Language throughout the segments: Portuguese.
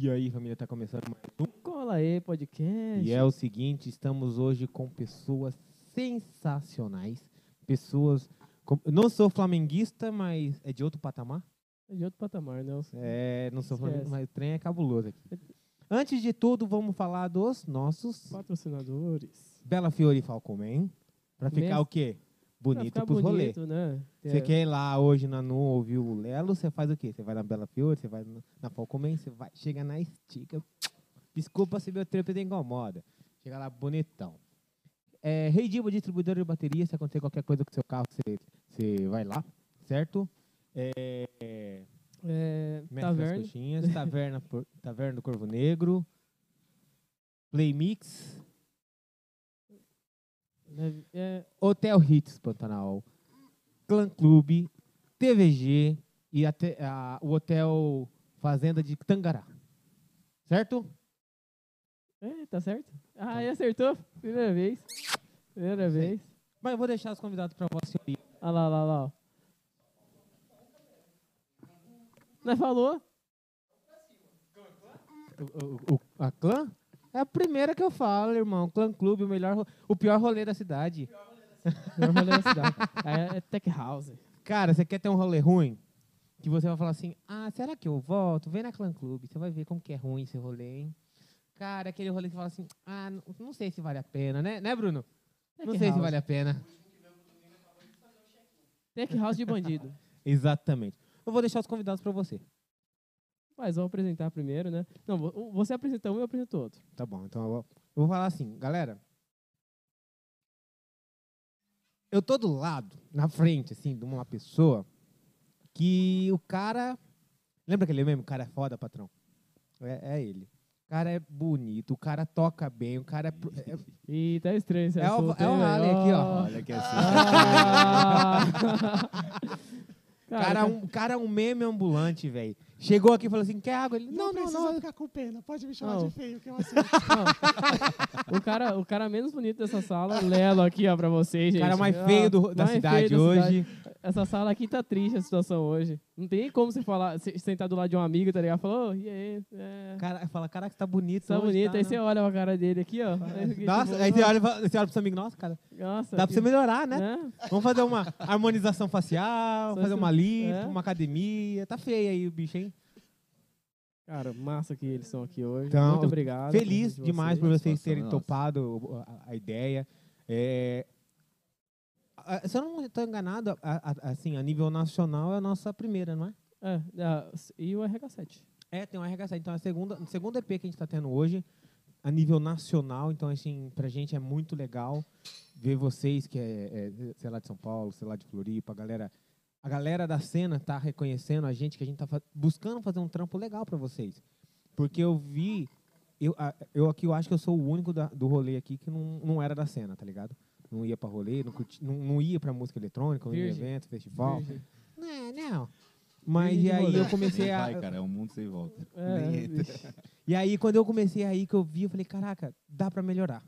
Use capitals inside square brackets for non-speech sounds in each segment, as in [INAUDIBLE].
E aí, família, tá começando mais um. Cola aí, podcast. E é o seguinte, estamos hoje com pessoas sensacionais. Pessoas. com- Não sou flamenguista, mas é de outro patamar. É de outro patamar, Nelson. É, não sou Esquece. flamenguista, mas o trem é cabuloso aqui. Antes de tudo, vamos falar dos nossos Patrocinadores. Bela Fiore Falcomen. Pra ficar Mestre. o quê? Pra Bonito ficar pros rolês. bonito, né? Você É, quer ir lá hoje na Nu ouvir o Lelo, você faz o quê? Você vai na Bela Fiore, você vai no- na Falcomen, você vai, chega na estica. Desculpa se meu trepe te incomoda. Chega lá bonitão. É, Rei Diva, distribuidora de bateria, se acontecer qualquer coisa com seu carro, você, você vai lá, certo? É, É, Mestre das taverna. Coxinhas, Taverna, por- Taverna do Corvo Negro, Playmix, né? É, Hotel Hits Pantanal, Clã Clube, TVG e até, a- o Hotel Fazenda de Tangará. Certo? é, tá certo? Ah, e acertou. Primeira vez. Primeira Sei. vez. Mas eu vou deixar os convidados para você ali. Ah lá, lá, lá. ó. Não Né, falou? O- o- o- a Clã? É a primeira que eu falo, irmão. Clã Clube, o, melhor, ro- o pior rolê da cidade. Não falei na [LAUGHS] cidade. Aí É tech house. Cara, você quer ter um rolê ruim? Que você vai falar assim, ah, será que eu volto? Vem na Clã Clube, você vai ver como que é ruim esse rolê, hein? Cara, aquele rolê que você fala assim, ah, n- não sei se vale a pena, né, né Bruno? Não Tech sei se house. vale a pena. Tech house de bandido. Exatamente. Eu vou deixar os convidados para você. Mas vamos apresentar primeiro, né? Não, vo- você apresenta um e eu apresento outro. Tá bom, então eu vou, eu vou falar assim, galera. Eu tô do lado, na frente, assim, de uma pessoa que o cara. Lembra aquele meme? O cara é foda, patrão? É, é ele. O cara é bonito, o cara toca bem, o cara é. pro- é- Ih, tá estranho esse É o- assunto, é o hein, velho? Allen aqui, ó. Ó. Olha que assim. [LAUGHS] o Ah! cara, é um, o cara é um meme ambulante, velho. Chegou aqui e falou assim: quer água? Ele, não, não, precisa não. ficar com pena. Pode me chamar Não. de feio, que é eu aceito. não, o cara, o cara menos bonito dessa sala, Lelo aqui, ó, pra vocês, O gente. cara é mais Ó, feio do- da mais feio cidade hoje. cidade. Essa sala aqui tá triste a situação hoje. Não tem como você falar, se- sentar do lado de um amigo, tá ligado? Falou, "Ô, e aí? É, Cara, fala: caraca, você tá bonito. tá hoje, bonito. tá, aí né?" você olha pra cara dele aqui, ó. Aí fica, Nossa, tipo, aí você olha, e fala- você olha pro seu amigo, nossa, cara, Nossa, dá pra você melhorar, né? né? Vamos fazer uma harmonização facial, Só fazer isso- uma lipo, é. uma academia. Tá feio aí o bicho, hein? Cara, massa que eles são aqui hoje. Então, Muito obrigado. Feliz por demais por vocês. vocês Satisfação terem é nossa. topado a, a ideia. É, a- se eu não estou enganado, a- a- assim, a nível nacional é a nossa primeira, não é? É, ah, e o RH7. É, tem um RHC. Então, a segunda, o segundo EP que a gente está tendo hoje, a nível nacional. Então, assim, pra gente é muito legal ver vocês, que é, é, sei lá, de São Paulo, sei lá, de Floripa, a galera... A galera da cena tá reconhecendo a gente, que a gente tá fa- buscando fazer um trampo legal pra vocês. Porque eu vi... Eu, a- eu aqui, eu acho que eu sou o único da- do rolê aqui que não, não era da cena, tá ligado? Não ia pra rolê, não, curti, não, não ia pra música eletrônica, não ia em Virgem. evento, festival. Virgem. Não, não. Mas Virgem e de aí rolê. eu [LAUGHS] comecei Nem a... vai, cara, é um mundo sem volta. É, Nem entra. vixe. E aí, quando eu comecei aí, que eu vi, eu falei, caraca, dá pra melhorar.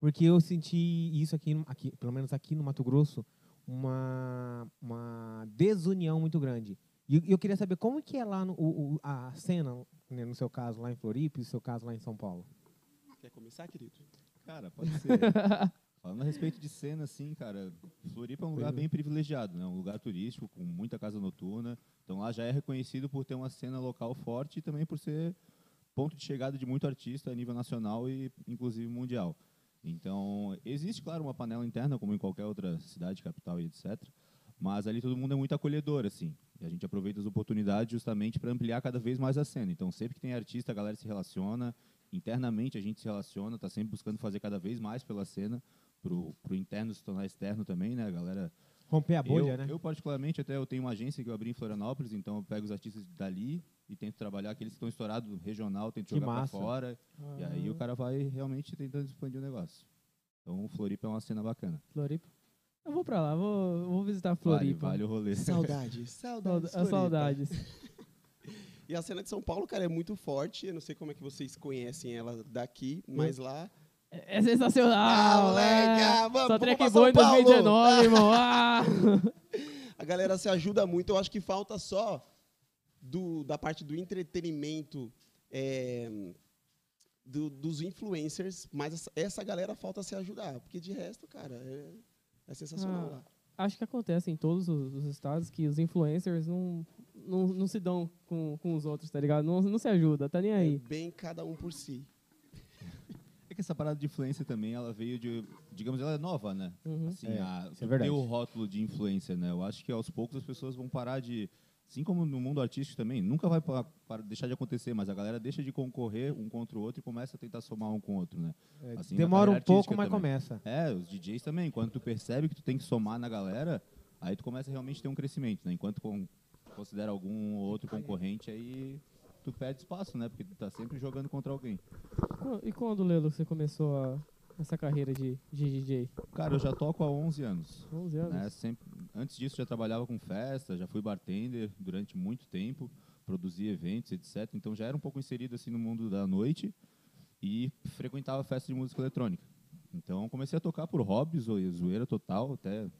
Porque eu senti isso aqui, no- aqui pelo menos aqui no Mato Grosso, uma, uma desunião muito grande. E eu- eu queria saber como que é lá no, o- o- a cena, né, no seu caso lá em Floripa e no seu caso lá em São Paulo. [LAUGHS] Quer começar, querido? Cara, pode ser. Falando a respeito de cena, assim, cara, Floripa é um lugar bem privilegiado, né? Um lugar turístico, com muita casa noturna. Então lá já é reconhecido por ter uma cena local forte e também por ser ponto de chegada de muito artista a nível nacional e inclusive mundial. Então, existe, claro, uma panela interna, como em qualquer outra cidade, capital e etc. Mas ali todo mundo é muito acolhedor, assim. E a gente aproveita as oportunidades justamente para ampliar cada vez mais a cena. Então, sempre que tem artista, a galera se relaciona. Internamente, a gente se relaciona, está sempre buscando fazer cada vez mais pela cena, para o interno se tornar externo também, né? A galera Romper a bolha, eu, né? eu, particularmente, até eu tenho uma agência que eu abri em Florianópolis, então eu pego os artistas dali e tento trabalhar aqueles que estão estourados regional, tento Que jogar para massa. fora. E aí o cara vai realmente tentando expandir o negócio. Então, Floripa é uma cena bacana. Floripa. Eu vou pra lá, vou, vou visitar Vale, Floripa. vale o [LAUGHS] rolê. Saudade. Saudade. Sauda- saudades. E a cena de São Paulo, cara, é muito forte. Eu não sei como é que vocês conhecem ela daqui, mas lá. É é sensacional! Ah, moleque, é. ah, vamos- Só vamos track pra boa em São Paulo. 2019, irmão! Ah! A galera se ajuda muito. Eu acho que falta só do- da parte do entretenimento é, do- dos influencers, mas essa- essa galera falta se ajudar, porque de resto, cara, é, é sensacional Ah, lá. Acho que acontece em todos os, os estados que os influencers não, não, não se dão com, com os outros, tá ligado? Não, não se ajuda, tá nem É aí. bem cada um por si. É que essa parada de influência também, ela veio de, digamos, ela é nova, né? Uhum. Assim, É, a, isso é verdade. ter o rótulo de influência, né? Eu acho que aos poucos as pessoas vão parar de, assim como no mundo artístico também, nunca vai pa- pa- deixar de acontecer, mas a galera deixa de concorrer um contra o outro e começa a tentar somar um com o outro, né? É, Assim, na demora um carreira pouco, artística mas também. começa. É, os DJs também. Quando tu percebe que tu tem que somar na galera, aí tu começa a realmente ter um crescimento, né? Enquanto con- considera algum ou outro concorrente, aí tu perde espaço, né? Porque tu tá sempre jogando contra alguém. Qu- E quando, Lelo, você começou a- essa carreira de, de DJ? Cara, eu já toco há 11 anos. 11 anos. né? Sempre, antes disso, já trabalhava com festa, já fui bartender durante muito tempo, produzi eventos, etc. Então já era um pouco inserido assim no mundo da noite e frequentava festa de música eletrônica. Então comecei a tocar por hobbies, ou zoeira total, até uma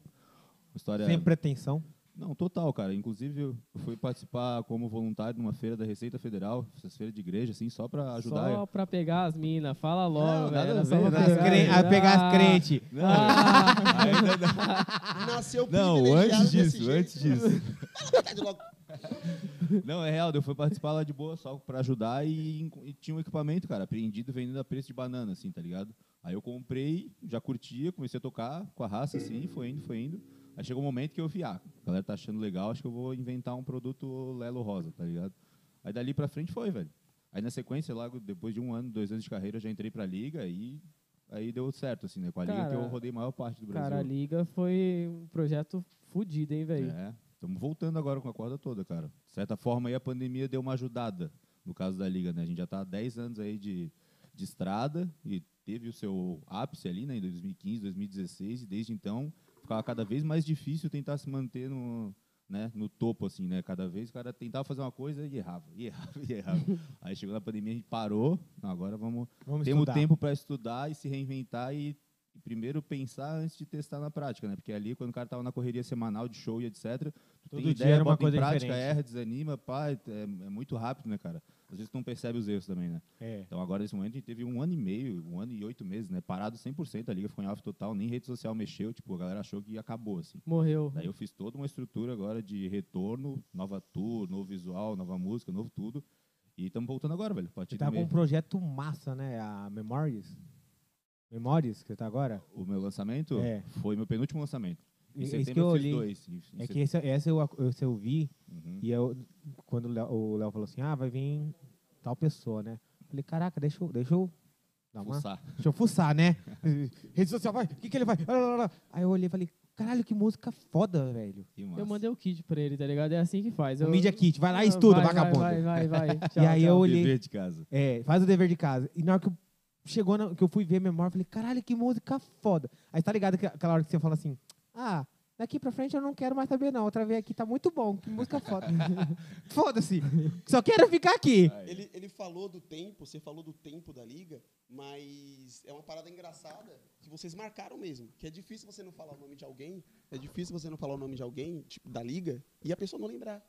história Sem pretensão. não, total, cara. Inclusive, eu fui participar como voluntário numa feira da Receita Federal, essas feiras de igreja, assim, só para ajudar. Só pra pegar as minas, fala Não, logo, nada velho. a Só ver, pra nada a As ver. cre- pegar Ah, a pegar as crentes. Não, Nasceu [LAUGHS] não, Ah, [LAUGHS] privilegiado antes desse disso, jeito. antes disso. Tá de logo. Não, é real, eu fui participar lá de boa só pra ajudar e, e tinha um equipamento, cara, apreendido vendendo a preço de banana, assim, tá ligado? Aí eu comprei, já curtia, comecei a tocar com a raça, assim, foi indo, foi indo. Aí chegou um momento que eu vi, ah, a galera tá achando legal, acho que eu vou inventar um produto Lelo Rosa, tá ligado? Aí dali pra frente foi, velho. Aí na sequência, logo depois de um ano, dois anos de carreira, eu já entrei pra liga e aí deu certo, assim, né? Com a liga que Cara, eu rodei a maior parte do Brasil. Cara, a Liga foi um projeto fudido, hein, velho? É, estamos voltando agora com a corda toda, cara. De certa forma, aí a pandemia deu uma ajudada no caso da Liga, né? A gente já está há 10 anos aí de, de estrada e teve o seu ápice ali, né, em 2015, 2016, e desde então ficava cada vez mais difícil tentar se manter no, né, no topo, assim, né? Cada vez o cara tentava fazer uma coisa e errava, e errava, [LAUGHS] e errava. aí chegou na pandemia, a gente parou, não, agora vamos Vamos temos estudar. tempo para estudar e se reinventar e, e primeiro pensar antes de testar na prática, né? Porque ali, quando o cara tava na correria semanal de show e etc., tu Todo tem dia ideia, era uma bota coisa em prática, diferente. erra, desanima, pá, é, é muito rápido, né, cara? Às vezes tu não percebe os erros também, né? É. Então agora, nesse momento, a gente teve um ano e meio, um ano e oito meses, né? Parado 100%, a liga ficou em um off total, nem rede social mexeu, tipo, a galera achou que acabou, assim. Morreu. Daí eu fiz toda uma estrutura agora de retorno, nova tour, novo visual, nova música, novo tudo. E estamos voltando agora, velho. a partir Você do tá com mês. um projeto massa, né? A Memories. Memories, que você tá agora? O meu lançamento É. foi meu penúltimo lançamento. Em É setembro isso que eu eu fiz olhei. dois. Em- em É set- que esse, essa eu, ac- esse eu vi, Uhum. e eu, quando o Léo- o Léo falou assim, ah, vai vir tal pessoa, né? Falei, caraca, deixa eu, deixa eu dar é uma... Fuçar. Deixa eu fuçar, né? [LAUGHS] Rede social, vai, o que que ele vai? Lá, lá, lá, lá. Aí eu olhei e falei, caralho, que música foda, velho. Que massa. Eu mandei o kit pra ele, tá ligado? É assim que faz. O Eu... Ah, Media Kit, vai lá e estuda, Vai, vagabundo. Vai, vai, vai. vai. E aí eu olhei, Dever de casa. É, faz o dever de casa. E na hora que eu, chegou, na- que eu fui ver a memória, eu falei, caralho, que música foda. Aí tá ligado que, aquela hora que você fala assim, ah, daqui pra frente eu não quero mais saber não. Outra vez aqui tá muito bom, que música foda. Foda-se, só quero ficar aqui. Ele, ele falou do tempo, você falou do tempo da liga, mas é uma parada engraçada que vocês marcaram mesmo. Que é difícil você não falar o nome de alguém, é difícil você não falar o nome de alguém, tipo, da liga, e a pessoa não lembrar.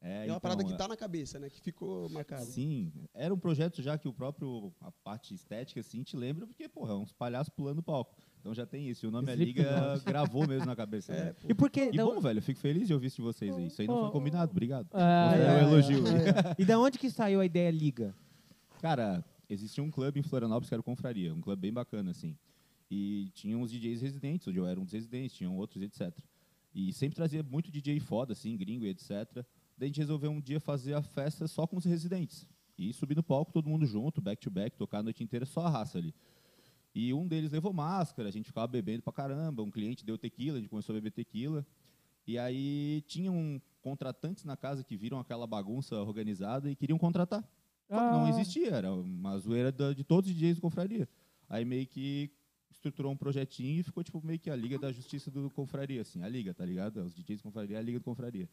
É, É, então, uma parada que é- tá na cabeça, né? Que ficou marcada. Sim, era um projeto já que o próprio, a parte estética, assim, te lembra, porque, porra, é uns palhaços pulando o palco. Então já tem isso. E o nome A Liga gravou mesmo na cabeça. né? E porque... E da- bom, velho, eu fico feliz de ouvir isso de vocês aí. Isso aí não Oh. foi combinado, obrigado. Ah, Considera é, um elogio. aí. [LAUGHS] e da onde que saiu a ideia Liga? Cara, existia um clube em Florianópolis que era o Confraria, um clube bem bacana, assim. E tinha uns DJs residentes, onde eu era um dos residentes, tinham outros, etc. E sempre trazia muito DJ foda, assim, gringo, e etc. Daí a gente resolveu um dia fazer a festa só com os residentes. E subir no palco, todo mundo junto, back to back, tocar a noite inteira, só a raça ali. E um deles levou máscara, a gente ficava bebendo pra caramba, um cliente deu tequila, a gente começou a beber tequila. E aí tinham contratantes na casa que viram aquela bagunça organizada e queriam contratar. Só que não Ah. existia, era uma zoeira da- de todos os DJs do Confraria. Aí meio que estruturou um projetinho e ficou tipo meio que a Liga da Justiça do Confraria, assim, a Liga, tá ligado? Os DJs do Confraria, a Liga do Confraria.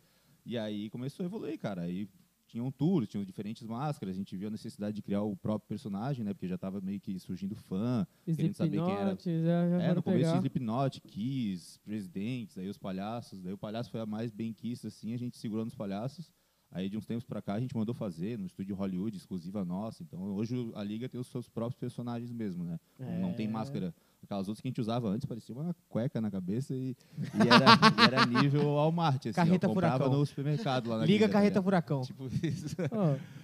E aí começou a evoluir, cara. Aí tinham tours, tinham diferentes máscaras, a gente viu a necessidade de criar o próprio personagem, né? Porque já tava meio que surgindo fã, querendo saber quem era Slipknot, já, já é, foram no começo pegar. Slipknot, Kiss, Presidentes, aí os palhaços, daí o palhaço foi a mais benquista, assim, a gente segurou nos palhaços, Aí de uns tempos pra cá a gente mandou fazer no estúdio Hollywood, exclusiva nossa. Então hoje a liga tem os seus próprios personagens mesmo, né? Não É. tem máscara. Aquelas outras que a gente usava antes parecia uma cueca na cabeça e, e era, e era nível Walmart, assim. Carreta eu comprava Furacão. no supermercado lá na Liga tá Carreta ligado? Furacão. Tipo isso.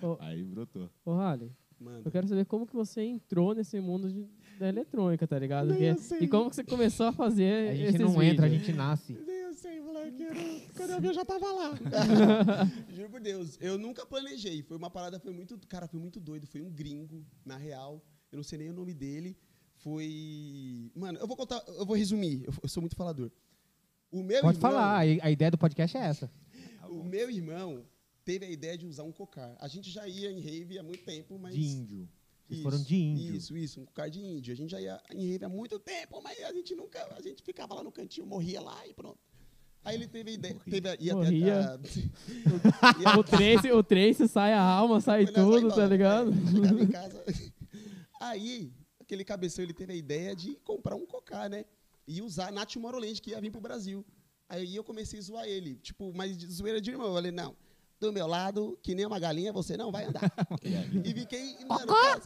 Ô, ô, [LAUGHS] Aí brotou. ô, Halley, Manda. eu quero saber como que você entrou nesse mundo de- da eletrônica, tá ligado? Nem eu Porque- sei. e como que você começou a fazer A gente é esses não entra, a vídeos? gente nasce. Nem eu sei, Assim, moleque. eu não- Quando eu vi, eu já tava lá. [LAUGHS] Juro por Deus. Eu nunca planejei. Foi uma parada, foi muito. Cara, foi muito doido. Foi um gringo, na real. Eu não sei nem o nome dele. Foi. Mano, eu vou contar. Eu vou resumir. Eu, eu sou muito falador. O meu Pode irmão- falar, a a ideia do podcast é essa. O meu irmão teve a ideia de usar um cocar. A gente já ia em rave há muito tempo, mas. De índio. Vocês Isso, foram de índio. Isso, isso, um cocar de índio. A gente já ia em rave há muito tempo, mas a gente nunca. A gente ficava lá no cantinho, morria lá e pronto. Aí ele teve a ideia. Morria. Teve a, ia Morria. [LAUGHS] [LAUGHS] Até, [LAUGHS] a, O Trace, o Trace sai a alma, sai Foi nessa tudo, aí, tá mano. ligado? Aí, né? [LAUGHS] chegava [LAUGHS] em casa. Aí, aquele cabeção, ele teve a ideia de comprar um cocá, né? E usar Nath Moroland, que ia vir pro Brasil. Aí eu comecei a zoar ele, tipo, mas de zoeira de irmão. Eu falei, não, do meu lado, que nem uma galinha, você não vai [LAUGHS] andar. e fiquei, e, mano, cara,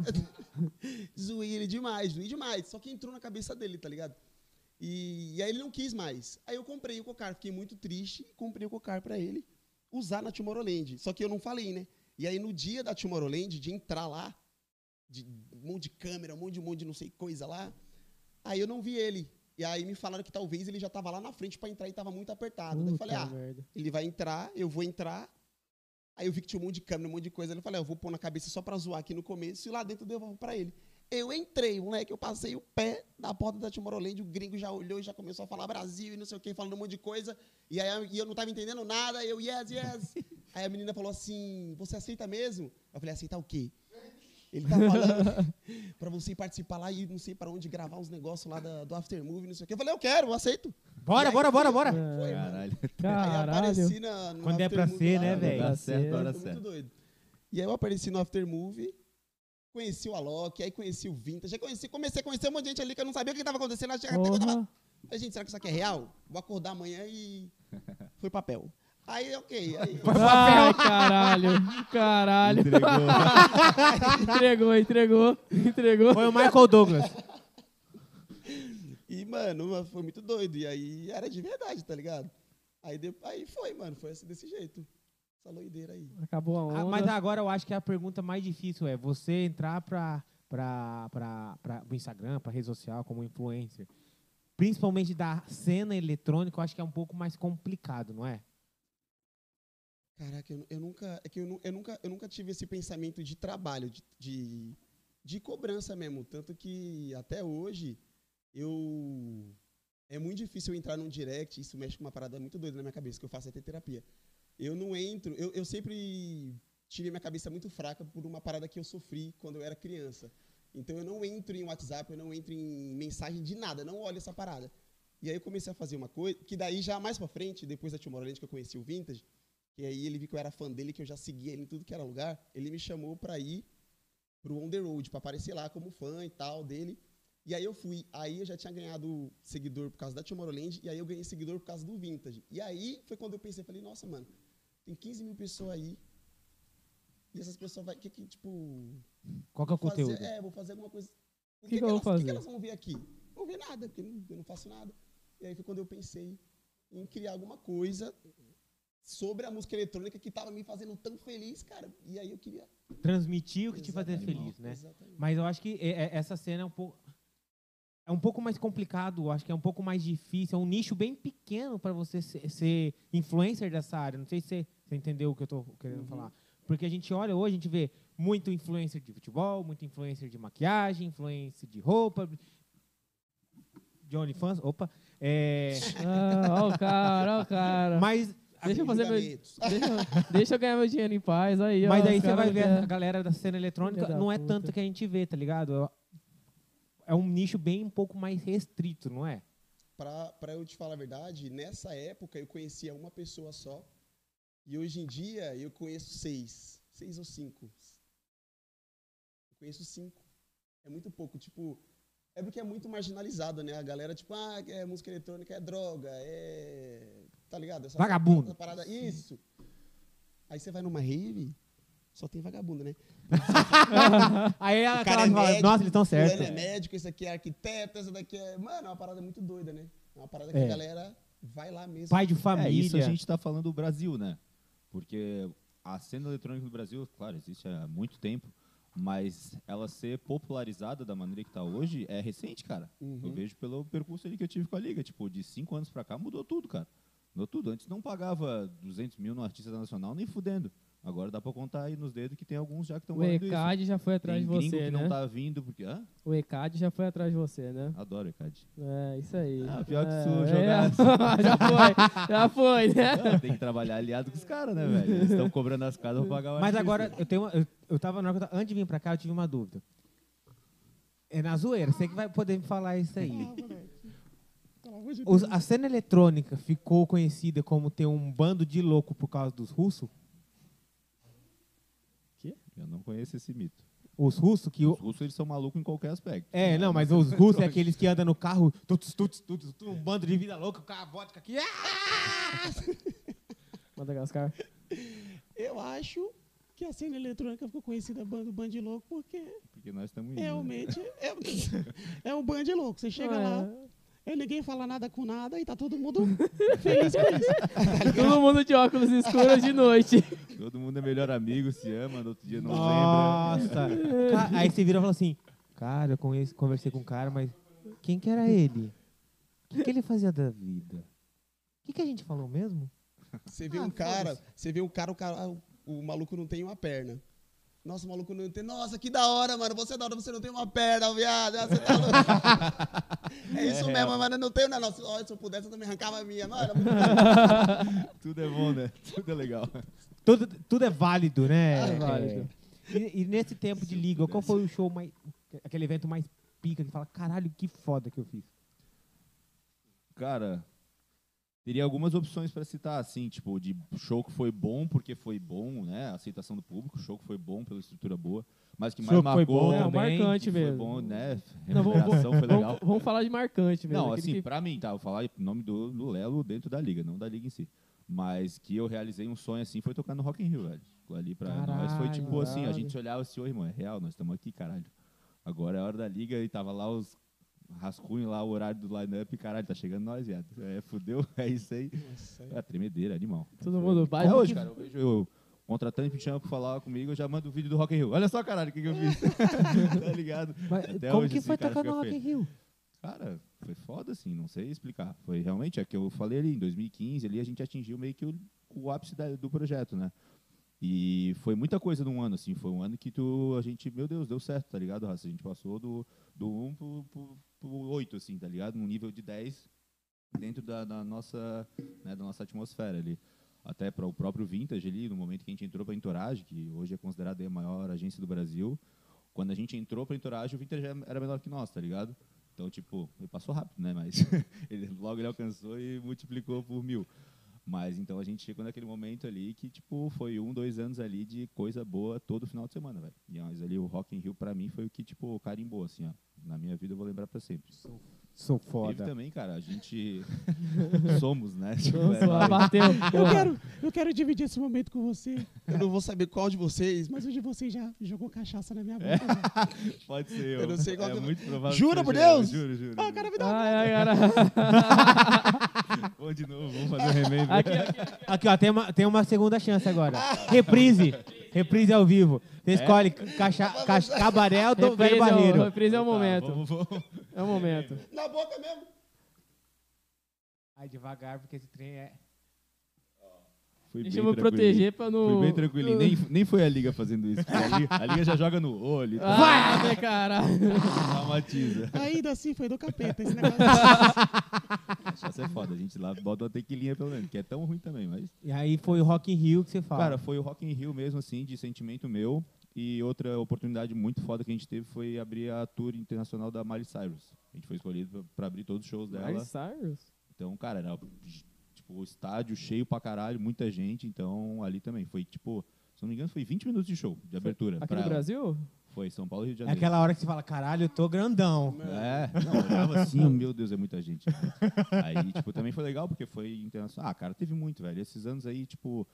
[LAUGHS] zoei ele demais, zoei demais. Só que entrou na cabeça dele, tá ligado? E, e aí ele não quis mais. Aí eu comprei o cocar, fiquei muito triste, comprei o cocar pra ele usar na Tomorrowland. Só que eu não falei, né? E aí no dia da Tomorrowland, de entrar lá, de um monte de câmera, um monte de um monte de não sei coisa lá, aí eu não vi ele. E aí me falaram que talvez ele já tava lá na frente pra entrar e tava muito apertado. Daí eu falei, Puta ah, merda. ele vai entrar, eu vou entrar. Aí eu vi que tinha um monte de câmera, um monte de coisa. Eu falei, ah, eu vou pôr na cabeça só pra zoar aqui no começo e lá dentro eu devolvo pra ele. Eu entrei, moleque, eu passei o pé na porta da Tomorrowland, o gringo já olhou e já começou a falar Brasil e não sei o que, falando um monte de coisa. E aí eu- e eu não tava entendendo nada, eu, [LAUGHS] yes, yes. aí a menina falou assim, você aceita mesmo? Eu falei, aceitar o quê? Ele [LAUGHS] tá falando pra você participar lá e não sei pra onde gravar uns negócios lá da- do After Movie, não sei o quê. Eu falei, eu quero, eu aceito. E Bora, aí bora, bora, bora. É, Foi, mano. Caralho. Aí eu Caralho. apareci na, no Quando é After pra Movie ser, lá, né, velho? Dá Tá certo, certo. hora Foi muito certa. doido. E aí eu apareci no After Movie, conheci o Alok, aí conheci o Vintage, já conheci, comecei a conhecer um monte de gente ali que eu não sabia o que estava acontecendo. Até [LAUGHS] que eu tava... Porra. Falei, gente, será que isso aqui é real? Vou acordar amanhã e. [LAUGHS] Foi papel. Aí, ok. Aí, Ai, caralho. Caralho. Entregou. Entregou, entregou, entregou. Foi o Michael Douglas. e, mano, mas foi muito doido. E aí era de verdade, tá ligado? Aí, de- aí foi, mano, foi assim, desse jeito. Essa loideira aí. Acabou a Ah, onda. Mas agora eu acho que a pergunta mais difícil é você entrar para o Instagram, para rede social, como influencer. Principalmente da cena eletrônica, eu acho que é um pouco mais complicado, não é? Caraca, eu, nu- eu nunca. É que eu, nu- eu nunca, eu nunca tive esse pensamento de trabalho, de, de, de cobrança mesmo. Tanto que até hoje eu. É muito difícil eu entrar num direct, isso mexe com uma parada muito doida na minha cabeça, que eu faço até terapia. Eu não entro, eu, eu sempre tive minha cabeça muito fraca por uma parada que eu sofri quando eu era criança. Então eu não entro em WhatsApp, eu não entro em mensagem de nada, não olho essa parada. E aí eu comecei a fazer uma coisa, que daí já mais pra frente, depois da Tomorrowland que eu conheci o Vintage, e aí ele viu que eu era fã dele, que eu já seguia ele em tudo que era lugar. Ele me chamou pra ir pro On The Road, pra aparecer lá como fã e tal dele. E aí eu fui. Aí eu já tinha ganhado seguidor por causa da Tomorrowland, e aí eu ganhei seguidor por causa do Vintage. E aí foi quando eu pensei, falei, nossa, mano, tem 15 mil pessoas aí. E essas pessoas vai, que, que tipo, Qual que é o fazer- conteúdo? é, vou fazer alguma coisa. O que eu vou elas, o que fazer? elas vão ver aqui? Não vão ver nada, porque não- eu não faço nada. E aí foi quando eu pensei em criar alguma coisa sobre a música eletrônica que tava me fazendo tão feliz, cara. E aí eu queria. Transmitir o que te fazer Exatamente. feliz, né? Exatamente. Mas eu acho que é- é- essa cena é um pouco. É um pouco mais complicado, eu acho que é um pouco mais difícil, é um nicho bem pequeno para você ser, ser influencer dessa área. Não sei se você, você entendeu o que eu tô Uhum. querendo falar. Porque a gente olha hoje, a gente vê muito influencer de futebol, muito influencer de maquiagem, influencer de roupa, de OnlyFans, opa. [LAUGHS] É, Ah, ó o cara, ó o cara. mas deixa eu fazer meu... Julgamentos. Deixa, deixa eu ganhar meu dinheiro em paz aí, ó. Mas daí os você cara vai ver quer- a galera da cena eletrônica, Filha da não é puta. tanto que a gente vê, tá ligado? Eu- É um nicho bem um pouco mais restrito, não é? Pra, pra eu te falar a verdade, nessa época eu conhecia uma pessoa só. E hoje em dia eu conheço seis. Seis ou cinco. Eu conheço cinco. É muito pouco. Tipo, é porque é muito marginalizado, né? A galera, tipo, ah, é música eletrônica é droga, é. Tá ligado? Essa- [LAUGHS] Vagabundo. essa parada. Isso. Aí você vai numa rave, só tem vagabundo, né? Aí ela O tá lá cara e é fala, médico, nossa, eles estão Certo. certos. é médico, esse aqui é arquiteto, esse daqui é. Mano, é uma parada muito doida, né? É uma parada que É. a galera vai lá mesmo. Pai de família. É, isso a gente está falando do Brasil, né? Porque a cena eletrônica do Brasil, claro, existe há muito tempo, mas ela ser popularizada da maneira que está hoje é recente, cara. Uhum. Eu vejo pelo percurso ali que eu tive com a Liga. Tipo, de cinco anos pra cá mudou tudo, cara. Mudou tudo. Antes não pagava 200 mil no artista nacional, nem fudendo. Agora dá pra contar aí nos dedos que tem alguns já que estão O valendo isso. ECAD já foi atrás Tem de gringo você, que né? não tá vindo, porque... Hã? O ECAD já foi atrás de você, né? Adoro ECAD. É, isso aí. Ah, pior que É, isso, é, jogar- [LAUGHS] já foi, já foi, né? Ah, tem que trabalhar aliado com os caras, né, velho? Eles estão cobrando as casas pra pagar o Mas artista. agora, eu tenho uma- eu, eu tava na hora que eu tava- antes de vir pra cá, eu tive uma dúvida. É na zoeira, você que vai poder me falar isso aí. Os- a cena eletrônica ficou conhecida como ter um bando de louco por causa dos russos? Eu não conheço esse mito. Os russos que. o- Os russos, eles são malucos em qualquer aspecto. É, não, mas os russos é aqueles que andam no carro, tuts, tuts, tuts, tuts, um bando de vida louca, o cara vodka aqui. ah! Madagascar. Eu acho que a cena eletrônica ficou conhecida bando Band Louco porque Porque nós estamos indo, né? realmente é, [LAUGHS] é um Band Louco. Você chega É, lá, e ninguém fala nada com nada e tá todo mundo feliz com isso. É, Todo mundo de óculos escuros de noite. Todo mundo é melhor amigo, se ama, no outro dia não lembra. Nossa! Ca- Aí você vira e fala assim: Cara, eu conheço- conversei com um cara, mas quem que era ele? O que, que ele fazia da vida? O que, que a gente falou mesmo? [LAUGHS] Você vê um Ah, cara, você vê um cara, o cara, ah, o- o maluco não tem uma perna. Nossa, o maluco não tem. Nossa, que da hora, mano. Você é da hora, você não tem uma perna, viado. Ah, Você tá louco. [LAUGHS] É isso mesmo, É real. mano. Eu não tenho, né? Nossa, ó, se eu pudesse, eu também arrancava a minha, mano. Tudo é bom, né? [LAUGHS] Tudo é legal. Tudo, tudo é válido, né? É válido. É. E, e nesse tempo de liga, qual foi o show mais. aquele evento mais pica que fala, caralho, que foda que eu fiz? Cara, teria algumas opções pra citar, assim, tipo, de show que foi bom porque foi bom, né? A aceitação do público, show que foi bom pela estrutura boa, mas que mais Show que foi marcou... bom É, o também, marcante que foi mesmo. bom, né? Não, vamos- Remuneração foi legal. Vamos, vamos falar de marcante mesmo. Não, aquele assim, que- pra mim, tá? Eu vou falar em nome do, do Lelo dentro da liga, não da liga em si. Mas que eu realizei um sonho assim foi tocar no Rock in Rio, velho. Ali pra nós foi Caralho, tipo assim, a caralho. gente olhava assim, ô irmão, é real, nós estamos aqui, caralho. Agora é a hora da liga e tava lá os rascunhos lá, o horário do line-up, caralho, tá chegando nós, viado. É, fudeu, [LAUGHS] é isso aí. É a tremedeira, animal. Todo mundo vai. Até hoje, cara, eu vejo eu, o contratante me chama pra falar comigo, eu já mando o vídeo do Rock in Rio. Olha só, caralho, o que, que [LAUGHS] eu fiz. [LAUGHS] tá ligado? Mas Até como hoje, que assim, foi cara, tocar fica no Rock in feio. Rio? Cara, foi foda assim, não sei explicar. Foi realmente, é que eu falei ali, em 2015 ali a gente atingiu meio que o, o ápice da- do projeto, né? E foi muita coisa num ano, assim, foi um ano que tu, a gente, meu Deus, deu certo, tá ligado, Raça? A gente passou do, do 1 pro, pro, pro 8, assim, tá ligado? Num nível de 10 dentro da, da nossa, né, da nossa atmosfera ali. Até para o próprio Vintage ali, no momento que a gente entrou para a Entourage, que hoje é considerada aí a maior agência do Brasil, quando a gente entrou para a Entourage, o Vintage já era menor que nós, tá ligado? Então, tipo, ele passou rápido, né? Mas [LAUGHS] ele, logo ele alcançou e multiplicou por mil. Mas então a gente chegou naquele momento ali que, tipo, foi um, dois anos ali de coisa boa todo final de semana, velho. E, Mas ali o Rock in Rio, pra mim, foi o que, tipo, carimbou, assim, ó. Na minha vida eu vou lembrar pra sempre. Sou Teve foda. também, cara, a gente somos, né? Tipo, é Nossa, lá nóis. bateu. Eu Ah. quero, eu quero dividir esse momento com você, Eu não vou saber qual de vocês, mas. mas hoje você já jogou cachaça na minha boca. Pode ser eu. Eu não sei qual é que eu- muito provável. Jura que por seja eu, Deus? Juro, juro. Ah, juro. o cara me dá. Ai, ai, cara. Vamos de novo, vamos fazer um remake. Aqui, aqui, aqui. Aqui, ó, tem uma, tem uma segunda chance agora. Reprise. Reprise ao vivo. É? Você escolhe cacha, cacha, cabaré ou do velho Reprise é o- barreiro. Reprise é o momento. Tá, vamos, vamos. É o momento. Na boca mesmo. Ai, devagar, porque esse trem é. Fui Deixa bem eu me tranquilinho. proteger pra não. Fui bem tranquilinho. Nem, nem foi a Liga fazendo isso. porque A Liga, a Liga já joga no olho, Ah, então Vai, caralho. traumatiza. Ainda assim foi do capeta esse negócio. Isso é foda. A gente lá bota uma tequilinha pelo menos, que é tão ruim também, mas... E aí foi o Rock in Rio que você fala. Cara, foi o Rock in Rio mesmo, assim, de sentimento meu. E outra oportunidade muito foda que a gente teve foi abrir a tour internacional da Miley Cyrus. A gente foi escolhido pra- pra abrir todos os shows dela. Miley Cyrus? Então, cara, era tipo o estádio cheio pra caralho, muita gente, então ali também foi tipo, se não me engano, foi 20 minutos de show de abertura Aqui pra no ela. Brasil? Foi São Paulo e Rio de é Janeiro. aquela hora que você fala, caralho, eu tô grandão. É, não, eu tava assim, meu Deus, é muita gente. Aí, tipo, também foi legal porque foi internacional. Ah, cara, teve muito, velho. Esses anos aí, tipo,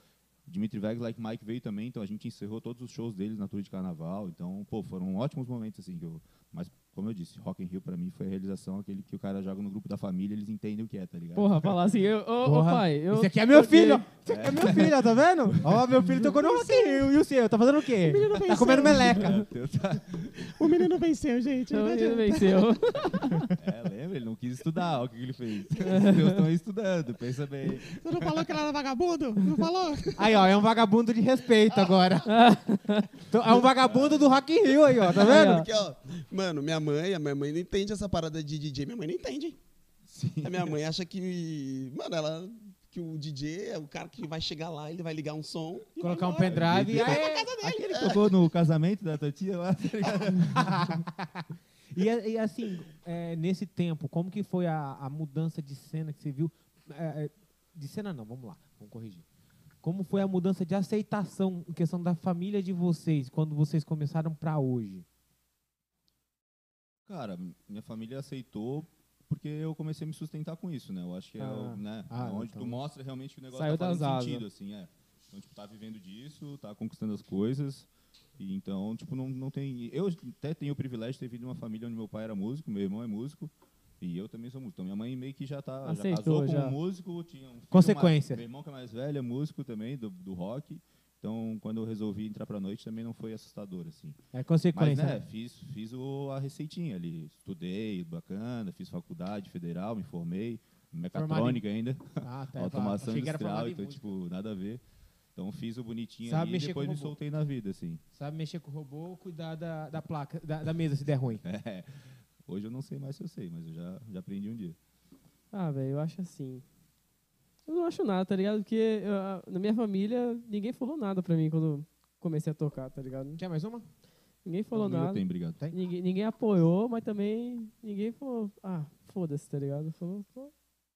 Dimitri Vegas, Like Mike veio também, então a gente encerrou todos os shows deles na tour de carnaval. Então, pô, foram ótimos momentos, assim, que eu... Mas, como eu disse, Rock in Rio pra mim foi a realização, aquele que o cara joga no grupo da família, eles entendem o que é, tá ligado? Porra, falar assim, eu, ô, ô Porra. pai, eu. Esse aqui é meu toquei- filho! ó. Esse aqui é meu filho, ó, tá vendo? Ó, meu filho tocou no Rock in Rio. E o seu? Tá fazendo o quê? Tá comendo É, meleca. tá, Tá O menino venceu, gente. Então, Não ele adianta. venceu. É, lembra? Ele não quis estudar, olha o que que ele fez. Eles estão estudando, pensa bem. Você não falou que ele era vagabundo? [LAUGHS] Não falou? Aí, ó, é um vagabundo de respeito agora. Então, É um vagabundo do Rock in Rio aí, ó, tá vendo? Porque, ó, mano, minha mãe, a minha mãe não entende essa parada de DJ, minha mãe não entende. A minha mãe acha que, mano, ela que o DJ é o cara que vai chegar lá, ele vai ligar um som e vai Colocar um embora. pendrive e aí... Aquele que tocou no casamento da tua tia lá, tá ligado? E, a- e assim, é, nesse tempo, como que foi a, a mudança de cena que você viu? É, é, de cena não, vamos lá, vamos corrigir. Como foi a mudança de aceitação em questão da família de vocês, quando vocês começaram pra hoje? Cara, m- minha família aceitou porque eu comecei a me sustentar com isso, né? Eu acho que é Ah. o- né? Ah, é onde então. tu mostra realmente que o negócio Saiu tá fazendo das asas. sentido, assim, é. Então, tipo, tá vivendo disso, tá conquistando as coisas. E então, tipo, não, não tem... Eu até tenho o privilégio de ter vindo de uma família onde meu pai era músico, meu irmão é músico. E eu também sou músico. Então, minha mãe meio que já tá... já Aceitou, casou com já. um músico, tinha um filho, Consequência. uma- meu irmão que é mais velho é músico também, do, do rock. Então, quando eu resolvi entrar pra noite, também não foi assustador, assim. É Mas, consequência. né, fiz, fiz o, a receitinha ali. Estudei, bacana, fiz faculdade federal, me formei. Mecatrônica ainda, Ah, tá, automação achei que era industrial, formado em então, música. tipo, nada a ver. Então, fiz o bonitinho Sabe ali e mexer depois com me robô. soltei na vida, assim. Sabe mexer com o robô, cuidar da, da placa, da, da mesa se der ruim. É. Hoje eu não sei mais se eu sei, mas eu já, já aprendi um dia. [LAUGHS] Ah, velho, eu acho assim. Eu não acho nada, tá ligado? Porque ah, na minha família ninguém falou nada pra mim quando comecei a tocar, tá ligado? Quer mais uma? Ninguém falou Não, eu nada. tenho, obrigado. Ninguém, ninguém apoiou, mas também ninguém falou, ah, foda-se, tá ligado? Falou, "Pô,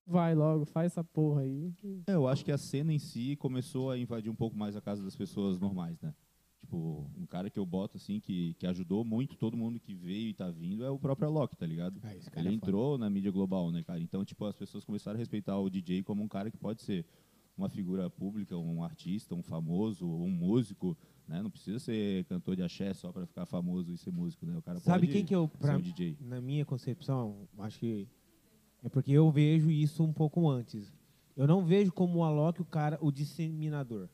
vai logo, faz essa porra aí. É, eu acho que a cena em si começou a invadir um pouco mais a casa das pessoas normais, né? Tipo, um cara que eu boto, assim, que, que ajudou muito todo mundo que veio e tá vindo é o próprio Alok, tá ligado? Ah, esse cara Ele é foda. entrou na mídia global, né, cara? Então, tipo, as pessoas começaram a respeitar o DJ como um cara que pode ser uma figura pública, um artista, um famoso, um músico, né? Não precisa ser cantor de axé só pra ficar famoso e ser músico, né? O cara Sabe pode quem que eu, ser pra, um DJ. na minha concepção, acho que é porque eu vejo isso um pouco antes. Eu não vejo como o Alok o cara, o disseminador.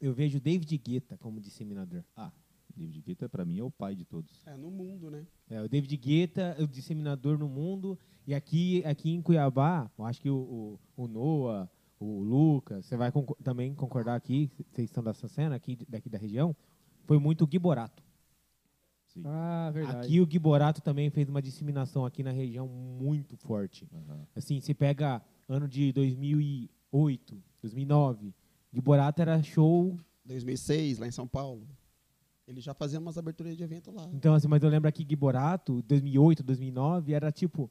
Eu vejo David Guetta como disseminador. Ah, David Guetta, pra mim, é o pai de todos. É, no mundo, né? É, o David Guetta, o disseminador no mundo. E aqui, aqui em Cuiabá, eu acho que o, o, o Noah, o Lucas, você vai concor- também concordar aqui, vocês estão dessa cena aqui, daqui da região, foi muito o Gui Borato. Sim. Ah, verdade. Aqui o Gui Borato também fez uma disseminação aqui na região muito forte. Aham. Assim, você pega ano de 2008, 2009, Gui Borato era show. 2006, lá em São Paulo. Ele já fazia umas aberturas de evento lá. Então, assim, mas eu lembro aqui Gui Borato, 2008, 2009, era tipo,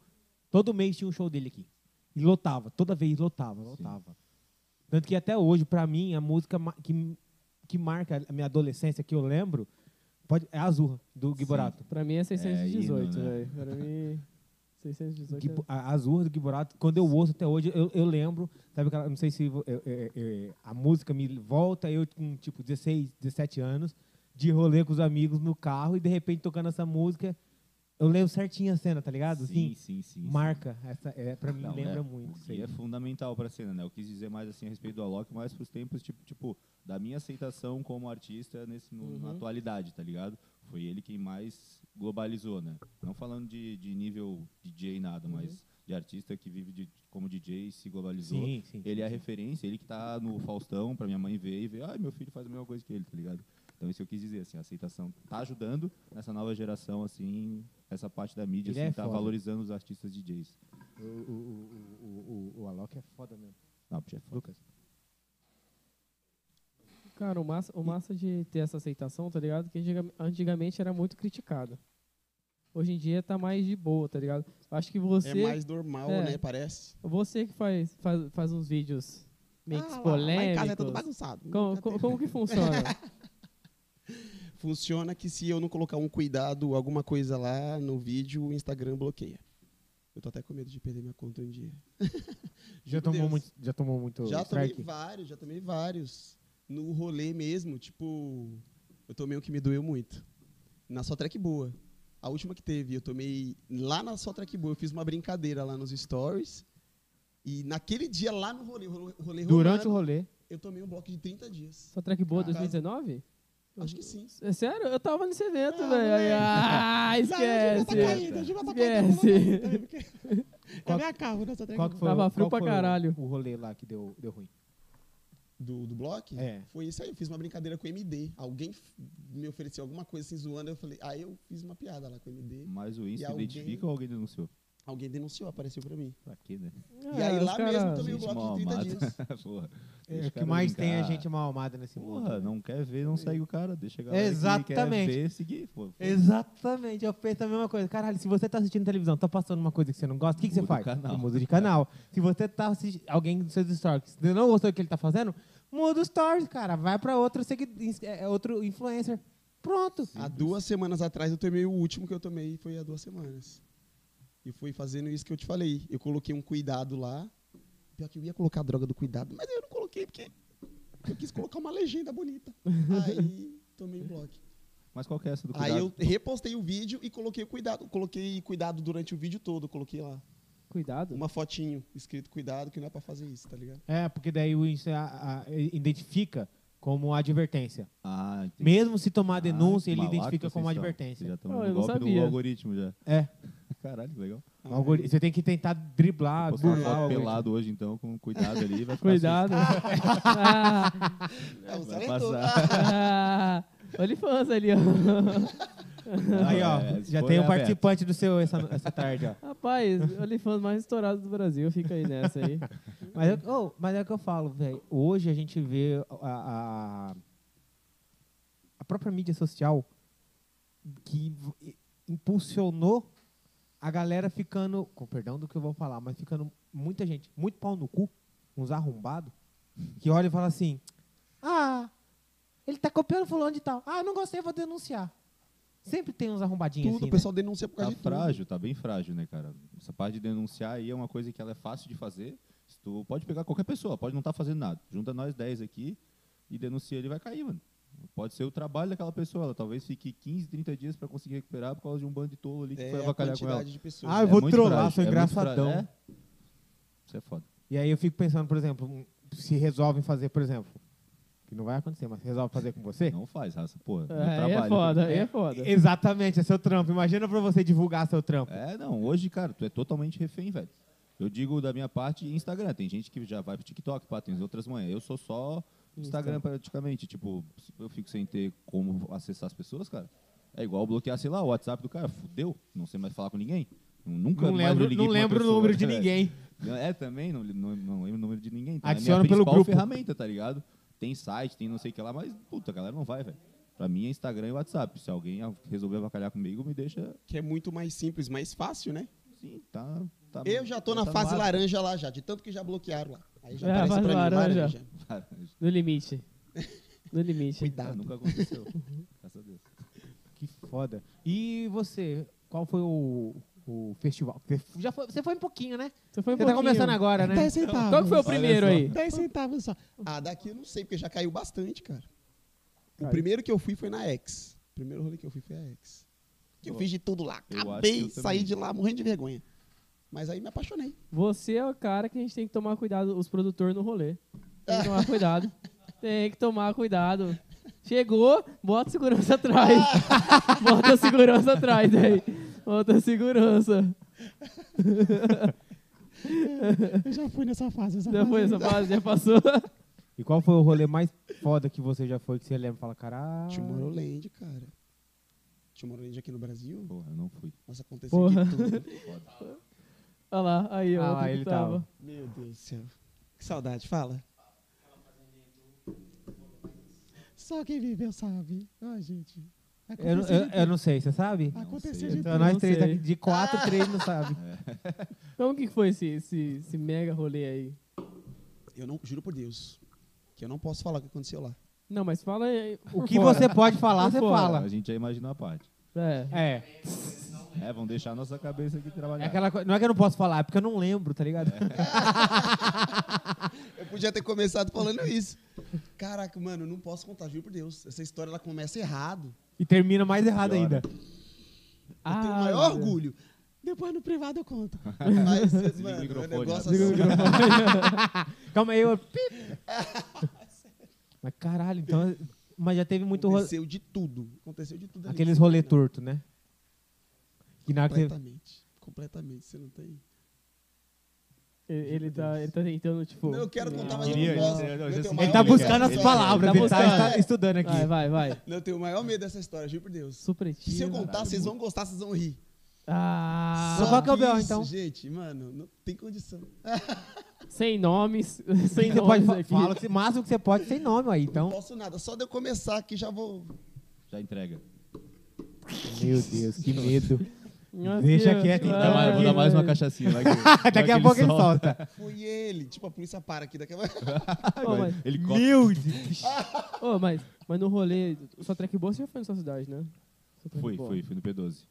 todo mês tinha um show dele aqui. E lotava, toda vez lotava, lotava. Tanto que até hoje, pra mim, a música ma- que, que marca a minha adolescência, que eu lembro, pode, é a Azurra, do Gui Sim. Borato. Pra mim é 618, hino, né? velho. Pra mim, 618 Gui, é- Bo- a Azurra do Gui Borato, quando eu ouço até hoje, eu, eu lembro, sabe aquela, não sei se vo- eu- eu- eu- a música me volta, eu com tipo 16, 17 anos, de rolê com os amigos no carro e de repente tocando essa música, eu lembro certinho a cena, tá ligado? sim, Assim, sim, sim. sim. marca, essa, é, pra mim Não, lembra é, muito. O isso Gui é aí. fundamental para a cena, né? Eu quis dizer mais assim a respeito do Alok, mais para os tempos tipo, tipo da minha aceitação como artista nesse no- na Uhum. atualidade, tá ligado? Foi ele quem mais globalizou, né? Não falando de, de nível DJ nada, Uhum. mas de artista que vive de, como DJ e se globalizou. Sim, sim. Ele é a referência, ele que tá no Faustão, pra minha mãe ver e ver, ai, meu filho faz a mesma coisa que ele, tá ligado? Então isso eu quis dizer, assim, a aceitação tá ajudando nessa nova geração, assim, essa parte da mídia, Ele assim, é tá foda. valorizando os artistas DJs. O, o, o, o, o, o Alok é foda mesmo. Não, puxa, é foda. Lucas. Cara, o massa, o massa de ter essa aceitação, tá ligado? Que antiga- antigamente era muito criticado. Hoje em dia tá mais de boa, tá ligado? Acho que você, É mais normal, É. né? Parece. você que faz, faz, faz uns vídeos meio Ah, que lá, polêmicos. Lá em casa é tudo tá bagunçado. como, Nunca como, teve. como que funciona? [LAUGHS] Funciona que se eu não colocar um cuidado, alguma coisa lá no vídeo, o Instagram bloqueia. Eu tô até com medo de perder minha conta um dia. Já Juro tomou, Deus. muito, já tomou muito Já tomei strike? vários, já tomei vários. no rolê mesmo, tipo, eu tomei um que me doeu muito. Na só track boa. A última que teve, eu tomei lá na só track boa, eu fiz uma brincadeira lá nos stories. E naquele dia lá no rolê, rolê, rolê Durante rolando, o rolê. eu tomei um bloco de 30 dias. Só track boa é Ah. 2019? Acho que sim. É sério? Eu tava nesse evento, Ah, velho. Aí, moleque. Ah, Não, tá esquece. caída, a Gilma tá caída. Esquece. Eu me acabo [LAUGHS] nessa Qual track. que foi, Tava o- frio qual pra foi o- caralho. O rolê lá que deu, deu ruim. Do, do bloco? É. Foi isso aí, eu fiz uma brincadeira com o MD. Alguém f- me ofereceu alguma coisa assim, zoando, eu falei, aí eu fiz uma piada lá com o MD. Mas o Insta E alguém- identifica ou alguém denunciou? Alguém denunciou, apareceu pra mim. Pra quê, né? [LAUGHS] e aí Ah, os lá cara- mesmo também o Gente bloco de 30 mal dias. Porra. É, Deixa o o que cara mais tem é brincar. gente mal amada nesse mundo. Porra, não quer ver, não segue o cara. Deixa a galera Exatamente. que quer ver, seguir. Pô, Pô, Exatamente, eu penso a mesma coisa. Caralho, se você tá assistindo televisão, tá passando uma coisa que você não gosta, o que, que você Muda faz? o canal. Muda de canal. Se você tá assistindo alguém dos seus stories, se você não gostou do que ele tá fazendo, muda os stories, cara. Vai pra outro, segui- ins- é, é, outro influencer. Pronto. Há Uhum. duas semanas atrás eu tomei o último que eu tomei, foi há duas semanas. E fui fazendo isso que eu te falei. Eu coloquei um cuidado lá. Pior que eu ia colocar a droga do cuidado, mas eu não coloquei porque eu quis colocar uma legenda bonita. Aí tomei o bloco. Mas qual que é essa do cuidado? Aí eu repostei o vídeo e coloquei o cuidado. Coloquei cuidado durante o vídeo todo, coloquei lá. Cuidado. Uma fotinho escrito cuidado, que não é pra fazer isso, tá ligado? É, porque daí o Insta a- a- identifica como advertência. Ah, entendi. Mesmo se tomar Ah, denúncia, ele que malaco identifica como vocês são. advertência. Vocês já estão Ah, no eu não golpe do sabia. algoritmo já. É. Caralho, legal. O algori- Você tem que tentar driblar, Ah, é. Postar burlar. uma o foto algoritmo. pelado hoje, então, com cuidado ali. Vai ficar [LAUGHS] Cuidado. [LAUGHS] ah, É, o assustado. Vai seletor. passar. ah, OnlyFans ali, ó. [LAUGHS] Aí, ó, É, já foi tem um aberto. participante do seu essa, essa tarde, ó. Rapaz, OnlyFans mais estourado do Brasil. Fica aí nessa aí. Mas é, ô, mas é o que eu falo, velho. Hoje a gente vê a, a, a própria mídia social que v- impulsionou a galera ficando, com perdão do que eu vou falar, mas ficando muita gente, muito pau no cu, uns arrombados, que olha e fala assim: ah, ele tá copiando fulano de tal. Ah, eu não gostei, vou denunciar. Sempre tem uns arrombadinhos Tudo, assim. o né? pessoal denuncia por Tá causa de tudo. frágil, tá bem frágil, né, cara? Essa parte de denunciar aí é uma coisa que ela é fácil de fazer. Se tu pode pegar qualquer pessoa, pode não estar fazendo nada. Junta nós 10 aqui e denuncia, ele vai cair, mano. Pode ser o trabalho daquela pessoa, ela talvez fique 15, 30 dias pra conseguir recuperar por causa de um bando de tolo ali que foi É a avacalhar com ela. quantidade de pessoas. Ah, eu vou muito trollar, frágil, sou é muito engraçadão. frágil, é. Isso é foda. E aí eu fico pensando, por exemplo, um- se resolvem fazer, por exemplo, que não vai acontecer, mas resolve fazer com você. Não faz, raça, porra. Não É, Aí é trabalho. né? foda, aí é [LAUGHS] foda. Exatamente, é seu trampo. Imagina pra você divulgar seu trampo. É, não, hoje, cara, tu é totalmente refém, velho. Eu digo da minha parte Instagram. Tem gente que já vai pro TikTok, pá, tem as outras manhãs. Eu sou só Instagram praticamente. Tipo, se eu fico sem ter como acessar as pessoas, cara. É igual bloquear, sei lá, o WhatsApp do cara. Fudeu, não sei mais falar com ninguém. Nunca Não mais eu lembro, liguei não pra uma lembro o pessoa, [LAUGHS] número de velho. ninguém. É, também, não, não, não lembro o número de ninguém. Então, é a Adiciona minha pelo principal grupo. ferramenta, tá ligado? Tem site, tem não sei o que lá, mas, puta, a galera não vai, velho. Pra mim é Instagram e WhatsApp. Se alguém a- resolver avacalhar comigo, me deixa. Que é muito mais simples, mais fácil, né? Sim, tá. tá Eu já tô tá na no fase ar. [LAUGHS] laranja lá já, de tanto que já bloquearam lá. Aí já É, aparece fase pra mim, laranja. laranja. Laranja. No limite. No limite. Ah, Cuidado. nunca aconteceu. Graças a Deus. [LAUGHS] Que foda. E você, qual foi o, o festival? Você já foi, você foi um pouquinho, né? Você foi um Você tá pouquinho. começando agora, né? 10 centavos. Qual que foi o primeiro aí? 10 centavos só. Ah, daqui eu não sei, porque já caiu bastante, cara. O Caiu. primeiro que eu fui foi na X. O primeiro rolê que eu fui foi a X. Que eu Pô, fiz de tudo lá. eu acho que Acabei, eu também. saí de lá morrendo de vergonha. Mas aí me apaixonei. Você é o cara que a gente tem que tomar cuidado, os produtores no rolê. Tem que tomar [LAUGHS] cuidado. Tem que tomar cuidado. Chegou, bota a segurança [LAUGHS] atrás. bota a segurança atrás aí. Bota a segurança. Eu já fui nessa fase. Essa Já foi fase essa fase, já passou. [LAUGHS] E qual foi o rolê mais foda que você já foi que você lembra e fala, um caralho. Tomorrowland, cara. Tomorrowland aqui no Brasil? Porra, eu não fui. Nossa, aconteceu Porra. de [LAUGHS] tudo. Foda. Olha lá, aí, ó. Ah, outro que ele tava. tava. Meu Deus do céu. Que saudade, fala. Só quem viveu sabe. Ó, gente. Eu, não- Aconteceu eu, de eu não sei, você sabe? tudo. Aconteceu sei. de Então tudo. nós não três, sei. Ah. daqui- de quatro, três não sabe. Como Então, que foi esse, esse, esse mega rolê aí? Eu não, juro por Deus, que eu não posso falar o que aconteceu lá. Não, mas fala aí. O por que fora. você pode falar, Por você fora. fala. A gente já imaginou a parte. É. É. É, vão deixar a nossa cabeça aqui É trabalhar. aquela coi- não é que eu não posso falar, é porque eu não lembro, tá ligado? Eu podia ter começado falando isso. Caraca, mano, eu não posso contar, juro por Deus. Essa história ela começa errado. E termina mais errado ainda. Eu tenho o Ah, maior meu Deus. orgulho. Depois no privado eu conto. [LAUGHS] Mas, o mano, o microfone, negócio Desliga assim. Calma aí, eu. Mas caralho, então. Mas já teve muito rolê. aconteceu de tudo. Aconteceu de tudo ali. Aqueles rolê torto, né? Que na hora que tá teve- Completamente. Completamente. Você não tem. Ele, ele tá, ele tá tentando, tipo... Não, eu quero contar, mas eu Queria, não posso. eu- eu- Eu eu- tenho o eu- Ele maior tá Ele medo buscando dessa as história. palavras, Tá ele tá, buscando. está estudando um. aqui. Vai, vai, vai. Eu tenho o maior medo dessa história, juro por Deus. Supletivo. Se eu contar, vocês vão gostar, vocês vão rir. Ah, Só qual que é o B.O., isso, então? Gente, mano, não tem condição. sem nomes, [LAUGHS] Sim, sem você pode nomes fa- aqui. fala o que você- máximo que você pode sem nome aí, Não então. posso nada. Só de eu começar aqui já vou. Já entrega. Meu Deus, que [LAUGHS] medo. Meu Deixa Deus, quieto, então. vai. Dá mais- vou dar mais uma cachaçinha. Vai que, vai [LAUGHS] Daqui que a pouco ele solta. solta. Foi ele. Tipo, a polícia para aqui daqui a pouco. Ô, mas, Ele corta. Meu Deus. ô, mas, mas no rolê, sua track boa você já foi na sua cidade, né? Sua track Fui, boa. fui, fui no P12.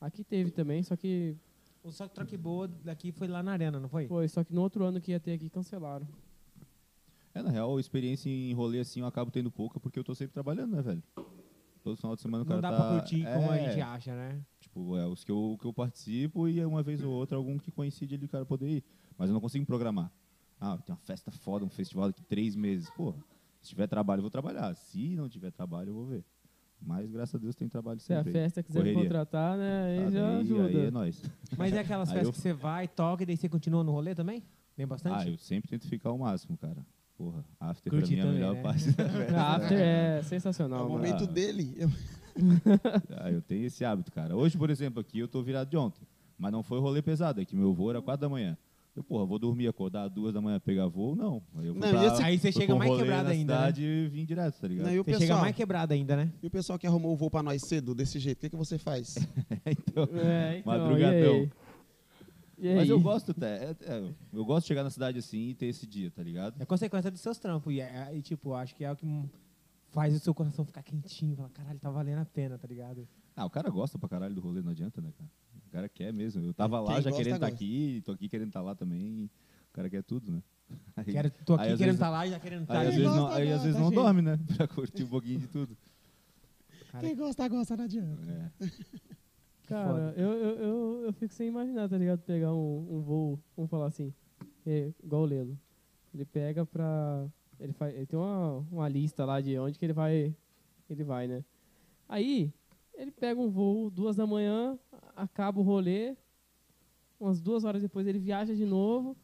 Aqui teve também, só que O só que troque boa daqui foi lá na arena, não foi? foi, só que no outro ano que ia ter aqui cancelaram. É, na real, experiência em rolê assim eu acabo tendo pouca porque eu tô sempre trabalhando, né, velho? Todo final de semana Não o cara dá tá... pra curtir como a É, gente acha, né? Tipo, é os que eu, que eu participo e é uma vez ou outra algum que coincide ali o cara poder ir. Mas eu não consigo programar. Ah, tem uma festa foda, um festival daqui três meses. Porra, se tiver trabalho, eu vou trabalhar. Se não tiver trabalho, eu vou ver. Mas graças a Deus tem trabalho Se a sempre. festa quiser me Correria. contratar, né, aí Ah, já daí- ajuda. Aí é nóis. Mas é aquelas Aí festas eu- que você vai, toca e daí você continua no rolê também? Tem Ah, bastante? eu sempre tento ficar o máximo, cara. Porra, after Curti pra mim é a também, melhor né? parte da festa. né? A [LAUGHS] After é É o sensacional, mano. momento dele. Eu- Ah, eu tenho esse hábito, cara. Hoje, por exemplo, aqui eu tô virado de ontem. Mas não foi rolê pesado, é que meu voo era 4 da manhã. Eu, porra, vou dormir, acordar duas da manhã, pegar voo? Não. Aí eu fui Não, pra- e esse- Aí você fui chega pra um mais rolê quebrado na ainda, né? cidade e vim direto, tá ligado? Não, e, o Você chega pessoal, mais quebrado ainda, né? e o pessoal que arrumou o voo pra nós cedo, desse jeito, o que, que você faz? [LAUGHS] então, É, então, madrugadão. E aí? E aí? Mas eu gosto, até, é- é, eu gosto de chegar na cidade assim e ter esse dia, tá ligado? É consequência dos seus trampos. E, é, e, tipo, acho que é o que hum, faz o seu coração ficar quentinho. Fala, caralho, tá valendo a pena, tá ligado? Ah, o cara gosta pra caralho do rolê, não adianta, né, cara? O cara quer mesmo. Eu tava lá Quem já gosta, querendo estar gosta. aqui, tô aqui querendo estar lá também. O cara quer tudo, né? Aí- Quero, tô aqui aí, querendo às vezes- estar lá e já querendo tá estar Aí, às ali. vezes, não, gosta, aí, às gosta, vezes não gente. dorme, né? [LAUGHS] Pra curtir um pouquinho de tudo. Cara, Quem gosta, gosta, não adianta. É. Cara, eu, eu, eu, eu fico sem imaginar, tá ligado? Pegar um, um voo, vamos falar assim, é, igual o Lelo. Ele pega pra. Ele, faz, ele tem uma, uma lista lá de onde que ele vai. Ele vai, né? Aí, ele pega um voo duas da manhã, a- acaba o rolê, umas duas horas depois ele viaja de novo.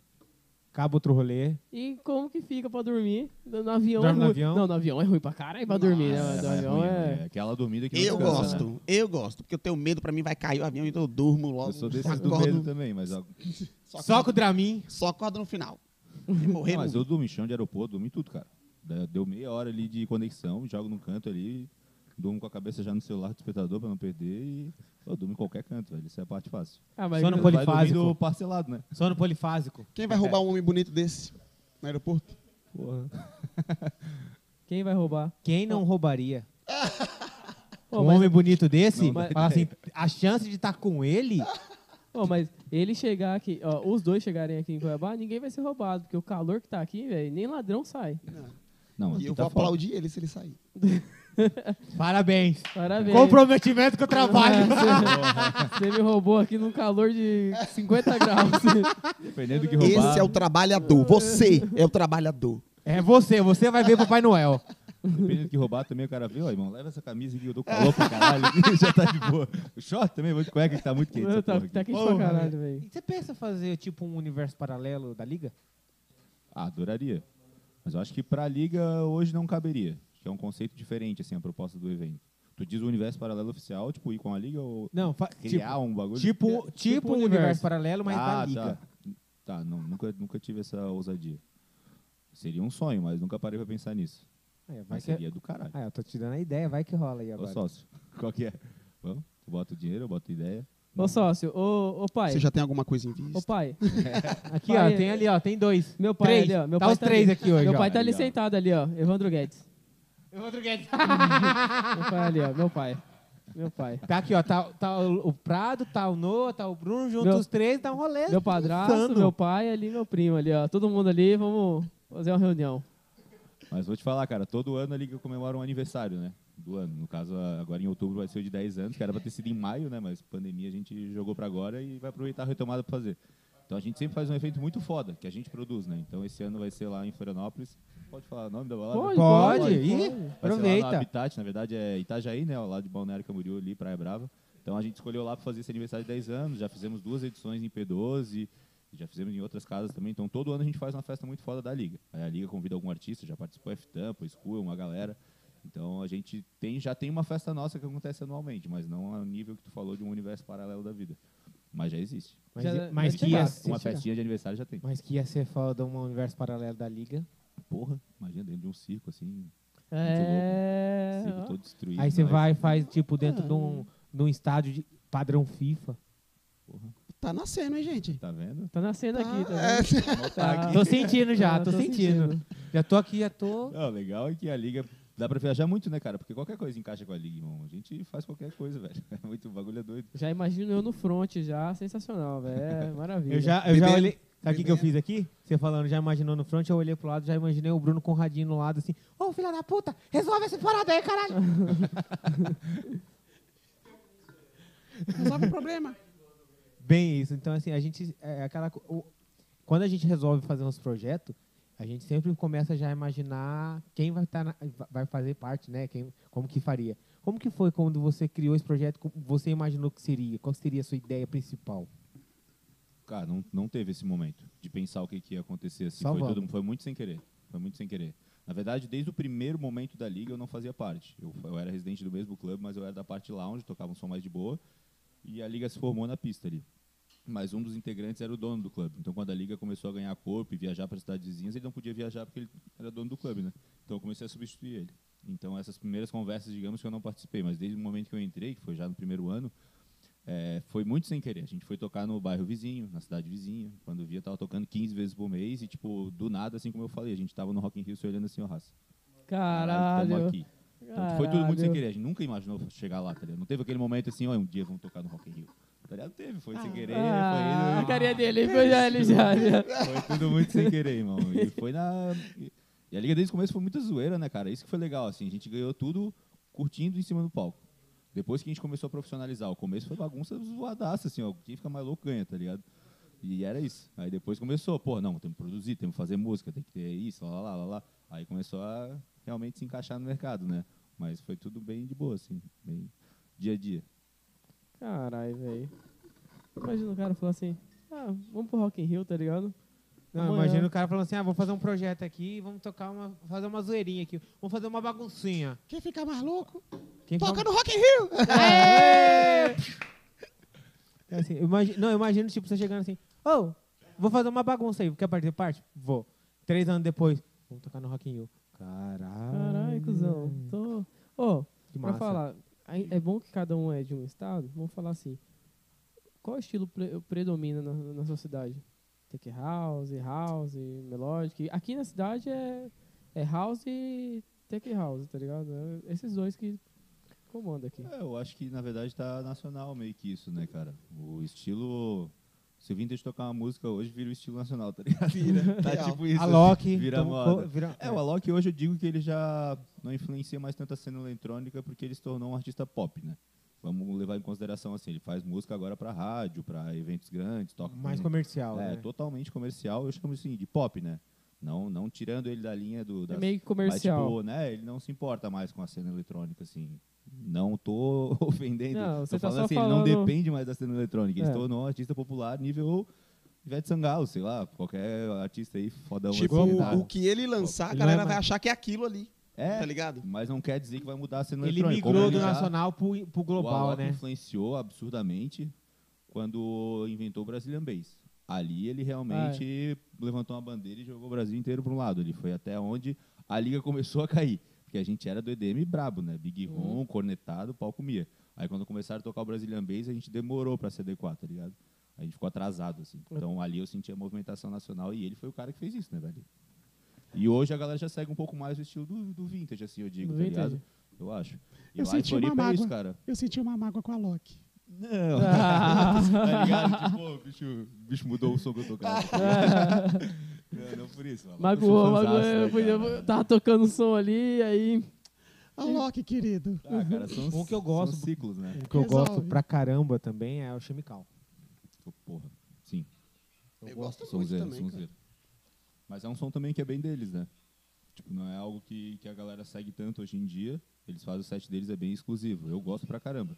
Acaba outro rolê. E como que fica pra dormir? No no avião Dorme é no ruim. avião? Não, no avião é ruim pra caralho pra dormir, né? mano? No É, avião ruim, é. né? Aquela dormida que não Eu descansa, né? gosto, eu gosto, porque eu tenho medo, pra mim vai cair o avião, então eu durmo logo. Eu sou desses do acordo- medo também, mas, ó, Só, Só com o acordo, Dramin. só acordo no final. E morrer, não, mas morrer. eu durmo em chão de aeroporto, durmo em tudo, cara. Da- Deu meia hora ali de conexão, jogo num canto ali, durmo com a cabeça já no celular do despertador pra não perder e eu durmo em qualquer canto, velho. Isso é a parte fácil. Ah, mas Só no Vai Polifásico. dormindo parcelado, né? Sono polifásico. Quem vai roubar um homem bonito desse no aeroporto? Porra. quem vai roubar? Quem não roubaria? Ô, um mas- homem bonito desse? é- Não, mas- é. fala assim, a chance de estar com ele? Ô, mas ele chegar aqui, ó, os dois chegarem aqui em Cuiabá, ninguém vai ser roubado, porque o calor que tá aqui, velho, nem ladrão sai. Não, e aqui eu tá vou foda. aplaudir ele se ele sair. Parabéns. É. Parabéns. Comprometimento com o trabalho. Você- Você me roubou aqui num calor de 50 [LAUGHS] graus. [LAUGHS] Dependendo do que roubar. Esse é o [LAUGHS] trabalhador. Você é o trabalhador. É você, você vai ver Papai [LAUGHS] Noel. Dependendo do que roubar também, o cara vê, ó, irmão, leva essa camisa aqui que eu tô com calor [LAUGHS] pra caralho. [LAUGHS] já tá de boa. O short também, vou de cueca que tá muito quente. essa Mano, tá, porra aqui. tá quente Porra, pra caralho, velho. E você pensa fazer tipo um universo paralelo da liga? Ah, adoraria. Mas eu acho que pra liga hoje não caberia. Acho que é um conceito diferente, assim, a proposta do evento. Tu diz o universo paralelo oficial, tipo, ir com a liga ou Não, fa- criar um bagulho? tipo, tipo, tipo um um universo, universo. paralelo, mas ah, da liga. Tá, tá não, nunca, nunca tive essa ousadia. Seria um sonho, mas nunca parei pra pensar nisso. É, vai Mas que... seria do caralho. Ah, eu tô te dando a ideia, vai que rola aí Ô agora. sócio, [LAUGHS] qual que é? Vamos? Tu bota o dinheiro, eu boto a ideia. Ô, sócio, ô, ô pai. Você já tem alguma coisa em vista? Ô, pai. Aqui, ó, Pai, tem ali, ó, tem dois. Meu pai Três. ali, ó. Meu tá pai os três ali. aqui hoje, Meu ó. pai tá Ali, ali ó. sentado ali, ó. Evandro Guedes. Outro Guedes. Meu pai ali, ó. Meu pai. Meu pai. [LAUGHS] Tá aqui, ó, tá, tá o o Prado, tá o Noah, tá o Bruno, juntos Meu- os três, tá um rolê. Meu padrasto, insano. meu pai ali, meu primo ali, ó. Todo mundo ali, vamos fazer uma reunião. Mas vou te falar, cara, todo ano a Liga comemora um aniversário, né? Do ano. No caso, a- agora em outubro vai ser o de 10 anos, que era pra ter sido em maio, né? Mas pandemia a gente jogou pra agora e vai aproveitar a retomada pra fazer. Então a gente sempre faz um evento muito foda, que a gente produz, né? Então esse ano vai ser lá em Florianópolis. Pode falar o nome da balada? Pode, Pode, pode, ih, pode. Vai Ser lá no aproveita. Habitat, na verdade é Itajaí, né? Lá de Balneário Camboriú, ali, Praia Brava. Então a gente escolheu lá para fazer esse aniversário de 10 anos. Já fizemos duas edições em P12, já fizemos em outras casas também. Então todo ano a gente faz uma festa muito foda da Liga. Aí a Liga convida algum artista, já participou F-Tampa, School, uma galera. Então a gente tem, já tem uma festa nossa que acontece anualmente, mas não ao nível que tu falou de um universo paralelo da vida. Mas já existe. Mas, Já- mas mas que tem ia, base, ser- Uma festinha de aniversário já tem. mas que ia ser foda um universo paralelo da liga. Porra, imagina dentro de um circo assim, É. circo todo destruído. Aí você nós- vai e faz, tipo, dentro de, um, de um estádio de padrão FIFA. Tá nascendo, hein, gente? Tá vendo? Tá nascendo aqui, tá é, Ah, vendo? Tá. Tô sentindo já, Ah, tô, sentindo. Já tô aqui, já tô. Não, o legal é que a liga dá pra viajar muito, né, cara? Porque qualquer coisa encaixa com a liga, irmão. A gente faz qualquer coisa, velho. [LAUGHS] É muito o bagulho é doido. Já imagino eu no front já, sensacional, velho. [LAUGHS] É maravilha. Eu já, eu já Bebendo. olhei. Sabe o que, que eu fiz aqui? Você falando, já imaginou no front, eu olhei pro lado, já imaginei o Bruno Conradinho no lado assim, ô filha da puta, resolve essa parada aí, [LAUGHS] caralho. Resolve o problema. Bem isso, então assim, a gente. É aquela, co- o- quando a gente resolve fazer uns projetos, a gente sempre começa já a imaginar quem vai, tá na- vai fazer parte, né? Quem, como que faria. Como que foi quando você criou esse projeto? Como você imaginou que seria? Qual seria a sua ideia principal? Cara, não, não teve esse momento de pensar o que, que ia acontecer. Assim, Só foi, vamos. tudo, foi muito sem querer. Foi muito sem querer. Na verdade, desde o primeiro momento da liga eu não fazia parte. Eu, eu era residente do mesmo clube, mas eu era da parte lounge, tocava um som mais de boa. E a liga se formou na pista ali. Mas um dos integrantes era o dono do clube. Então, quando a liga começou a ganhar corpo e viajar para cidades vizinhas, ele não podia viajar porque ele era dono do clube, né? Então, eu comecei a substituir ele. Então, essas primeiras conversas, digamos que eu não participei, mas desde o momento que eu entrei, que foi já no primeiro ano, é, foi muito sem querer. A gente foi tocar no bairro vizinho, na cidade vizinha. Quando via, tava tocando 15 vezes por mês e, tipo, do nada, assim como eu falei, a gente tava no Rock in Rio se olhando assim, ó, raça. Caralho. tamo aqui. Então, foi tudo muito sem caralho. querer. A gente nunca imaginou chegar lá, tá ligado? Não teve aquele momento assim, ó, um dia vamos tocar no Rock in Rio. Tá ligado? Não teve, foi sem querer, Ah, foi a carinha dele, foi já, ele [LAUGHS] já. já. foi tudo muito sem querer, irmão. E foi na. E a Liga desde o começo foi muita zoeira, né, cara? Isso que foi legal, assim. A gente ganhou tudo curtindo em cima do palco. Depois que a gente começou a profissionalizar, o começo foi bagunça zoadaça, assim, ó. Quem fica mais louco ganha, tá ligado? E era isso. Aí depois começou, pô, não, temos que produzir, temos que fazer música, tem que ter isso, lá, lá, lá, lá. Aí começou a realmente se encaixar no mercado, né? Mas foi tudo bem de boa, assim, bem dia a dia. Caralho, velho. Imagina o cara falar assim, ah, vamos pro Rock in Rio, tá ligado? Não, Amanhã. imagina o cara falando assim, ah, vou fazer um projeto aqui, vamos tocar uma, fazer uma zoeirinha aqui, vamos fazer uma baguncinha. Quer ficar maluco? Quem Então Toca fala- no Rock in Rio! É assim, eu imagi- não, eu imagino, tipo, você chegando assim, ô, vou fazer uma bagunça aí, quer partir parte? Vou. Três anos depois, vamos tocar no Rock in Rio. Caralho. Caralho, cuzão. Tô... Ô, Que pra massa. falar, aí é bom que cada um é de um estado, vamos falar assim, qual estilo pre- predomina na, na sua cidade? Tech house, house, melodic. Aqui na cidade é, é house e tech house, tá ligado? É esses dois que comandam aqui. É, eu acho que na verdade tá nacional meio que isso, né, cara? O estilo. Se eu vim de tocar uma música hoje, vira o estilo nacional, tá ligado? [LAUGHS] Tá Real. tipo isso. Alok. vira tomou moda. então, co- vira- É, o Alok hoje eu digo que ele já não influencia mais tanto a cena eletrônica porque ele se tornou um artista pop, né? Vamos levar em consideração assim, ele faz música agora pra rádio, pra eventos grandes, toca mais com- comercial, é, né? totalmente comercial, eu chamo assim de pop, né? Não, não tirando ele da linha do É das- meio que mas, comercial. tipo, né, ele não se importa mais com a cena eletrônica, assim. Não tô [LAUGHS] ofendendo. Não, você tô tá falando só assim, ele falando- não depende mais da cena eletrônica. Ele É. se tornou um artista popular nível Ivete Sangalo, sei lá, qualquer artista aí fodão Tipo, assim, o, tá? o que ele lançar, a Ele galera vai- vai achar que é aquilo ali, É, tá ligado? mas não quer dizer que vai mudar a cena Ele eletrônica. migrou Como do já- nacional pro, pro o global, Alok né? influenciou absurdamente quando inventou o Brazilian Bass. Ali ele realmente levantou uma bandeira e jogou o Brasil inteiro para um lado. Ele foi até onde a liga [LAUGHS] começou a cair. Porque a gente era do EDM brabo, né? Big Ron, cornetado, pau comia. Aí quando começaram a tocar o Brazilian Bass, a gente demorou para se adequar, tá ligado? A gente ficou atrasado, assim. Então ali eu senti a movimentação nacional e ele foi o cara que fez isso, né, velho? E hoje a galera já segue um pouco mais o estilo do, do vintage, assim, eu digo, Do tá vintage. ligado? Eu acho. E Eu lá em senti uma Floripa é isso, mágoa. cara. Eu senti uma mágoa com a Loki. Não. tá ligado? Tipo, "Ô, bicho, o bicho mudou o som que eu tocava. Não, não por isso. Alan. Magoou, Fãzaço, magoou. né, Eu, fui- eu cara? tava tocando um som ali, aí. É. A Loki, querido. Ah, cara, são, Um que eu gosto- são ciclos, né? O que eu Resolve. gosto pra caramba também é o Chemical. Pô, Tipo, Porra, sim. Eu gosto muito Sonzeiro, também, cara. sonzeiro. Mas é um som também que é bem deles, né? Tipo, não é algo que, que a galera segue tanto hoje em dia. Eles fazem o set deles, é bem exclusivo. Eu gosto pra caramba.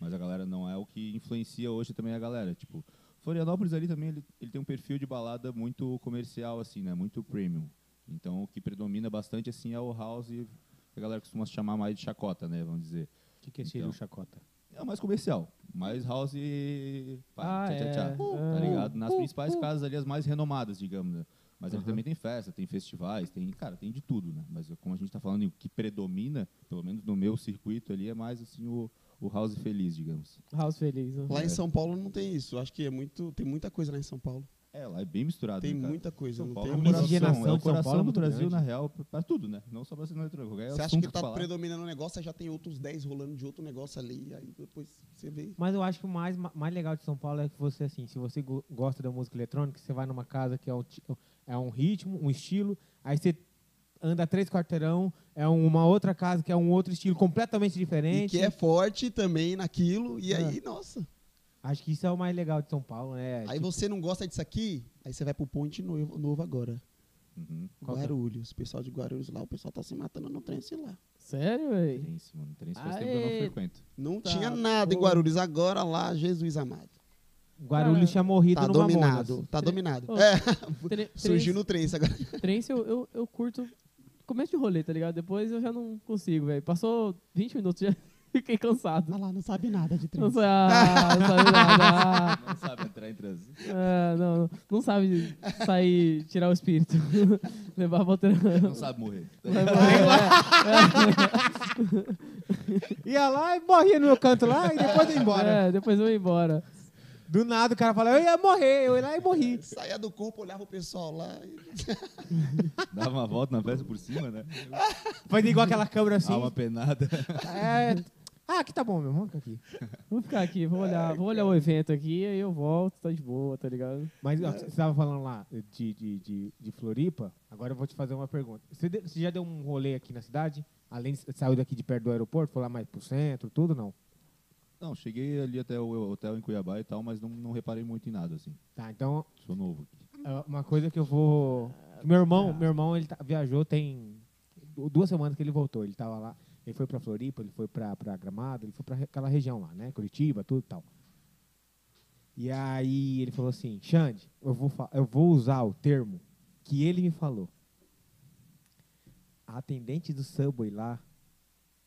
Mas a galera não é o que influencia hoje também a galera. Tipo, Florianópolis ali também, ele, ele tem um perfil de balada muito comercial, assim, né? Muito premium. Então, o que predomina bastante, assim, é o house, que a galera costuma chamar mais de chacota, né? Vamos dizer. O que, que é Então. Cheiro Chacota? É o mais comercial. Mais house. Pá, Ah, tchá, tchá, tchá, é. Tá Ah. ligado? Nas principais casas ali, as mais renomadas, digamos, né? Mas ele também tem festa, tem festivais, tem. Cara, tem de tudo, né? Mas como a gente tá falando, o que predomina, pelo menos no meu circuito ali, é mais assim o, o house feliz, digamos. House feliz. né? Lá em São Paulo não tem isso. Acho que é muito, tem muita coisa lá em São Paulo. É, lá é bem misturado. Tem né, cara? muita coisa. São não Paulo tem um é o muita muita- coração, miscigenação é o de São Paulo é coração do muito Brasil, grande. na real, pra- pra tudo, né? Não só pra ser eletrônico. Qualquer Você acha assunto que tá falar. predominando um negócio, aí já tem outros 10 rolando de outro negócio ali, aí depois você vê. Mas eu acho que o mais, ma- mais legal de São Paulo é que você, assim, se você go- gosta da música eletrônica, você vai numa casa que é um, ti- é um ritmo, um estilo, aí você anda três quarteirão, é um- uma outra casa que é um outro estilo completamente E diferente. que é forte também naquilo, e É. aí, nossa. Acho que isso é o mais legal de São Paulo, né? Aí Tipo, você não gosta disso aqui, aí você vai pro ponte novo, novo agora. Uhum. Qual que é? Guarulhos. O pessoal de Guarulhos lá, o pessoal tá se matando no trem sei lá. Sério, velho? Trens, mano. Trens faz tempo que eu não Aê. frequento. Não Tá, tinha nada em pô. Guarulhos, agora lá, Jesus amado. Guarulhos tinha morrido Tá no Mamonas. dominado, tá dominado. Ô, É, Tre- surgiu no trem isso agora. [LAUGHS] trance- Trance eu, eu, eu curto começo de rolê, tá ligado? Depois eu já não consigo, velho. Passou 20 minutos já [LAUGHS] fiquei cansado. Olha lá, não sabe nada de Não trans. sabe, ah, não sabe nada. Não sabe entrar em trânsito. Ah, não, não sabe sair, tirar o espírito. [LAUGHS] Levar pra outra. Não [LAUGHS] sabe morrer. Ia lá e morria no meu canto lá e depois ia [LAUGHS] embora. É, depois eu vou embora. Do nada o cara fala, eu ia morrer, eu ia lá e morri. Saía do corpo, olhava o pessoal lá. e- Dava uma volta na festa por cima, né? Fazia igual aquela câmera assim. Dá uma penada. [LAUGHS] É, ah, aqui tá bom, meu irmão, fica aqui. Vou ficar aqui, vou olhar, vou olhar o evento aqui, aí eu volto, tá de boa, tá ligado? Mas ó, você estava falando lá de, de, de, de Floripa, agora eu vou te fazer uma pergunta. Você, de- você já deu um rolê aqui na cidade? Além de saiu daqui de perto do aeroporto, foi lá mais pro centro, tudo não? Não, cheguei ali até o hotel em Cuiabá e tal, mas não, não reparei muito em nada, assim. Tá, então, Sou novo aqui. é uma coisa que eu vou. que Meu irmão, meu irmão, ele tá- viajou tem du- duas semanas que ele voltou. Ele tava lá, ele foi pra Floripa, ele foi pra, pra Gramado, ele foi pra re- aquela região lá, né? Curitiba, tudo e tal. E aí ele falou assim, Xande, eu vou, fa- eu vou usar o termo que ele me falou. A atendente do Subway lá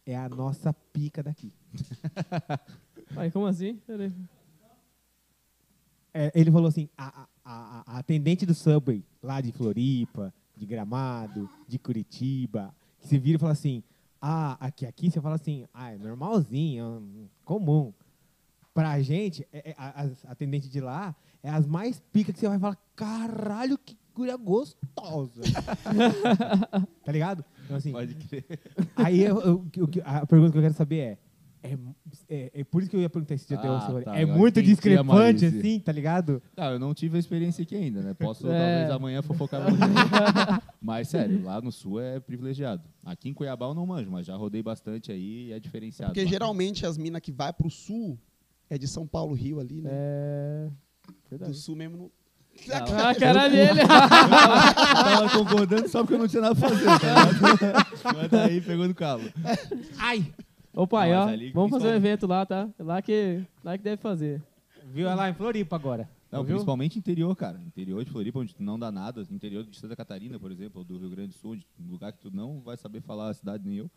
é a nossa pica daqui. Aí, como assim? Peraí. É, ele falou assim, a, a- a- a atendente do Subway, lá de Floripa, de Gramado, de Curitiba, que se vira e fala assim, ah, aqui, aqui você fala assim, ah, é normalzinho, hum, comum. Pra gente, é, é, a- as atendentes de lá, é as mais picas que você vai falar, caralho, que curia gostosa. [LAUGHS] tá ligado? Então, assim, Pode crer. [LAUGHS] Aí eu- eu- o que- o que- a pergunta que eu quero saber é. É, mu- é- é por isso que eu ia perguntar esse dia até Ah, hoje. tá, é eu muito entendi a discrepante, Maíse. assim, tá ligado? Não, eu não tive a experiência aqui ainda, né? Posso É. talvez amanhã fofocar mais. Mas sério, lá no sul é privilegiado. Aqui em Cuiabá eu não manjo, mas já rodei bastante aí e é diferenciado. Porque lá. geralmente as minas que vai pro sul é de São Paulo, Rio ali, né? É. Do Verdade. sul mesmo não. Ah, caralho, ele. Eu tava concordando só porque eu não tinha nada pra fazer, tá ligado? Mas aí pegou no calo. Ai! Ô pai, Não, ó, mas ali- vamos fazer um principalmente- evento lá, tá? Lá que, lá que deve fazer. Viu? É lá em Floripa agora. Não, Ouviu? principalmente interior, cara. Interior de Floripa, onde tu não dá nada. Interior de Santa Catarina, por exemplo, ou do Rio Grande do Sul, onde- um lugar que tu não vai saber falar a cidade nem eu.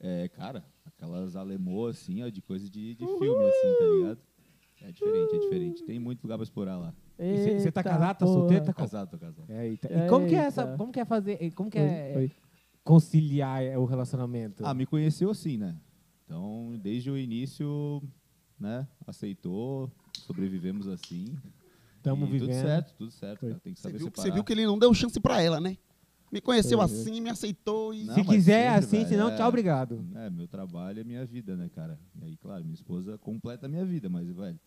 É, cara, aquelas alemoas, assim, ó, de coisa de, de filme, assim, tá ligado? É diferente, é diferente. Tem muito lugar pra explorar lá. E Você tá Eita casado, tá porra. solteiro, tá com. Casado, tô casado. É, eita. E como que é essa. Eita. Como que é fazer. e Como que Oi, é oi. conciliar é, o relacionamento? Ah, me conheceu assim, né? Então, desde o início, né, aceitou, sobrevivemos assim. Tamo E vivendo. Tudo certo, tudo certo, cara. Tem que Você saber viu, que- separar. você viu que ele não deu chance pra ela, né? Me conheceu assim, me aceitou e. Não, Se mas quiser, sempre, assim, velho, senão, é. tchau, obrigado. É, meu trabalho é minha vida, né, cara? E aí, claro, minha esposa completa a minha vida, mas, velho,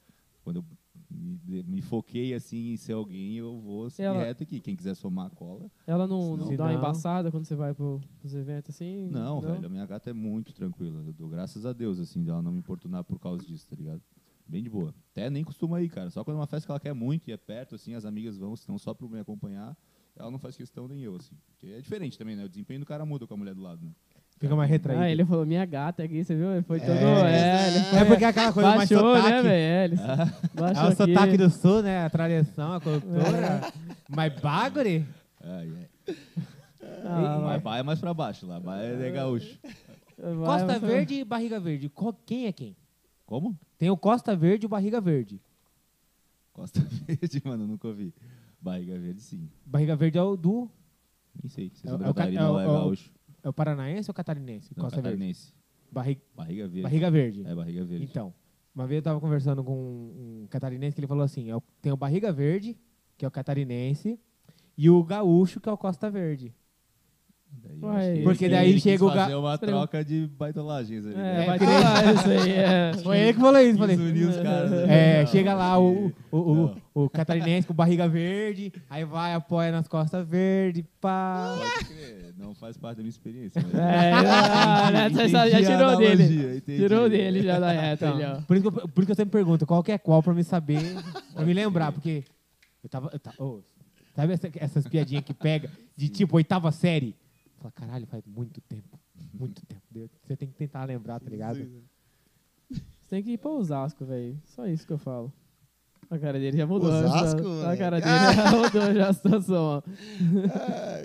Quando eu me, me foquei assim em ser alguém, eu vou seguir Ela- reto aqui. Quem quiser somar, cola. Ela não, não Se dá uma não- embaçada quando você vai pro, pros eventos assim? Não, velho, a minha gata é muito tranquila. Eu dou graças a Deus, assim, dela não me importunar por causa disso, tá ligado? Bem de boa. Até nem costuma ir, cara. Só quando é uma festa que ela quer muito e é perto, assim, as amigas vão, se não só pra me acompanhar, ela não faz questão nem eu, assim. Porque é diferente também, né? O desempenho do cara muda com a mulher do lado, né? Fica mais retraído. Ah, ele falou, minha gata aqui, você viu? Ele foi todo. é, É, ele foi. É porque é aquela coisa mais baixou, sotaque. né, velho? É, ele É Ah. baixou o aqui. sotaque do sul, né? A tradição, a cultura. É. Mas bagre? É, é. Ah, Mas vai, Ah. Bahia é mais pra baixo lá. Bahia é gaúcho. vai, um Costa vai. Verde e Barriga Verde. Qual- quem é quem? Como? Tem o Costa Verde e o Barriga Verde. Costa [LAUGHS] Verde, mano, nunca ouvi. Barriga Verde, sim. Barriga Verde é o do... Nem sei. Se É Santa o- é o ca- Catarina é o- lá é é o- gaúcho. É o paranaense ou catarinense? Não, Costa Verde. catarinense. Barri- Barriga Verde. Barriga Verde. É, Barriga Verde. Então, uma vez eu tava conversando com um catarinense que ele falou assim, é o- tem o Barriga Verde, que é o catarinense, e o gaúcho, que é o Costa Verde. Daí eu Ué, acho que ele- porque ele daí quis chega o fazer ga- uma Peraí. troca de baitolagens ali. É, né? vai que nem- falar isso aí. É. Foi ele que falou isso, falei. Quis unir os caras, É, né? Não, chega lá o, acho o, o- não. o catarinense com barriga verde, aí vai, apoia nas costas verde, pá. que- pode crer, Não faz parte da minha [LAUGHS] experiência. mas- [LAUGHS] É, ah, né, Entendi você já, já a tirou dele. analogia, entendi. Tirou dele já da reta Então. ali, é- ó. Por isso, que eu, por isso que eu sempre pergunto qual que é qual pra me saber, pra me lembrar, porque eu tava. eu ta- ô, sabe essa- essas piadinhas que pega de tipo oitava série? Fala, caralho, faz muito tempo. Muito tempo. Deus, Você tem que tentar lembrar, tá ligado? Você tem que ir pra Osasco, velho. Só isso que eu falo. A cara dele já mudou. Osasco, a, a moleque? cara dele Ah! já mudou já a situação, ó.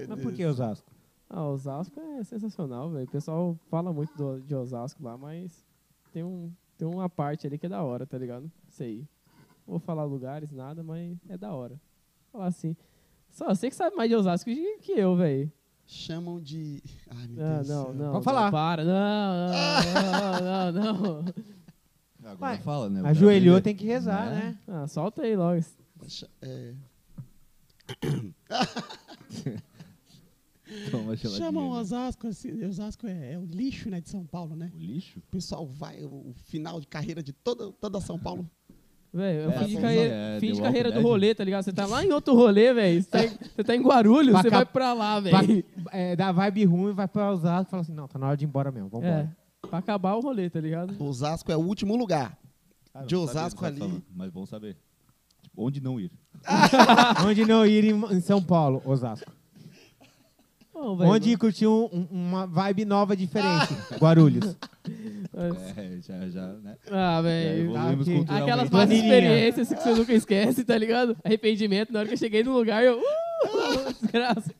Mas por que Osasco? Ah, Osasco é sensacional, velho. O pessoal fala muito do- de Osasco lá, mas tem, um, tem uma parte ali que é da hora, tá ligado? Sei. Não vou falar lugares, nada, mas é da hora. Falar assim. Só você que sabe mais de Osasco de- que eu, velho. Chamam de. Ai, meu Não, Deus. do Ah, não, céu. não. Pode falar. Não, para. Não, não, não, não, não. Agora Vai. fala, né? o cara Ajoelhou, dele- tem que rezar, Né? né? Ah, solta aí logo. esse- Ch- É, Toma geladinha, Chamam um né? Osasco, assim, Osasco é, é o lixo né, de São Paulo, né? O lixo? o pessoal vai, o final de carreira de toda, toda São Paulo. Velho, eu É, fui de sim, carreira, fim é, The de Walking carreira do Dead. rolê, tá ligado? Você tá lá em outro rolê, velho. Você tá, em- você tá em Guarulhos, Pra você cá- vai pra lá, Pra- velho. é, dá vibe ruim, vai pra Osasco e fala assim: não, tá na hora de ir embora mesmo, vambora. É, pra acabar o rolê, tá ligado? Osasco é o último lugar. Ah, não, De não sabia, Osasco não sabe ali. falar, Mas bom saber. Tipo, onde não ir? [LAUGHS] Onde não ir em, em São Paulo? Osasco. Bom, velho, Onde ir curtir um- um- uma vibe nova diferente? Guarulhos. mas- É, já, já, né? Ah, Já velho. evoluímos Tá, ok. culturalmente. Aquelas más Planilhinha. experiências que você nunca esquece, tá ligado? Arrependimento, na hora que eu cheguei no lugar, eu. Uh, [LAUGHS] desgraça.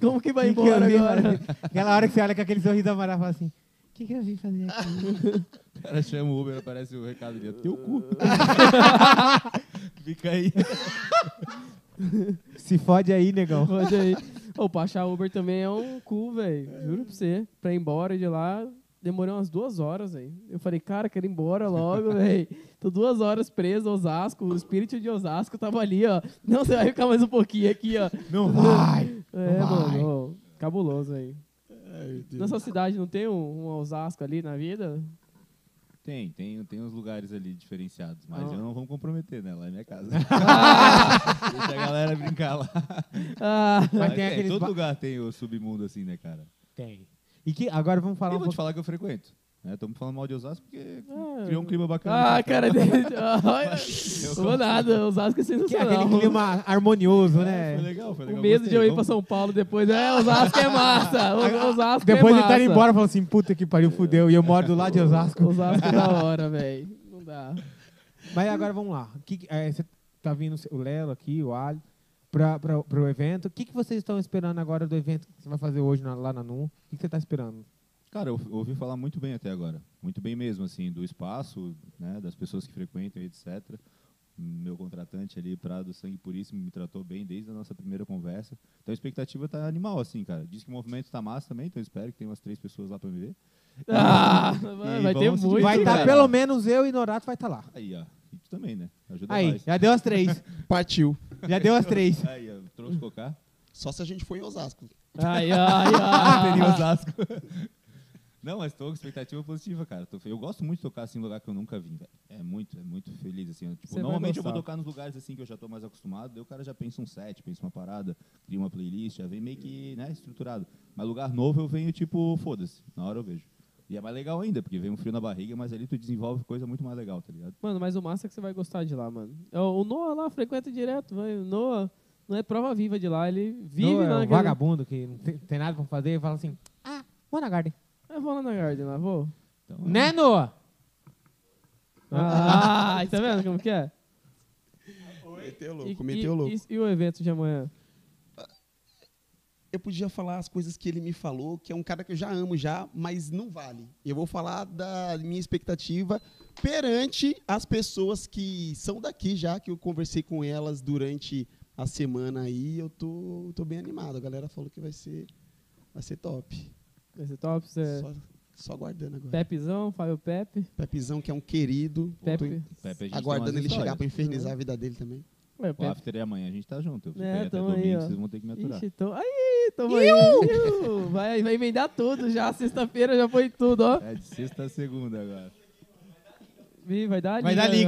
Como que vai Que que embora eu vim [LAUGHS] agora? fazer? Aquela hora que você olha com aquele sorriso amarelo e fala assim: o que, que eu vim fazer aqui? O [LAUGHS] cara chama o Uber, aparece o recado ali. Teu cu. Fica aí. Se fode aí, negão. Pode aí. Ô, pra achar Uber também é um cu, velho. Juro pra você. Pra ir embora de lá, demorou umas duas horas, velho. Eu falei, cara, quero ir embora logo, [LAUGHS] velho. Tô duas horas preso, Osasco. O espírito de Osasco tava ali, ó. Não, você vai ficar mais um pouquinho aqui, ó. Não vai! É, Vai. mano. ô, Cabuloso, velho. Na sua cidade não tem um, um Osasco ali na [LAUGHS] vida? Tem, tem, tem uns lugares ali diferenciados, mas Ah. eu não vou me comprometer, né? Lá é minha casa. Deixa a galera brincar lá. Ah, Mas Mas tem tem, aqueles todo ba- lugar tem o submundo assim, né, cara? Tem. E que agora vamos falar e um vou te pouco. falar que eu frequento. Né? Estamos falando mal de Osasco porque Ah. criou um clima bacana. ah cara dele. [LAUGHS] Olha, Eu Não vou nada, Osasco é assim. Que é sensacional. aquele clima harmonioso, né? É, Foi legal, foi O legal. medo de eu ir pra gostei. São Paulo depois. É, Osasco é massa. O- Osasco Depois é de massa. estar embora, falou assim: puta que pariu, fudeu. E eu moro do lado de [LAUGHS] Osasco. Osasco [LAUGHS] é da hora, velho. Não dá. Mas agora vamos lá. O Que, que- é, você tá vindo o Lelo aqui, o Ali, pra, pra, pro evento. O que, que vocês estão esperando agora do evento que você vai fazer hoje na- lá na NU? O que, que você tá esperando? Cara, eu f- ouvi falar muito bem até agora. Muito bem mesmo, assim, do espaço, né, das pessoas que frequentam, etc. Meu contratante ali, Prado Sangue Puríssimo, me tratou bem desde a nossa primeira conversa. Então a expectativa tá animal, assim, cara. Diz que o movimento tá massa também, então eu espero que tenha umas três pessoas lá pra me ver. Tá Ah, E vai ter vamos muito. Pois vai é, estar cara. pelo menos eu e Norato vai estar lá. Aí, ó. E tu também, né? Ajuda Aí, nós. já deu as três. Partiu. Já deu as [LAUGHS] três. Aí, ó. Trouxe cocar. Só se a gente for em Osasco. Ah, Ai, ai, ai. Teria Osasco. Não, mas tô com expectativa positiva, cara. Tô fe- Eu gosto muito de tocar assim em lugar que eu nunca vim, velho. É muito, é muito feliz, assim. Eu, tipo, Você vai normalmente eu vou gostar. tocar nos lugares assim que eu já tô mais acostumado, daí o cara já pensa um set, pensa uma parada, cria uma playlist, já vem meio que, né, estruturado. Mas lugar novo eu venho, tipo, foda-se, na hora eu vejo. E é mais legal ainda, porque vem um frio na barriga, mas ali tu desenvolve coisa muito mais legal, tá ligado? Mano, mas o massa é que você vai gostar de lá, mano. É, O Noah lá frequenta direto, vai. O Noah não é prova viva de lá, ele vive Não, é lá um naquele- vagabundo que não tem, tem nada pra fazer e fala assim, ah, vou na Garden. Eu vou lá na Garden lá, vou. Então, é- Né, Noah? Ah, tá vendo como que [LAUGHS] é? Meteu E- louco, e- meteu louco. E, e o evento de amanhã? eu podia falar as coisas que ele me falou, que é um cara que eu já amo já, mas não vale. Eu vou falar da minha expectativa perante as pessoas que são daqui já, que eu conversei com elas durante a semana aí, eu tô, tô bem animado. A galera falou que vai ser, vai ser top. Vai ser top, você é Só, só aguardando agora. Pepezão, Fábio Pepe. Pepizão, que é um querido. Tô Pepe. Pepe, a gente tem umas aguardando ele chegar histórias. pra infernizar a vida dele também. Ué, O Pepe. after é amanhã, a gente tá junto. Eu fico É, aí até tamo aí, domingo, ó. vocês vão é ter que me aturar. Ixi, tô... Aí, tamo aí. Iu! Vai, vai emendar tudo já. Sexta-feira já foi tudo, ó. É de sexta a segunda agora. Ih, vai dar Vai dar ó. Ih.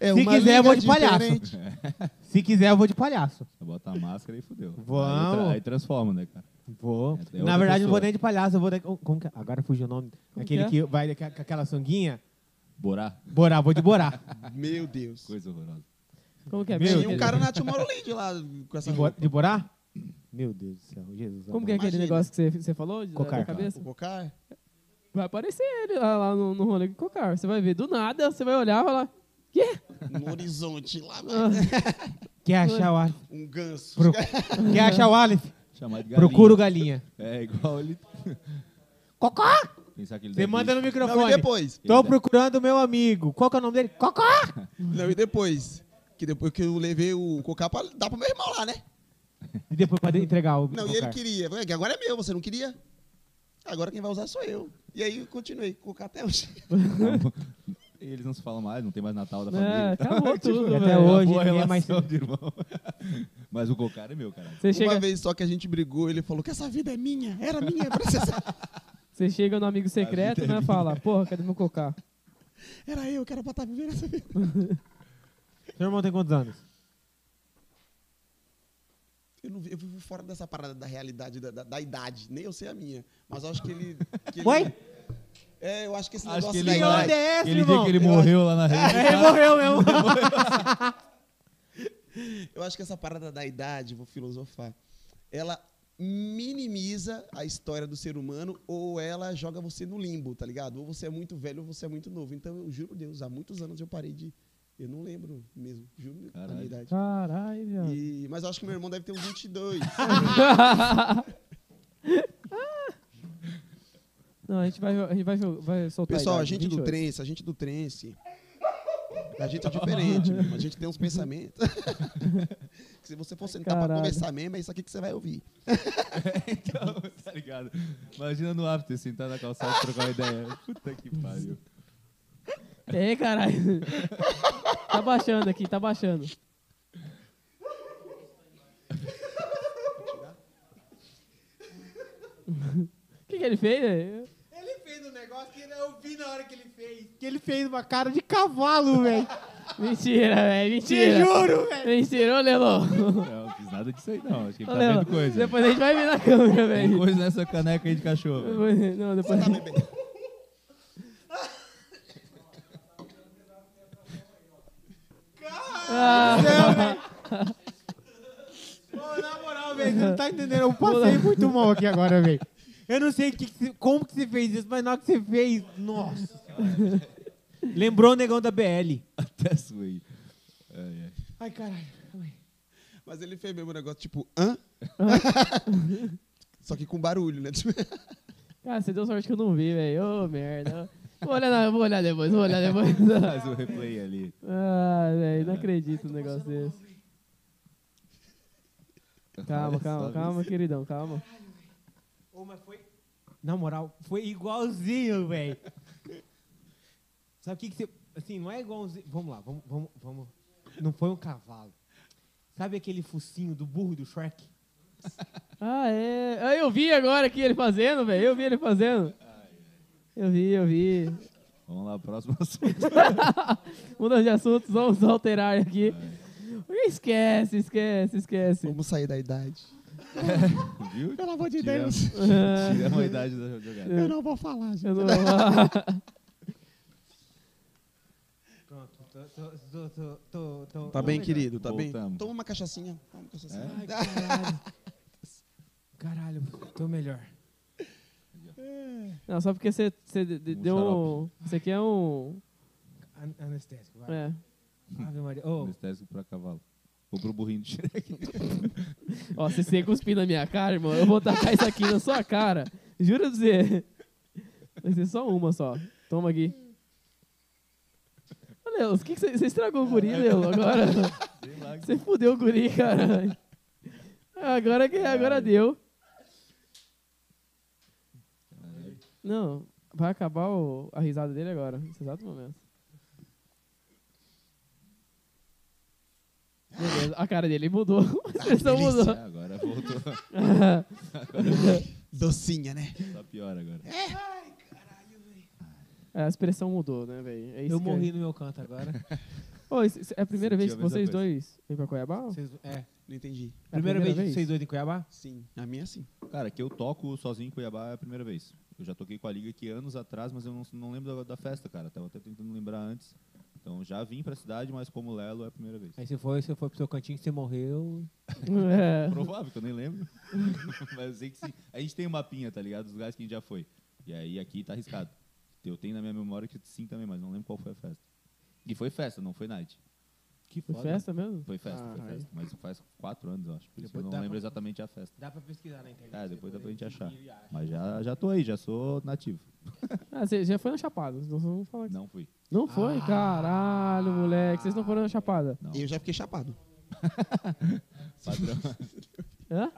É Se uma quiser, eu vou liga de palhaço. diferente. Se quiser, eu vou de palhaço. Bota a máscara e fudeu. Aí, Vamos. tra- aí transforma, né, cara? Vou. É, é Na outra verdade, não vou pessoa. nem de palhaço, eu vou da... oh, como que é? Agora fugiu o nome. Como Aquele que que, vai com aquela sanguinha. Borá, Borá, vou de Borá. Meu Deus. coisa horrorosa. Como que é? Meu Pera aí, Tinha um pera aí. cara na Tomorrowland lá com essa De, Bo- de Borá? Meu Deus do céu, Jesus. Como que é aquele Imagina. negócio que você, você falou? De, Cocar. Da cabeça? O Bocar? Vai aparecer ele lá, lá no, no rolê com o Cocar. Você vai ver. Do nada, você vai olhar e falar... Quê? no horizonte lá, Ah, Quer achar o Aleph? um ganso. Pro- Quer achar o Aleph? Chamar de galinha. Procura o galinha. É igual ele. [LAUGHS] Cocó! Pensar que ele Você deve- manda no Não, microfone. e depois? Tô procurando o meu amigo. Qual que é o nome dele? [LAUGHS] Cocó! Não, e depois? Que depois que eu levei o cocá pra dar pro meu irmão lá, né? E depois pode entregar o Não, e ele queria. Eu falei, "Que Agora é meu, você não queria? Agora quem vai usar sou eu. E aí eu continuei com o cocá até hoje. Tá Eles não se falam mais, não tem mais Natal da é, família. Tá [LAUGHS] acabou tudo, até velho. hoje. Boa ninguém é relação mais- de irmão. [LAUGHS] Mas o Cocar é meu, cara. Você Uma chega, vez só que a gente brigou, ele falou que essa vida é minha, era minha, pra você saber. [LAUGHS] você chega no amigo secreto, né? Fala, porra, cadê meu Cocar? Era eu que era pra estar vivendo essa vida. Seu irmão tem quantos anos? Eu, não, vi- eu vivo fora dessa parada da realidade, da, da- da idade. Nem eu sei a minha. Mas eu acho que ele. que ele- Oi? É, eu acho que esse Acho negócio que da ele idade- vai- onda é essa, Aquele dia irmão? que ele morreu lá na rede. É, ele morreu mesmo. Eu acho que essa parada da idade, vou filosofar, ela minimiza a história do ser humano ou ela joga você no limbo, tá ligado? Ou você é muito velho ou você é muito novo. Então, eu juro Deus, há muitos anos eu parei de... Eu não lembro mesmo, juro da minha Caralho. idade. Caralho, velho. E- mas eu acho que meu irmão deve ter uns [LAUGHS] 22. Não, a gente vai, a gente vai, vai soltar Pessoal, a idade, gente do 28. trance, a gente do trance... A gente é diferente, mesmo, a gente tem uns pensamentos. [LAUGHS] Se você for sentar pra Caralho. conversar mesmo, é isso aqui que você vai ouvir. então, [LAUGHS] tá ligado? Imagina no after, sentar na calçada e trocar uma ideia. Puta que pariu. É, caralho. [LAUGHS] tá baixando aqui, tá baixando. [LAUGHS] O que, que ele fez? velho? Ele fez um negócio que eu vi na hora que ele fez. Que ele fez uma cara de cavalo, velho. Mentira, velho, mentira. Te juro, velho. Mentira, ô Lelô. Não, não fiz nada disso aí, não. Acho que ele Ô, tá Lelô, vendo coisa. depois a gente vai vir na câmera, Tem velho. coisa nessa caneca aí de cachorro. [LAUGHS] Depois- Não, depois... Tá, bebê? Ah, Pô, na moral, velho, você não tá entendendo. Eu passei muito mal aqui agora, velho. Eu não sei que que você- como que você fez isso, mas na hora que você fez, nossa. Lembrou o negão da BL. Até suei. Ai, ai. Ai, caralho. Mas ele fez mesmo um negócio tipo, [LAUGHS] hã? Só que com barulho, né? Tipo, Cara, você deu sorte que eu não vi, velho. Ô, merda. Vou olhar, não, eu vou olhar depois, vou olhar depois. [LAUGHS] Faz o replay ali. Ah, velho, não acredito no negócio desse. Calma, Olha calma, só, calma, queridão, calma. Ô, mas foi. Na moral, foi igualzinho, velho. Sabe o que, que você. Assim, não é igualzinho. Vamos lá, vamos, vamos, vamos. Não foi um cavalo. Sabe aquele focinho do burro do Shrek? Ah, é. Ah, Eu vi agora aqui ele fazendo, velho. Eu vi ele fazendo. Eu vi, eu vi. Vamos lá, próximo [LAUGHS] assunto. Muda de assuntos, vamos alterar aqui. Esquece, esquece, esquece. Vamos sair da [LAUGHS] idade. Viu? Pelo amor de Tiramos. Deus. Tiramos a idade da jogada. Eu não vou falar, gente. Ah, Eu não [LAUGHS] vou falar. Pronto. Tô, tô, tô, tô, tô, tô- Tá tô bem, legal. querido, tá bem. Voltamos. Toma uma cachaçinha. Toma uma cachaçinha. Ai, caralho. Caralho, tô melhor. Não, só porque você você de- de- Um deu um. xarope. Isso aqui é um. An- Anestésico, vai. É. Ave Maria. Ô, Anestésico tá pra cavalo. Ou pro burrinho de xereque. Ó, se você cuspir na minha cara, irmão, eu vou tacar isso aqui na sua cara. Juro pra você. Vai ser só uma só. Toma aqui. Ô, Leo, o que que você você estragou o guri, Leo, agora? [LAUGHS] Sei lá. Você fudeu o guri, caralho. Ah, Agora que agora Caralho. deu. Não, vai acabar o- a risada dele agora, nesse exato momento. Beleza, a cara dele mudou. A expressão Ah, delícia. mudou. É, agora voltou. [LAUGHS] Docinha, né? Tá pior agora. É, A expressão mudou, né, velho? É isso eu que morri no meu canto [LAUGHS] agora. É... Ô, isso- isso é a primeira Senti vez a que mesma vocês coisa. dois vêm pra Cuiabá? Vocês- é. Não entendi. É a Primeira, vez, de vez? vocês dois em Cuiabá? Sim. A minha sim. Cara, que eu toco sozinho em Cuiabá é a primeira vez. Eu já toquei com a Liga aqui anos atrás, mas eu não, não lembro da, da festa, cara. Tava até tentando lembrar antes. Então já vim pra cidade, mas como Lelo é a primeira vez. Aí você foi, você foi pro seu cantinho, você morreu. [LAUGHS] É. Provável, que eu nem lembro. [LAUGHS] mas eu sei que sim. A gente tem um mapinha, tá ligado? Dos lugares que a gente já foi. E aí aqui tá arriscado. Eu tenho na minha memória que sim também, mas não lembro qual foi a festa. E foi festa, não foi night. Que Foi tipo, festa mesmo? Foi festa, foi Ah, festa. Mas faz quatro anos, eu acho. Por isso Depois eu dá não lembro pra- exatamente a festa. Dá pra pesquisar na internet. É, depois dá pra gente achar. E acha. Mas já, já tô aí, já sou nativo. Ah, você já foi na Chapada, não vamos falar que Não fui. Não foi? Caralho, moleque. Vocês não foram na Chapada? Não. Eu já fiquei chapado. Padrão. Hã?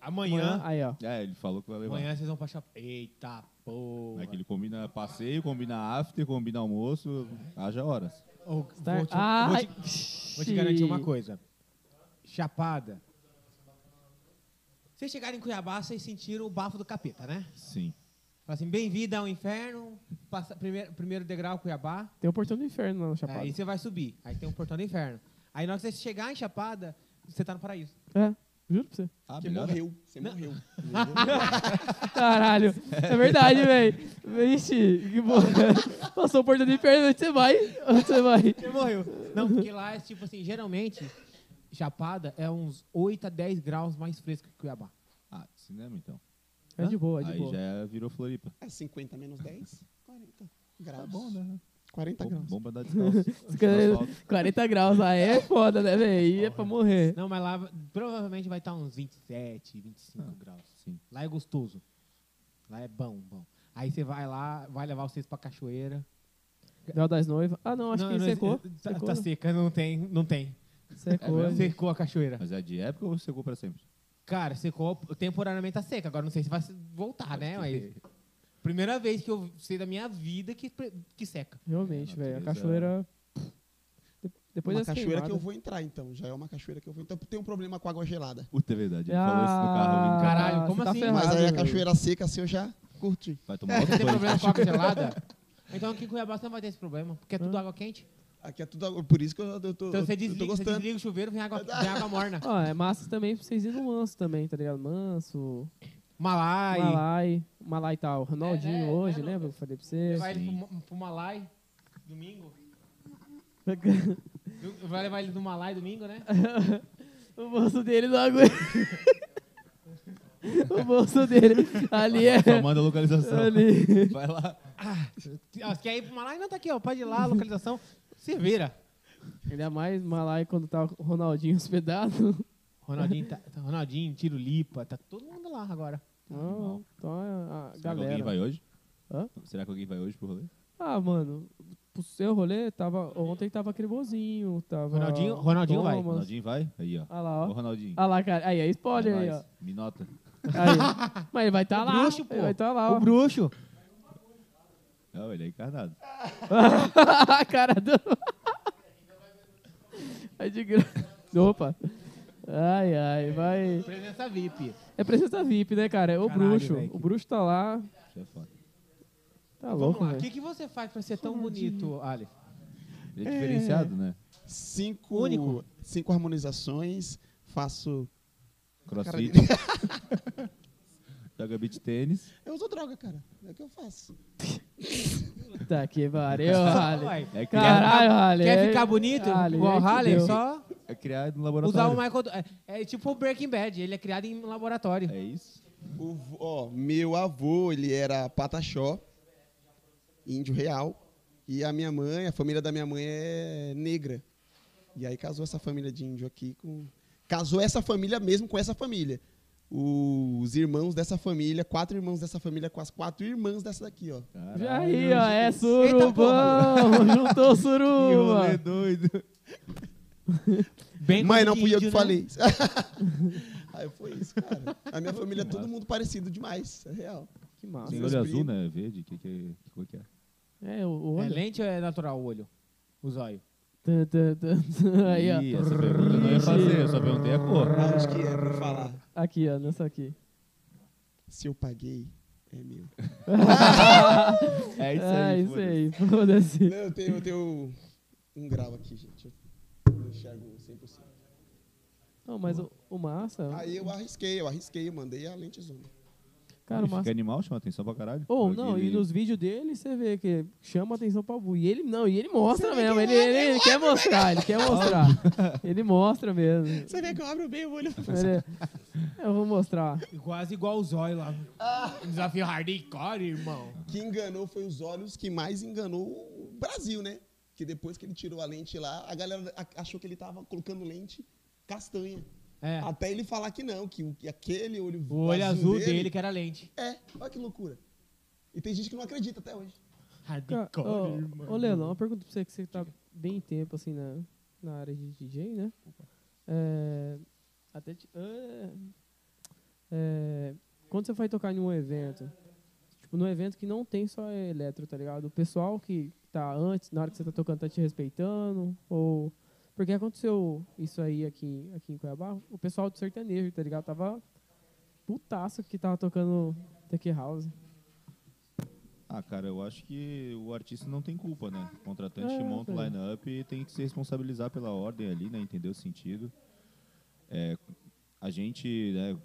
Amanhã, Aí, ó. é, ele falou que vai levar. amanhã vocês vão pra Chapada. Eita porra. É que ele combina passeio, combina after, combina almoço, haja horas. Ô, Tá- vou, te, Ah, vou te- ai, vou te garantir uma coisa. Chapada. Vocês chegaram em Cuiabá, vocês sentiram o bafo do capeta, né? Sim. Fala assim, bem-vindo ao inferno, passa, primeiro, primeiro degrau Cuiabá, né? Tem o portão do inferno lá na Chapada. aí você vai subir, aí tem um portão do inferno. Aí na hora que você chegar em Chapada, você tá no paraíso. É, juro pra você. Ah, Você melhor? morreu. Você né? Não. [LAUGHS] morreu. Caralho, é verdade, velho. Vixe, que [LAUGHS] porra. Passou o portão do inferno, onde você vai? Onde você vai? Você morreu. Não, porque lá é tipo assim, geralmente, Chapada é uns 8 a 10 graus mais fresco que Cuiabá. Ah, cinema então. É de boa, é de aí boa. já virou Floripa. É 50 menos 10, 40 graus. Tá bom, né? 40 Bom, graus. bom pra dar descalço. No asfalto. 40 graus lá é foda, né, velho? Aí é pra morrer. Não, mas lá provavelmente vai estar uns 27, Ah, 25 graus. Sim. Lá é gostoso. Lá é bom, bom. Aí você vai lá, vai levar vocês pra cachoeira. Véu das noivas. Ah, não, acho que secou. Tá, secou. tá seca, não tem, não tem. [LAUGHS] Secou. É mesmo? Secou a cachoeira. Mas é de época ou secou pra sempre? Cara, secou, temporariamente tá seca. Agora não sei se vai se- voltar, né? Mas primeira vez que eu sei da minha vida que, pre- que seca. Realmente, É, velho. A natureza- cachoeira. De- Depois uma dessa cachoeira que eu queimada- vou entrar, então. Já é uma cachoeira que eu vou entrar. Tem um problema com água gelada. Puta, é verdade. Ele Ah, falou isso no carro. vindo pra cá. Caralho, como você tá assim? ferrado, Mas aí a velho. cachoeira seca, assim, eu já curti. Vai É, tomar outro Você tem banho. [LAUGHS] problema com água gelada? Então aqui em Cuiabá você não vai ter esse problema, porque é tudo água quente. Aqui é tudo... água- Por isso que eu, eu tô, Então você eu desliga, tô você gostando. desliga o chuveiro, vem água, vem água morna. Ó, é massa também pra vocês irem no manso também, tá ligado? Manso, Malai. Malai, Malai tal. Ronaldinho É, né? hoje, É, lembra que eu falei pra você? Vai ele Sim. pro, pro Malai domingo. Du- Vai levar ele do Malai domingo, né? [LAUGHS] o bolso dele não aguenta. [LAUGHS] o bolso dele. Ali é. Só manda a localização. Ali. Vai lá. Ah, Quer ir pro Malai? Não, tá aqui, ó. Pode ir lá, localização. Se vira. Ainda mais Malai quando tá o Ronaldinho hospedado. Ronaldinho, tá, tá- Ronaldinho, Tiro Lipa, tá todo mundo lá agora. Não, então a, a Será que alguém galera. vai hoje? Hã? Será que alguém vai hoje pro rolê? Ah, mano, pro seu rolê, tava, ontem tava Crebozinho, tava. Ronaldinho- Ronaldinho vai. Thomas. Ronaldinho vai? Aí, ó. Ah lá, Ô, ó. Ronaldinho. Ah lá, cara. Aí, é spoiler aí, É ó. nóis. Me nota. [LAUGHS] Aí. Mas ele vai estar O lá. bruxo, pô. Ele vai estar lá. O bruxo. Não, ele é encarnado. [LAUGHS] A cara do. É de graça. Opa. Ai, ai, vai. Presença VIP. É presença VIP, né, cara? É o Caralho, bruxo. velho. O bruxo tá lá. Isso é foda. Tá Vamos louco, lá. O velho. que, que você faz pra ser tão bonito, Aleph? Ele é diferenciado, né? Cinco, Único. cinco harmonizações, faço. Crossfit. Joga beat tênis. [LAUGHS] Eu uso droga, cara. É o que eu faço. Puta Tá [LAUGHS] que pariu, Ale. Ué, É criado, Caralho, Ale. Quer é- ficar bonito? Ale, igual é que Halle, deu. só é criado no usar laboratório. o Michael. Do- É, é tipo o Breaking Bad, ele é criado em laboratório. É isso? O, vô- ó, meu avô, ele era pataxó, índio real. E a minha mãe, a família da minha mãe é negra. E aí casou essa família de índio aqui com. Casou essa família mesmo com essa família. Os irmãos dessa família, quatro irmãos dessa família, com as quatro irmãs dessa daqui, ó. Caralho. Já aí, ó, é surubão. porra. [LAUGHS] Juntou Que rolê suruba. doido. Bem coisa Mãe, não de fui eu que índio, né? [LAUGHS] falei. aí foi isso, cara. A minha família é todo mundo parecido demais, é real. Que massa. Tem olho azul, né? Verde. Que, que, que cor que é? É, o o É olho. lente ou é natural o olho? O zóio. Tã, tã, tã. Aí, Ih, ó. essa pergunta eu não ia fazer. Eu só perguntei a cor. Aonde que é? Vou falar. Aqui, ó, nessa aqui. Se eu paguei, é meu. É Ah, isso aí. Foda-se. Não, eu tenho, eu tenho um grau aqui, gente. Eu não enxergo 100%. Não, mas o, o massa. Aí eu arrisquei, eu arrisquei, eu mandei a lente zoom. Cara, o Fica massa. animal, chama atenção pra caralho. Ou Porque não, e ele- nos vídeos dele você vê que chama atenção pra Bu. E ele não, e ele mostra Você vê mesmo. que Ele, é, ele, quer mostrar, ele quer mostrar. ele mostra mesmo. Você vê que eu abro bem o olho. Ele- eu vou mostrar. E Quase igual o zóio lá. Um Desafio hardcore, irmão. Que enganou foi os olhos que mais enganou o Brasil, né? Que depois que ele tirou a lente lá, a galera a- achou que ele tava colocando lente castanha. É. Até ele falar que não, que, o- que aquele olho O olho azul dele que era lente. É, olha que loucura. E tem gente que não acredita até hoje. Ca- Hardcore, irmão. Ô, ô Leandro, uma pergunta pra você que você tá bem tempo assim na, na área de DJ, né? É, até te- é, é, quando você vai tocar em um evento, tipo, num evento que não tem só eletro, tá ligado? O pessoal que tá antes, na hora que você tá tocando, tá te respeitando, ou... Porque aconteceu isso aí aqui, aqui em Cuiabá, o pessoal do sertanejo, tá ligado? Tava putaço que tava tocando Tech House. Ah, cara, eu acho que o artista não tem culpa, né? O contratante É, monta o velho. line-up e tem que se responsabilizar pela ordem ali, né? Entender o sentido. É, a gente, né,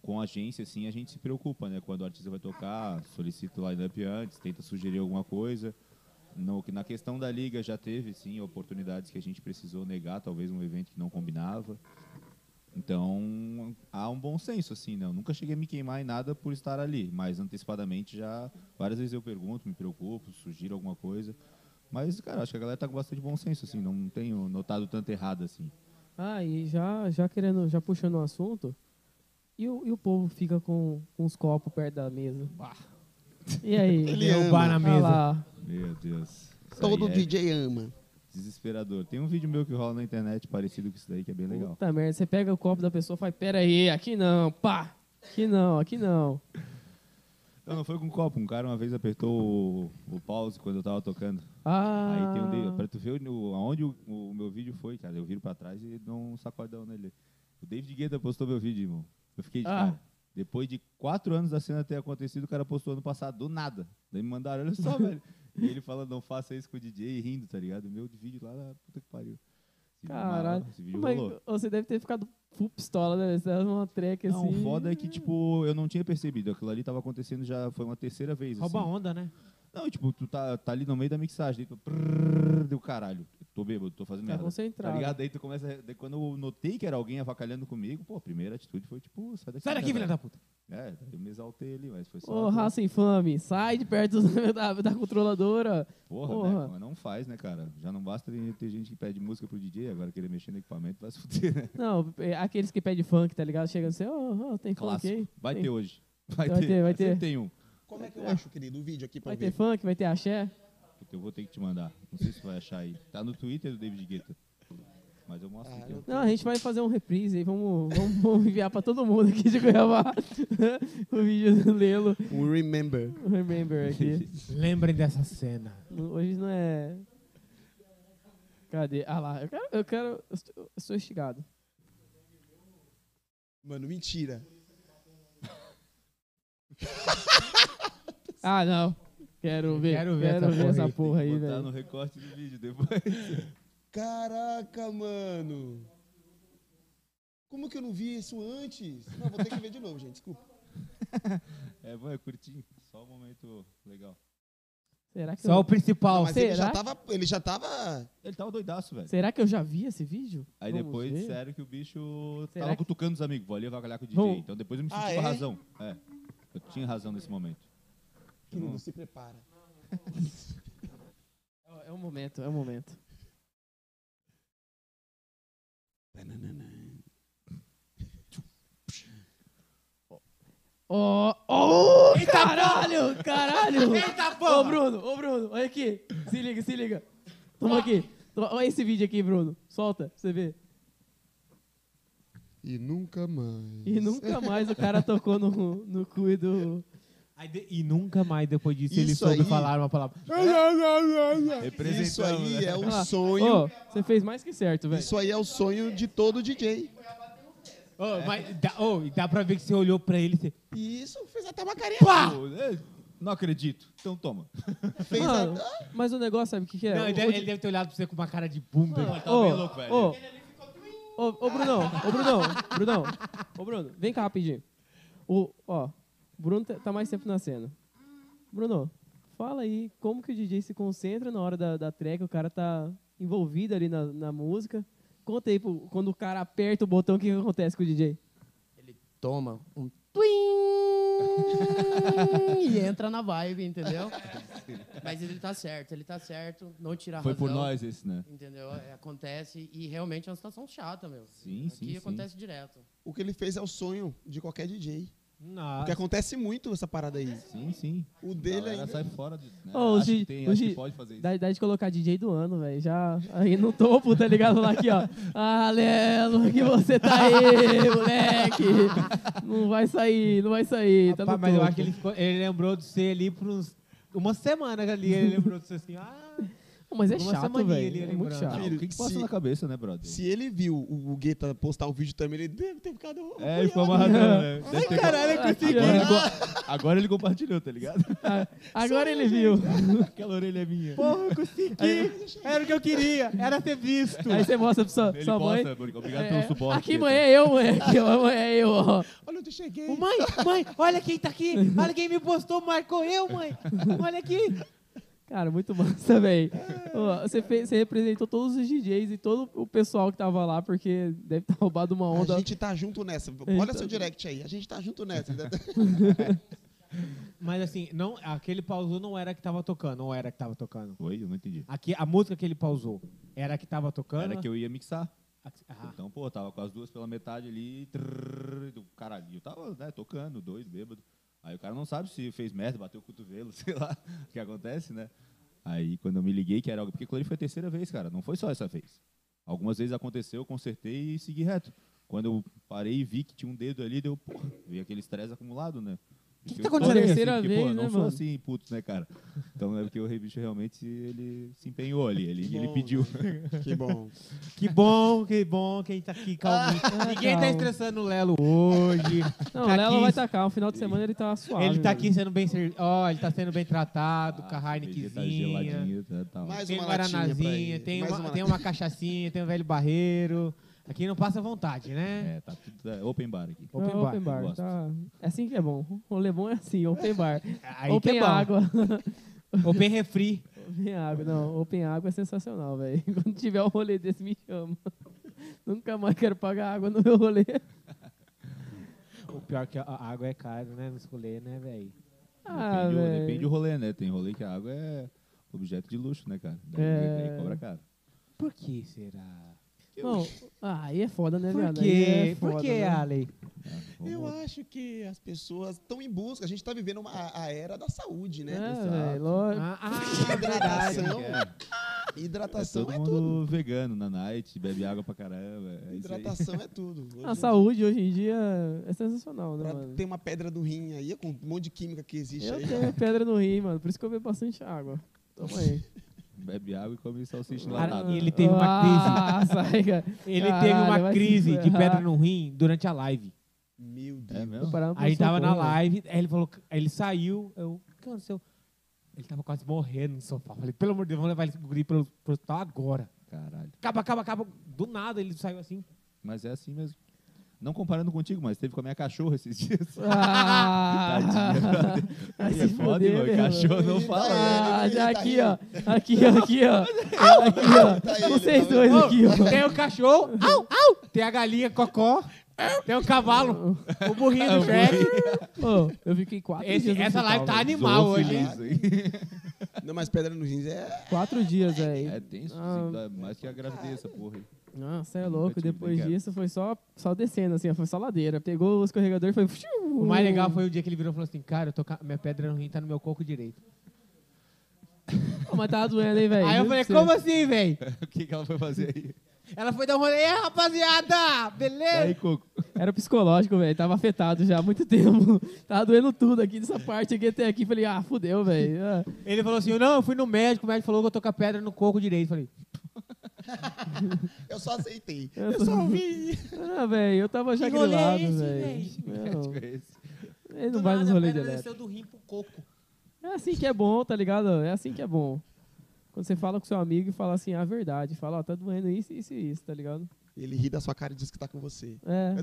com a agência, assim, a gente se preocupa, né? Quando o artista vai tocar, solicita o line-up antes, tenta sugerir alguma coisa. No, na questão da liga já teve, sim, oportunidades que a gente precisou negar, talvez um evento que não combinava. Então, há um bom senso, assim, né? Eu nunca cheguei a me queimar em nada por estar ali, mas antecipadamente já várias vezes eu pergunto, me preocupo, sugiro alguma coisa. Mas, cara, acho que a galera tá com bastante bom senso, assim, não tenho notado tanto errado, assim. Ah, e já, já querendo, já puxando o assunto, e o, e o povo fica com, com os copos perto da mesa? Bah. E [LAUGHS] aí? Ele Deu ama. bar na Ah mesa. lá. Meu Deus. Isso Todo aí é DJ ama. desesperador. Tem um vídeo meu que rola na internet parecido com isso daí, que é bem legal. Puta merda, você pega o copo da pessoa e fala, pera aí, aqui não, pá, aqui não, aqui não. Não, não foi com copo. Um cara uma vez apertou o, o pause quando eu tava tocando. Ah, Aí tem um dedo. Pra tu ver o- aonde o, o meu vídeo foi, cara. Eu viro pra trás e dou um sacodão nele. O David Guetta postou meu vídeo, irmão. Eu fiquei de Ah. cara. Depois de quatro anos da cena ter acontecido, o cara postou ano passado, do nada. Daí me mandaram, olha só, [LAUGHS] velho. E ele falando, não faça isso com o DJ e rindo, tá ligado? O Meu vídeo lá na puta que pariu. Esse vídeo é uma- Caralho. Esse vídeo Mas rolou. você deve ter ficado full pistola, né? Você dava uma treca assim. Não, o foda é que, tipo, eu não tinha percebido. Aquilo ali tava acontecendo já, foi uma terceira vez. Rouba assim. onda, né? Não, e, tipo, tu tá, tá ali no meio da mixagem, daí tu. Prrr, deu caralho. Tô bêbado, tô fazendo Tá merda. Tá concentrado. ligado? Daí tu começa. a- daí quando eu notei que era alguém avacalhando comigo, pô, a primeira atitude foi tipo, sai daqui. Sai daqui, né, filha velho? da puta. É, daí eu me exaltei ali, mas foi só. Ô, raça infame, sai de perto [LAUGHS] da, da controladora. porra, porra. né? Mas não faz, né, cara? Já não basta ter- ter gente que pede música pro DJ, agora querer mexer no equipamento vai se fuder, né? Não, é aqueles que pedem funk, tá ligado? Chega assim, ó, ó, tem funk aí? Clássico. Vai Tem- ter hoje. Vai, Vai ter, vai ter. Sempre Tem um. Como é que eu acho, querido, o vídeo aqui pra Vai ter ver? funk, vai ter axé? Puta, eu vou ter que te mandar. Não sei se tu vai achar aí. Tá no Twitter do David Guetta. Mas eu mostro Ah, aqui. eu- ó. Não, a gente vai fazer um reprise aí, vamos, vamos, [LAUGHS] vamos enviar pra todo mundo aqui de Cuiabá [LAUGHS] o vídeo do Lelo, Um Remember. o [LAUGHS] Remember aqui. Lembrem dessa cena. Hoje não é... Cadê? Ah lá, eu quero, eu quero, eu estou- eu estou instigado. Mano, mentira. Ah, não. Quero ver. Quero ver essa porra essa aí. porra aí, Botar velho. no recorte do vídeo depois. [LAUGHS] Caraca, mano. Como que eu não vi isso antes? Não, vou ter que ver de novo, gente. Desculpa. É bom, é curtinho. Só um momento legal. Será que, Só eu... o principal. Mas ele já será? tava. Ele já tava. Ele tava doidaço, velho. Será que eu já vi esse vídeo? Aí Vamos depois ver. disseram que o bicho Será tava que- cutucando os amigos. Vou ali avacalhar com o DJ. Vamos. Então depois eu me senti Ah, é? com razão. É. Eu tinha razão nesse momento. Que não se prepara. É o momento, é o momento. Ó, oh, caralho, caralho. Eita Ô, Bruno, ô, Bruno, olha aqui. Se liga, se liga. Toma aqui. Toma- Olha esse vídeo aqui, Bruno. Solta, pra você vê. E nunca mais. E nunca mais o cara tocou no, no cu do... Aí de- E nunca mais depois disso ele Isso soube aí. falar uma palavra. é Representando, né? Isso aí é um Ah, sonho. Ô, você fez mais que certo, velho. Isso aí é o sonho de todo DJ. Ô, Oh, mas dá, ô, e dá pra ver que você olhou pra ele e você... E isso fez até uma carinha. Pô, [LAUGHS] é, Não acredito. Então toma. Fez Mano, a- mas o negócio, sabe o que, que é? Não, ele, O- deve, o- ele deve ter olhado pra você com uma cara de bunda. Tá- Mano, tava tá bem louco, velho. Ô, ô, ô, Brunão, ô, Brunão, Brunão, ô, Bruno, vem cá rapidinho. O, ó, o Bruno tá- tá mais tempo na cena. Bruno, fala aí como que o DJ se concentra na hora da, da track, o cara tá envolvido ali na, na música. Conta aí, pro- quando o cara aperta o botão, o que, que acontece com o DJ? toma um twin [LAUGHS] e entra na vibe, entendeu? Mas ele tá certo, ele tá certo, não tira Tá a Foi por razão, nós esse, né? Entendeu? É, Acontece e realmente é uma situação chata, meu. Sim, Aqui sim, sim. acontece direto. O que ele fez é o sonho de qualquer DJ. Porque Nossa. acontece muito essa parada aí. Sim, sim. O dele é Galera ainda. sai fora de. Né? Ô, acho Gi- que tem, ô, acho Gi- que pode fazer isso. Dá dá de colocar DJ do ano, velho. Já aí no topo, tá ligado? Lá aqui, [LAUGHS] ó. Ah, Lelo, que você tá aí, moleque. Não vai sair, não vai sair. Tá no Rapaz, mas eu topo. acho que ele, ficou- ele lembrou de você ali por uns... Uma semana ali, ele lembrou de você assim. Ah, Não, Mas é Uma chato, semaninha ali, velho. É muito lembrando. Ah, chato. Filho, o que, que se- passa na cabeça, né, brother? Se ele viu o, o Guetta postar o vídeo também, ele deve ter ficado. É, ele foi [LAUGHS] amarrado, né? Deve ter- Caralho, Agora ele, co- agora ele compartilhou, [LAUGHS] tá ligado? Agora ele viu. Aquela orelha é minha. porra, eu consegui. Era o que eu queria. Era ser visto. Aí você mostra pra sua, ele sua mãe. posta, Burico, obrigado É, pelo suporte. aqui, Guetta. mãe, é eu, moleque. ó, Mãe, é eu, ó. Olha onde eu cheguei. Ô, [LAUGHS] mãe, mãe, olha quem tá aqui. Olha quem me postou, marcou eu, mãe. Olha aqui. Cara, muito massa, [LAUGHS] velho. Ó, Você, fez- você representou todos os DJs e todo o pessoal que tava lá, porque deve ter [LAUGHS] roubado uma A onda gente tá junto nessa. Olha Eita. seu direct aí. A gente tá junto nessa. [LAUGHS] Mas assim, não, aquele pausou não era a que tava tocando, ou era a que tava tocando. Oi, eu não entendi. Aqui, a música que ele pausou era a que tava tocando. Era que eu ia mixar. Ah, Então, pô, tava com as duas pela metade ali. trrr, do Caralho, eu tava, né, tocando, dois, bêbado. Aí o cara não sabe se fez merda, bateu o cotovelo, [LAUGHS] sei lá o que acontece, né? Aí quando eu me liguei que era algo. Porque aquilo ali foi a terceira vez, cara. Não foi só essa vez. Algumas vezes aconteceu, eu consertei e segui reto. Quando eu parei e vi que tinha um dedo ali, deu, porra, veio aquele estresse acumulado, né? que Porque tá eu sou acontecendo? assim, Terceira porque, vez, pô, eu né, não sou mano? assim, putz, né, cara? Então é porque o Rebicho realmente ele se empenhou ali, ele, ele Bom, pediu. [LAUGHS] que bom. Que bom, que bom quem tá aqui calminho. [LAUGHS] Ninguém tá calma. estressando o Lelo hoje. Tá Não, o Lelo aqui- vai tacar. No final de semana ele tá suave. ele tá velho. aqui sendo bem servido. Ó, ele tá sendo bem tratado, com a Tá Heinekenzinha. geladinho, tá, tá. Mais Tem uma latinha pra ele. Guaranazinha, tem Mais uma, uma tem uma cachaçinha, tem um velho barreiro. Aqui não passa vontade, né? É, tá tudo é, open bar aqui. É Open, bar. bar. Gosto. tá. É assim que é bom. O Lebon é assim, open bar. [LAUGHS] Aí open que é bom. água. [LAUGHS] Open refri. open água, não. Open água é sensacional, velho. [LAUGHS] Quando tiver um rolê desse, me chama. [LAUGHS] Nunca mais quero pagar água no meu rolê. O pior é que a a água é cara, né? Não escolher, né, velho? Ah, depende, do- velho. depende do rolê, né? Tem rolê que a água é objeto de luxo, né, cara? Daí, É. daí cobra caro. Por que será? Bom, ah, aí é foda, né, Por viado? que? Aí é foda, Por que, né? Ale? Vamos- Eu acho que as pessoas estão em busca. A gente tá vivendo uma, a- a era da saúde, É, né? velho, lógico. Ah, ah, verdade. [LAUGHS] Hidratação. É, é Hidratação todo é, mundo tudo. vegano na night, bebe água pra caramba. É isso aí. Hidratação é tudo. [LAUGHS] Hoje A saúde hoje em dia é sensacional, né, Tá pra mano? ter uma pedra do rim aí, com um monte de química que existe Eu aí. tenho pedra no rim, mano. Por isso que eu bebo bastante água. Toma [LAUGHS] aí. Bebe água e come salsicha Cara, enlatada. Tá, ele teve uma crise. Ah, sai, cara. Ele Caralho, teve vai uma se crise de ferrar. pedra no rim durante a live. Meu Deus. É mesmo? Pará não Aí passou tava na bom, velho. live, aí ele falou, que- aí ele saiu, eu, o que aconteceu? Ele tava quase morrendo no sofá. Falei, pelo amor de Deus, vamos levar ele guri pro pro hospital agora. Caralho. Acaba, acaba, acaba. Do nada ele saiu assim. Mas é assim mesmo. Não comparando contigo, mas teve com a minha cachorra esses [LAUGHS] dias. [LAUGHS] Ah, vai É se foda, foder, irmão. meu. Cachorro não Ele tá fala. né? Ah, ele, já ele tá aqui, ele. ó. Aqui, ó, aqui, ó. Tá Aqui, ó. ele, Vocês tá dois Ô, aqui, ó. Tem o cachorro, [LAUGHS] au, au. Tem a galinha cocó, tem o [LAUGHS] cavalo, Ah, o burrinho do Shrek. Ô, eu fiquei quatro Esse- dias no essa hospital, live tá velho. animal Zoou hoje. feliz, hein? Não, mas pedra no jeans é. Quatro [LAUGHS] dias, velho. É tenso, Ah. assim, dá mais que a gravidez essa porra. aí. Ah, você é Nunca louco. tive, Depois obrigado. disso foi só, só descendo, assim, ó, foi só ladeira. Pegou o escorregador e foi. O mais legal foi o dia que ele virou e falou assim, cara, eu tô com a- minha pedra no rim tá no meu coco direito. Pô, mas tava doendo, hein, velho. Aí eu Juro falei, pra você. como assim, velho? O que, que ela foi fazer aí? Ela foi dar um rolê, "É, rapaziada, Aí, beleza? Coco. Era psicológico, velho. Tava afetado já há muito tempo. [LAUGHS] Tava doendo tudo aqui dessa parte aqui até aqui. Falei, ah, fudeu, velho. Ah, Ele falou assim, não, eu fui no médico, o médico falou que eu tô com a pedra no coco direito. Falei, Eu só aceitei. Eu Eu, tô- só ouvi. Ah, velho, eu tava já Que rolê é grilado, esse, velho. Não, É esse. Ele não vai nos rolês de elétrico. do rim pro coco. É assim que é bom, tá ligado? É assim que é bom. Quando você fala com seu amigo e fala assim, ah, a verdade. Fala, ó, tá doendo isso, isso e isso, tá ligado? Ele ri da sua cara e diz que tá com você. É.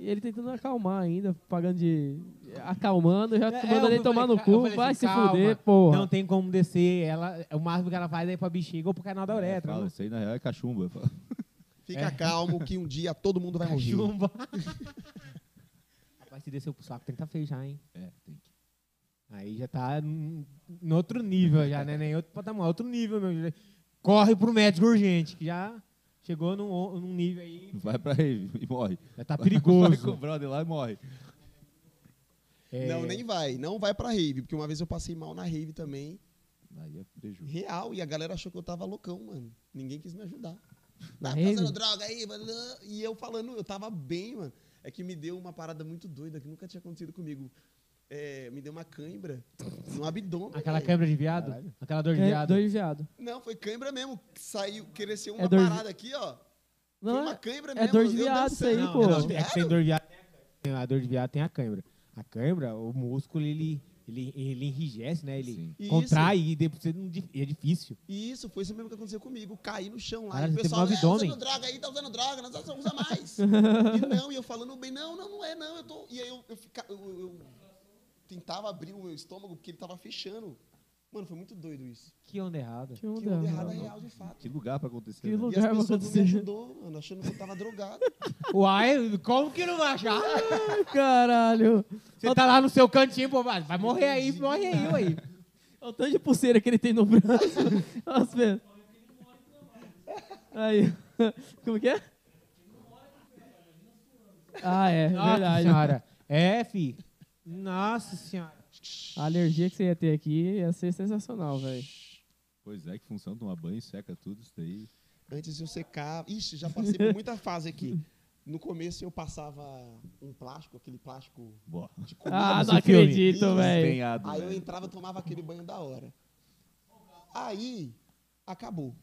E ele tentando acalmar ainda, pagando de... Acalmando, eu já tô mandando ele tomar no cu. Vai se fuder, porra. Não tem como descer. Ela, o máximo que ela faz é ir pra bexiga ou pro canal da uretra. Fala, né? isso aí na real é cachumba. Eu falo, Fica É. calmo que um dia todo mundo Tá vai morrer. Chumba. é [LAUGHS] Rapaz, se desceu pro saco, tem que tá feio já, hein? É, tem que. [LAUGHS] Aí já tá em em outro nível já, né? Nem outro patamar, outro nível mesmo. Corre pro médico urgente, que já chegou num, o- num nível aí, Vai pra rave e morre. já [LAUGHS] tá Vai com o perigoso. brother lá e morre. É, Não, nem vai. Não vai pra rave, porque uma vez eu passei mal na rave também, Aí é prejuízo. real, e a galera achou que eu tava loucão, mano. Ninguém quis me ajudar. Tá rave? fazendo droga aí, mano. e eu falando, eu tava bem, mano. É que me deu uma parada muito doida que nunca tinha acontecido comigo. É, me deu uma cãibra no abdômen. Aquela velho. câmera de viado? Aquela dor de É, viado? dois viado. Não, foi cãibra mesmo. Saiu, cresceu uma É dor de- parada aqui, ó. foi Não, uma é- cãibra é mesmo. dor de eu viado isso aí, dançando. pô. É dor de é que tem dor viado? de viado, tem a cãibra. A dor de viado tem a câimbra. A câimbra, o músculo, ele, ele, ele enrijece, né? Ele Sim. Isso. contrai e depois você não di- e é difícil. E isso, foi isso mesmo que aconteceu comigo. Caí no chão lá. Cara, e o você pessoal, teve um "É, tá abdômen." usando droga aí, tá usando droga, não usa- usa [LAUGHS] mais. e não, e eu falando bem, não, não, não é, não. Eu tô... E aí eu, eu, fica- eu- eu- eu tentava abrir o meu estômago porque ele tava fechando. Mano, foi muito doido isso. Que onda errada. Que onda, Que deu mano. errado é real, de fato. Que lugar pra acontecer. Que né? lugar. E as vai pessoas não me acontecer. ajudou, mano, achando que eu tava drogado. Uai, como que não vai [LAUGHS] achar? Caralho. Você tá lá no seu cantinho, pô, vai vai morrer aí, morre aí, aí. Olha o tanto de pulseira que ele tem no braço. [LAUGHS] Olha as pernas. Aí. [LAUGHS] Como que é? Ah, é. Nossa Verdade. senhora. É, fi. Nossa senhora. A alergia que você ia ter aqui ia ser sensacional, velho. Pois é, que função tomar banho, seca tudo isso daí. Antes de eu secar. Ixi, já passei por muita fase aqui. No começo eu passava um plástico, aquele plástico Boa. de comida. Ah, Esse não filme. acredito, velho. Despenhado. Aí eu velho. entrava e tomava aquele banho da hora. Aí, acabou.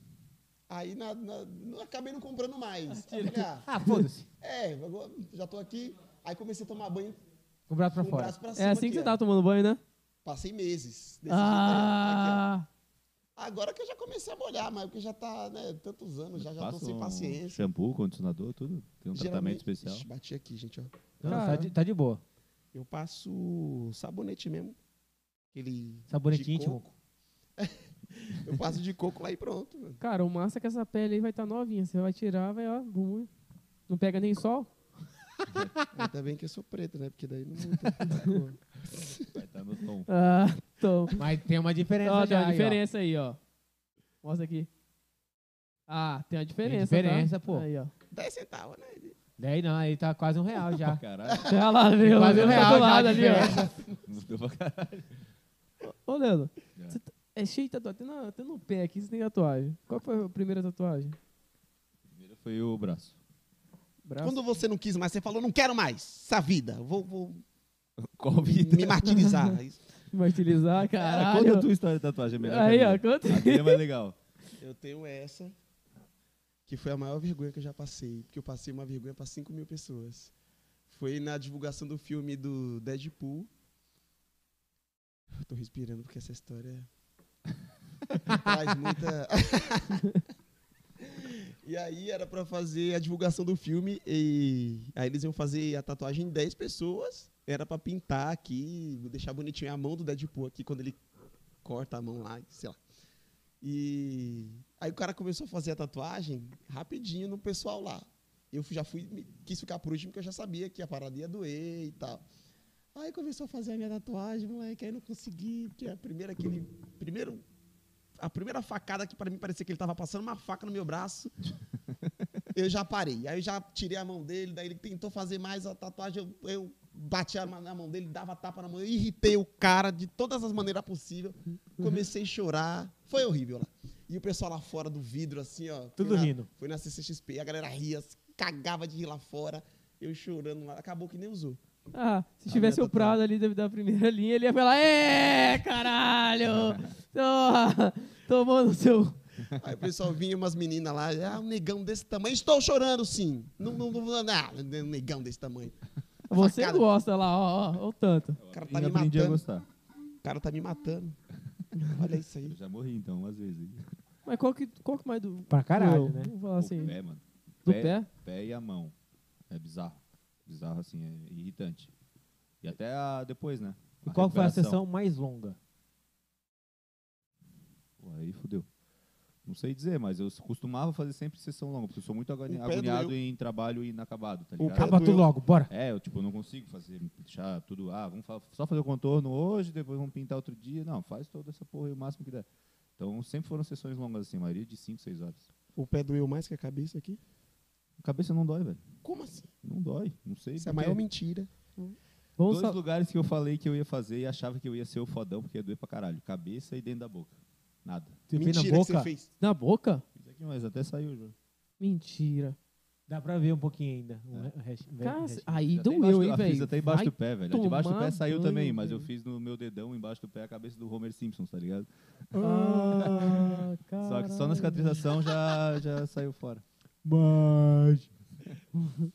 Aí na, na- não acabei não comprando mais. Aí eu falei, ah, Ah, foda-se. é, agora já tô aqui. Aí comecei a tomar banho Com o braço com pra o fora. braço pra cima. É assim que aqui, você ó. tá tomando banho, né? Passei meses. desse jeito, né? Aqui, Ah. ó. Agora que eu já comecei a molhar, mas porque já tá, né, tantos anos, já, já tô Passa sem um paciência. Shampoo, condicionador, tudo. Tem um tratamento Geralmente- [LAUGHS] especial. Ixi, bati aqui, gente, ó. Não, tá, de, tá de boa. Eu passo sabonete mesmo. Aquele Sabonete de íntimo. coco. [LAUGHS] Eu passo de coco lá e pronto, mano. Cara, o massa é que essa pele aí vai estar novinha. Você vai tirar, vai, ó, bum. Não pega nem sol. Ainda bem que eu sou preto, né? Porque daí não muda. Vai estar no tom. Ah, então. Mas tem uma diferença Ó, tem já uma aí, ó. diferença aí, ó. Mostra aqui. Ah, tem uma diferença. Tem diferença, tá? pô. Aí, ó. 10 centavos, né? Daí não, aí tá quase um real [LAUGHS] já. Caralho, Olha lá, viu? Quase um Tá real já do lado de ali, diferença. mudou pra caralho. ó. Ô, Leandro. Já. Você tá- é cheio de tatuagem. Até, na- até no pé aqui você tem tatuagem. Qual foi a primeira tatuagem? Primeiro foi o braço. Braço. Quando você não quis mais, você falou, não quero mais essa vida. Vou, vou Qual [LAUGHS] vida? me martirizar. Vai [LAUGHS] utilizar, Cara, conta a caralho. tua história de tatuagem é melhor. Aí, que a ó, minha. conta. A minha é mais legal. eu tenho essa, que foi a maior vergonha que eu já passei. Porque eu passei uma vergonha pra 5 mil pessoas. Foi na divulgação do filme do Deadpool. Eu tô respirando porque essa história [LAUGHS] traz muita. [LAUGHS] e aí era pra fazer a divulgação do filme e aí eles iam fazer a tatuagem em 10 pessoas. Era pra pintar aqui, deixar bonitinho a mão do Deadpool aqui quando ele corta a mão lá, assim, sei lá. E aí o cara começou a fazer a tatuagem rapidinho no pessoal lá. Eu já fui, me- quis ficar por último, porque eu já sabia que a parada ia doer e tal. Aí começou a fazer a minha tatuagem, moleque, aí não consegui, porque a primeira que ele. Primeiro, a primeira facada que para mim parecia que ele tava passando uma faca no meu braço. Eu já parei. Aí eu já tirei a mão dele, daí ele tentou fazer mais a tatuagem, eu, eu bati a ma- na mão dele, dava tapa na mão, eu irritei o cara de todas as maneiras possíveis. Comecei a chorar. Foi horrível lá. E o pessoal lá fora do vidro, assim, ó. Tudo foi na- rindo. Foi na CCXP, a galera ria, se cagava de rir lá fora. Eu chorando lá. Acabou que nem um usou. Ah, se A tivesse minha o Prado ali da, da primeira linha, ele ia falar: É, caralho! Tô- [LAUGHS] Tomou no seu. Aí o pessoal vinha umas meninas lá, ah, um negão desse tamanho. Estou chorando sim. Não, não, não, não, não, um negão desse tamanho. Você Facada. gosta lá, ó, ó, ó, o tanto. O cara Eu tá me aprendi a matando. gostar. O cara tá me matando. Olha isso aí. Eu já morri então, umas vezes. Mas qual que, qual que mais do. Pra caralho, do- né? Vamos falar assim. O pé, mano. Do pé? Pé e a mão. É bizarro. Bizarro, assim, é irritante. E até a- depois, né? E qual foi a recuperação. sessão mais longa? Pô, aí fudeu. Não sei dizer, mas eu costumava fazer sempre sessão longa, porque eu sou muito agoni- O pé agoniado doeu. em trabalho inacabado, tá O ligado? pé Acaba tu doeu. logo, bora. É, eu tipo, não consigo fazer, deixar tudo, ah, vamos fa- só fazer o contorno hoje, depois vamos pintar outro dia. Não, faz toda essa porra aí o máximo que der. Então sempre foram sessões longas assim, a maioria de 5, 6 horas. O pé doeu mais que a cabeça aqui? A cabeça não dói, velho. Como assim? Não dói, não sei. Isso é a por quê. maior mentira. Vamos Dois só- lugares que eu falei que eu ia fazer e achava que eu ia ser o fodão, porque ia doer pra caralho. Cabeça e dentro da boca. Nada. Tu vem mentira na que você boca. fez. Na boca? Fiz aqui, mas até saiu, João. Mentira. Dá pra ver um pouquinho ainda. Um re- hash- velho Cara, hash- aí Até embaixo doeu, do- hein, ah, velho? Fiz até embaixo Vai do pé, velho. A de Debaixo do tomar pé saiu banho, também, mas eu velho. fiz no meu dedão, embaixo do pé, a cabeça do Homer Simpson, tá ligado? Ah, Só que só na caralho. cicatrização já, já saiu fora. [LAUGHS] Mas.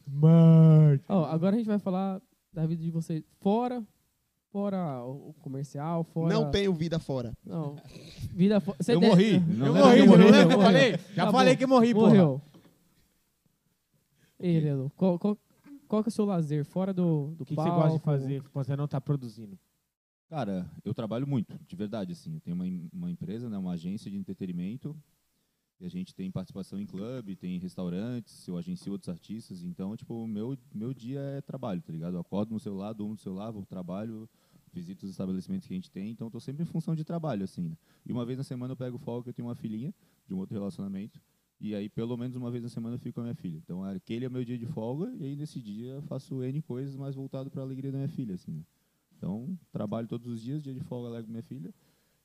Mas. Ó, agora a gente vai falar da vida de vocês fora, fora o o comercial, é fora... Não tenho vida fora. Não. Vida fora... eu morri. Não Eu lembra que morri, não né? eu morri. lembra que eu falei? Já Tá falei bom. que morri, pô. Morreu. Ei, Leandro, qual, qual, qual que é o seu lazer? Fora do, do O que, que você palco? gosta de fazer que você não tá produzindo? Cara, eu trabalho muito, de verdade, assim. Eu tenho uma, em- uma empresa, né, uma agência de entretenimento. E a gente tem participação em clube, tem restaurantes, eu agencio outros artistas. Então, tipo, o meu, meu dia é trabalho, tá ligado? Eu acordo no celular, durmo no celular, vou pro trabalho, visito os estabelecimentos que a gente tem. Então, eu tô sempre em função de trabalho, assim. né? E uma vez na semana eu pego folga, que eu tenho uma filhinha de um outro relacionamento. E aí, pelo menos uma vez na semana, eu fico com a minha filha. Então, aquele é meu dia de folga. E aí, nesse dia, eu faço N coisas, mas voltado para a alegria da minha filha, assim, né? Então, trabalho todos os dias, dia de folga eu alegro minha filha.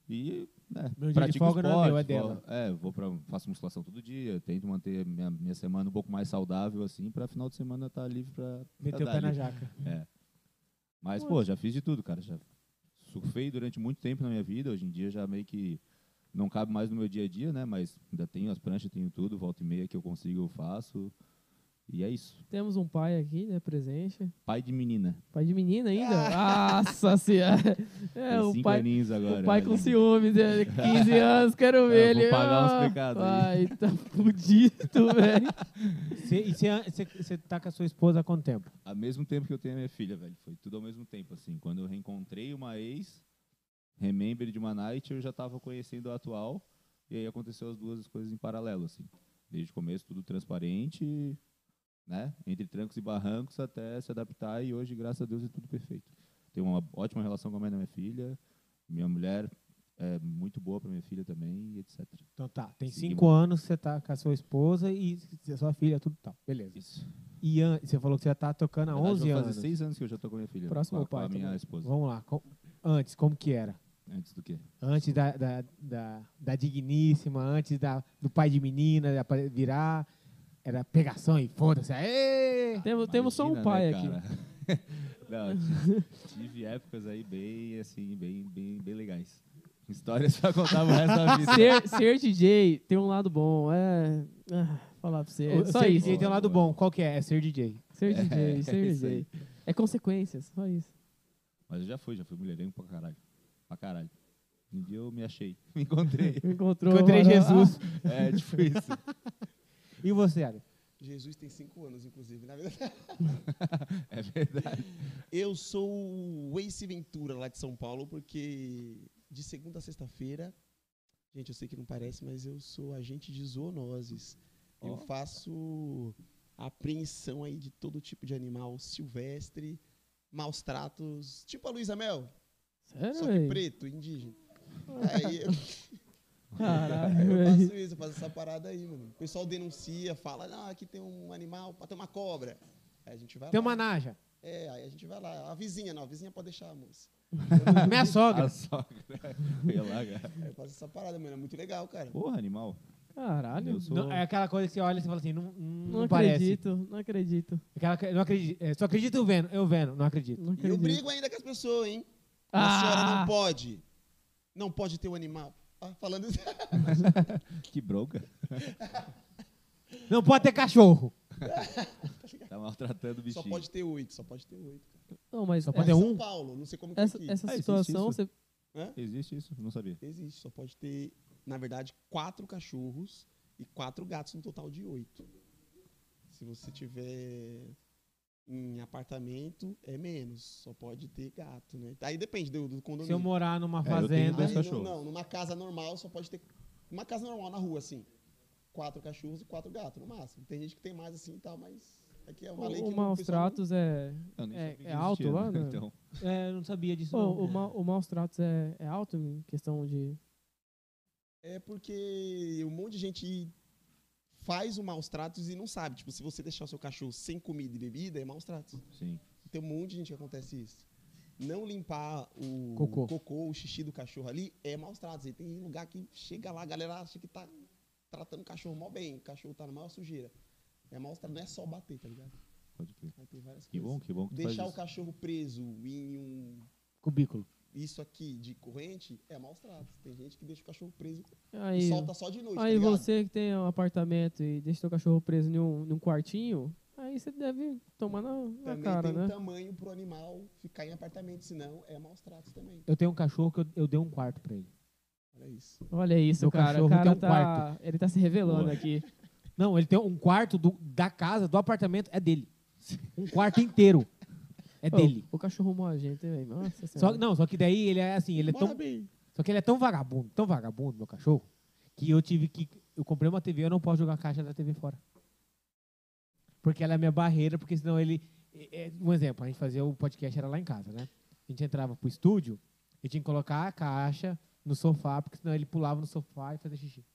E, né, Meu dia de pratico folga não é esporte, meu, é fo- dela. É, vou pra, faço musculação todo dia, tento manter minha, minha semana um pouco mais saudável, assim, para final de semana estar livre para Meteu o pé na jaca. é. Mas, pô, já fiz de tudo, cara. Já surfei durante muito tempo na minha vida. Hoje em dia já meio que não cabe mais no meu dia a dia, né? Mas ainda tenho as pranchas, tenho tudo. Volta e meia que eu consigo, eu faço. E é isso. Temos um pai aqui, né, presente. Pai de menina. Pai de menina ainda? Nossa senhora. É, Ah. Tem o cinco pai, aninhos agora. o pai olha com aí. ciúmes, né, [LAUGHS] 15 anos, quero ver É, vou ele. pagar uns Ah, pecados Pai, aí. tá fudido, [LAUGHS] velho. Cê- e você tá com a sua esposa há quanto tempo? Ao mesmo tempo que eu tenho a minha filha, velho. Foi tudo ao mesmo tempo, assim. Quando eu reencontrei uma ex, remember de uma night, eu já tava conhecendo a atual. E aí aconteceu as duas coisas em paralelo, assim. Desde o começo, tudo transparente, né? Entre trancos e barrancos até se adaptar. E hoje, graças a Deus, é tudo perfeito. Tenho uma ótima relação com a mãe da minha filha. Minha mulher é muito boa pra minha filha também, e etc. Então tá, tem Seguimos. cinco anos você tá com a sua esposa e c- sua filha, tudo tal. Beleza. Isso. E você falou que você tá tocando há Na verdade, 11 vai fazer anos. seis anos que eu já tô com a minha filha. Próximo ao com, a- com pai a minha também. esposa. Vamos lá. com- antes, como que era? Antes do quê? Antes da, da, da, da digníssima, antes da, do pai de menina da pa- virar, era pegação e foda-se. Aê! Temos, temos só um Imagina, pai né, aqui. cara? [LAUGHS] Não, t- tive épocas aí bem, assim, bem, bem, bem legais. Histórias pra contar o resto [LAUGHS] da vida. Ser, [LAUGHS] ser DJ tem um lado bom, é. ah, falar pra você. O- só ser isso. DJ tem um lado Boa, bom. Qual que é? É ser DJ. Ser DJ, É, ser isso DJ. aí. É consequências, só isso. Mas eu já fui, já fui mulherengo pra caralho. Pra caralho. Um dia eu me achei, [LAUGHS] me encontrei. Me Encontrou. Encontrei mano. [LAUGHS] Jesus. É, tipo isso. E você, Ari? Jesus tem cinco anos, inclusive, na verdade. É verdade. Eu sou o Ace Ventura lá de São Paulo, porque de segunda a sexta-feira, gente, eu sei que não parece, mas eu sou agente de zoonoses. Eu faço apreensão aí de todo tipo de animal silvestre, maus tratos, tipo a Luísa Mel, só Sério, que velho? preto, indígena. [LAUGHS] Aí eu [LAUGHS] Caralho, Eu velho. faço isso, eu faço essa parada aí, mano. O pessoal denuncia, fala, não, aqui tem um animal, pá, tem uma cobra. Aí a gente vai Tem lá. uma naja. É, aí a gente vai lá. A vizinha, não, a vizinha pode deixar a moça. Minha sogra. A sogra. Foi lá, cara. Aí eu faço essa parada, mano. É muito legal, cara. Porra, animal. Caralho. Eu sou. um Não, é aquela coisa que você olha e você fala assim, não, não, Não, parece. acredito, não acredito, Aquela, que- não acredito. É, só acredito eu vendo. Eu vendo, não acredito. não E eu acredito. brigo ainda com as pessoas, hein? A senhora ah, não pode. Não pode ter o animal. Ah, falando isso. [LAUGHS] Que bronca. Não pode ter cachorro. Tá maltratando o Só bichinho. pode ter oito, só pode ter oito. cara. não, mas Só essa, pode ter É, um? São Paulo, não sei como que é essa, aqui. essa Ah, existe situação, isso? você Existe isso? Não sabia. Existe, só pode ter, na verdade, quatro cachorros e quatro gatos, no total de oito. Se você tiver em apartamento, é menos. Só pode ter gato, né? Aí depende do, Se do eu condomínio. morar numa É, eu tenho fazenda. dois Aí, cachorros. não, não, numa casa normal só pode ter. Uma casa normal na rua, assim. Quatro cachorros e quatro gatos, no máximo. Tem gente que tem mais assim e tal, mas aqui é uma lei que o o maus pessoal não- tratos é, Eu nem É- sabia que é alto existia, lá, né? né? Então, É, eu não sabia disso. Ô, não. o, ma, o maus tratos é, é alto em questão de. É porque um monte de gente faz o maus tratos e não sabe. Tipo, se você deixar o seu cachorro sem comida e bebida, é maus tratos. sim. Tem um monte de gente que acontece isso. Não limpar o Cocô. cocô, o xixi do cachorro ali é maus tratos. E tem lugar que chega lá, a galera acha que tá tratando o cachorro mal bem, o cachorro tá na maior sujeira. É maus tratos, não é só bater, tá ligado? Pode crer. Aí Né, tem várias Que bom, coisas. que bom que tu Deixar faz o isso. cachorro preso em um. Cubículo. Isso aqui de corrente é maus tratos. Tem gente que deixa o cachorro preso Aí, e solta só de noite. aí tá ligado? você que tem um apartamento e deixa seu cachorro preso em um, em um quartinho, aí você deve tomar na, na Também cara, tem um né? tamanho pro animal ficar em apartamento, senão é maus tratos também. Eu tenho um cachorro que eu, eu dei um quarto pra ele. Olha isso. Olha isso, Meu cara. O cachorro cara tem um tá. quarto. Ele tá se revelando Boa. aqui. Não, ele tem um quarto do- da casa, do apartamento, é dele. Um quarto inteiro. É Ô, dele. O cachorro mora gente, hein, velho. Só, Nossa Oh, senhora. não, só que daí ele é assim, ele é Mora tão. bem. Só que ele é tão vagabundo, tão vagabundo, meu cachorro, que eu tive que. Eu comprei uma TV, eu não posso jogar a caixa da TV fora. Porque ela é a minha barreira, porque senão ele. é- é- um exemplo, a gente fazia o podcast era lá em casa, né? A gente entrava pro estúdio e tinha que colocar a caixa no sofá, porque senão ele pulava no sofá e fazia xixi.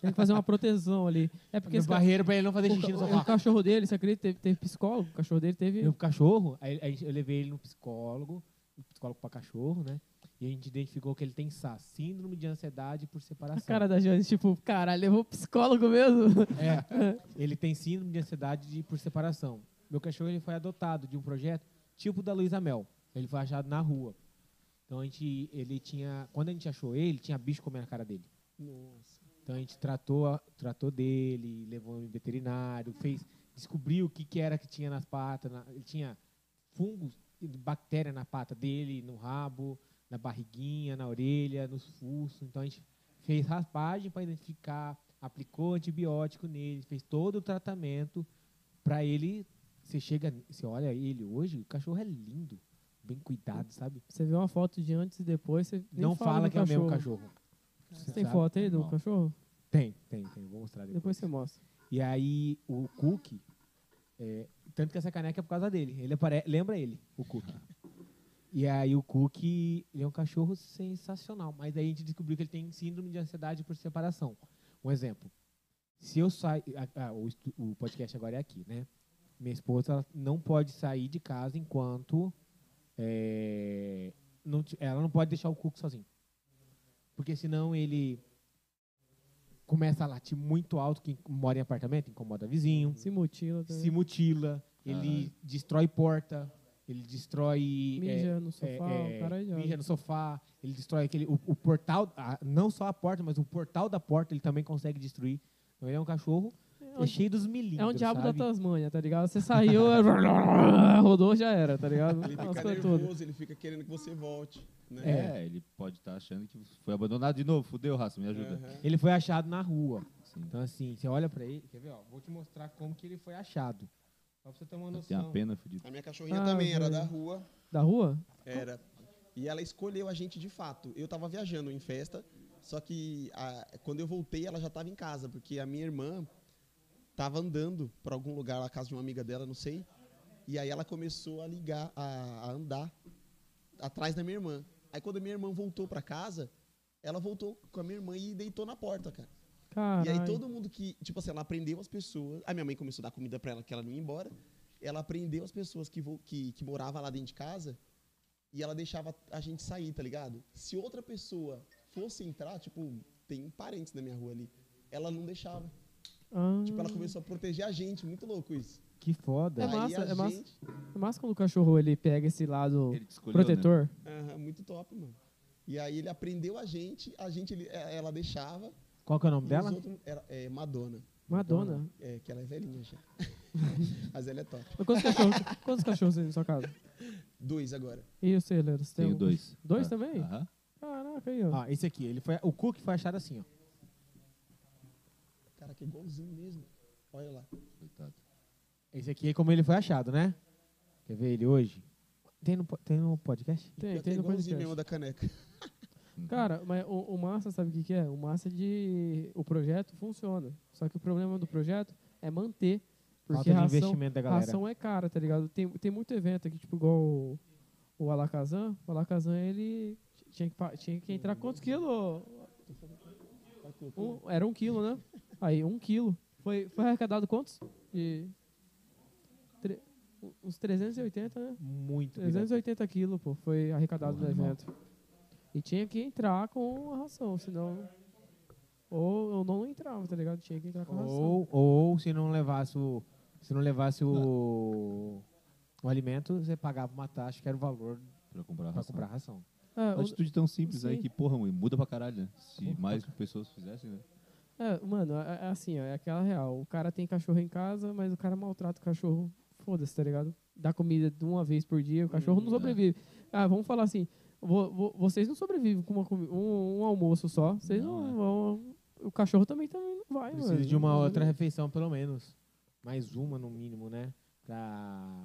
Tem que fazer uma proteção ali. É porque Porque esse minha barreira pra ele não fazer O, xixi no ca- o sofá. cachorro dele, você acredita? Teve, teve psicólogo? O cachorro dele teve. Meu um cachorro, aí, aí eu levei ele no psicólogo, um psicólogo pra cachorro, né? E a gente identificou que ele tem SA, síndrome de ansiedade por A separação. cara da Janice, tipo, caralho, levou psicólogo mesmo? É, ele tem síndrome de ansiedade de- por separação. Meu cachorro ele foi adotado de um projeto tipo da Luísa Mel. Ele foi achado na rua. Então a gente, ele tinha, quando a gente achou ele, tinha bicho comendo a cara dele. Nossa. Então a gente tratou, a- tratou dele, levou no veterinário, fez, descobriu o que, que era que tinha nas patas. na- ele tinha fungos, e bactéria na pata dele, no rabo, na barriguinha, na orelha, nos fuços. Então a gente fez raspagem para identificar, aplicou antibiótico nele, fez todo o tratamento para ele. Você chega, você olha ele hoje, o cachorro é lindo, bem cuidado, sabe? Você vê uma foto de antes e depois, você nem Não fala do que é o mesmo cachorro. Você tem Sabe? foto aí do Não. cachorro? Tem, tem, tem. Vou mostrar depois. Depois você mostra. E aí o Cook, é, tanto que essa caneca é por causa dele. Ele apare... lembra ele, o Cook. E aí o Cook, ele é um cachorro sensacional, mas aí a gente descobriu que ele tem síndrome de ansiedade por separação. Um exemplo. Se eu saio, ah, ah, o, estu- o podcast agora é aqui, né? Minha esposa ela não pode sair de casa enquanto é, não ti- ela não pode deixar o Cook sozinho. Porque senão ele começa a latir muito alto, quem mora em apartamento incomoda vizinho Se mutila também. se mutila, ele Caralho. destrói porta, ele destrói. Mija é, no sofá, é, o cara é, já. mija no sofá, ele destrói aquele. O, o portal, a- não só a porta, mas o portal da porta ele também consegue destruir. Então ele é um cachorro É É um, cheio dos milímetros. é um diabo sabe? da Tasmânia, tá ligado? Você saiu, é [LAUGHS] rodou, já era, tá ligado? Ele Umas fica coisas todas. nervoso, ele fica querendo que você volte. É, Né? ele pode estar achando que foi abandonado de novo. Fudeu, raça, É. me ajuda. Aham. Ele foi achado na rua. Sim. Então, assim, você olha pra ele. Quer ver? Ó, vou te mostrar como que ele foi achado. Só pra você ter uma tá, Tem noção. uma pena fudida. A minha cachorrinha Ah, também era velho. da rua. Da rua? Era. E ela escolheu a gente de fato. Eu tava viajando em festa, só que a- quando eu voltei, ela já tava em casa, porque a minha irmã tava andando para algum lugar, a casa de uma amiga dela, não sei. E aí ela começou a ligar, a, a andar atrás da minha irmã. Aí quando a minha irmã voltou para casa, ela voltou com a minha irmã e deitou na porta, cara. Caralho. E aí todo mundo que, tipo assim, ela aprendeu as pessoas. A minha mãe começou a dar comida pra ela que ela não ia embora. Ela aprendeu as pessoas que, vo- que, que morava lá dentro de casa e ela deixava a gente sair, tá ligado? Se outra pessoa fosse entrar, tipo, tem parentes na minha rua ali, ela não deixava. Ah. Tipo, ela começou a proteger a gente, muito louco isso. Que foda. É massa, a é massa. gente- É massa quando o cachorro ele pega esse lado Ele te escolheu, né? protetor. Aham, muito top, mano. E aí ele aprendeu a gente, a gente ele- eh, ela deixava. Qual que é o nome e dela? os outros era é, Madonna, Madonna. é, que ela é [LAUGHS] velhinha já. Mas ela é top. Mas Quantos cachorros, quantos cachorros tem na sua casa? Dois agora. E você, Leandro? Você tem Tenho um? dois. Dois Ah, também? Aham. Caraca, aí, um ó. Ah, esse aqui. Ele foi, o Cook foi achado assim, ó. Cara, que é igualzinho mesmo. Olha lá. Coitado. Esse aqui é como ele foi achado, né? Quer ver ele hoje? Tem no, po- tem no podcast? Tem, Pior que tem é no igualzinho podcast. mesmo da caneca. Cara, mas o, o massa, sabe o que, que é? O massa de. O projeto funciona. Só que o problema do projeto é manter. Porque Falta de a ração, investimento da galera. ração é cara, tá ligado? Tem, tem muito evento aqui, tipo, igual o, o Alakazam. O Alakazam, ele t- tinha que, pa- tinha que entrar quantos quilos? Um- era um quilo, né? Aí, um quilo. Foi, foi arrecadado quantos? De, tre- uns 380, né? Muito. obrigado. 380 quilos, pô, foi arrecadado Porra, no animal. evento. E tinha que entrar com a ração, senão. Ou eu não entrava, tá ligado? Tinha que entrar com a ração. Ou, ou se não levasse o. Se não levasse o, o alimento, você pagava uma taxa que era o valor Hum, Pra comprar para ração. comprar ração. É, Uma atitude tão simples aí Sim. que, porra, mãe, muda pra caralho, né? Se mais pessoas fizessem, né? o- é, mano, é, é assim, ó, é aquela real. O cara tem cachorro em casa, mas o cara maltrata o cachorro. Foda-se, tá ligado? Dá comida de uma vez por dia, o cachorro não Uhum, é. sobrevive. Ah, vamos falar assim. vo- vo- vocês não sobrevivem com uma comi- um, um almoço só. Vocês não, Não, é. vão. O cachorro também, também não vai, mano. Precisa de uma outra refeição, pelo menos. Mais uma, no mínimo, né? Pra.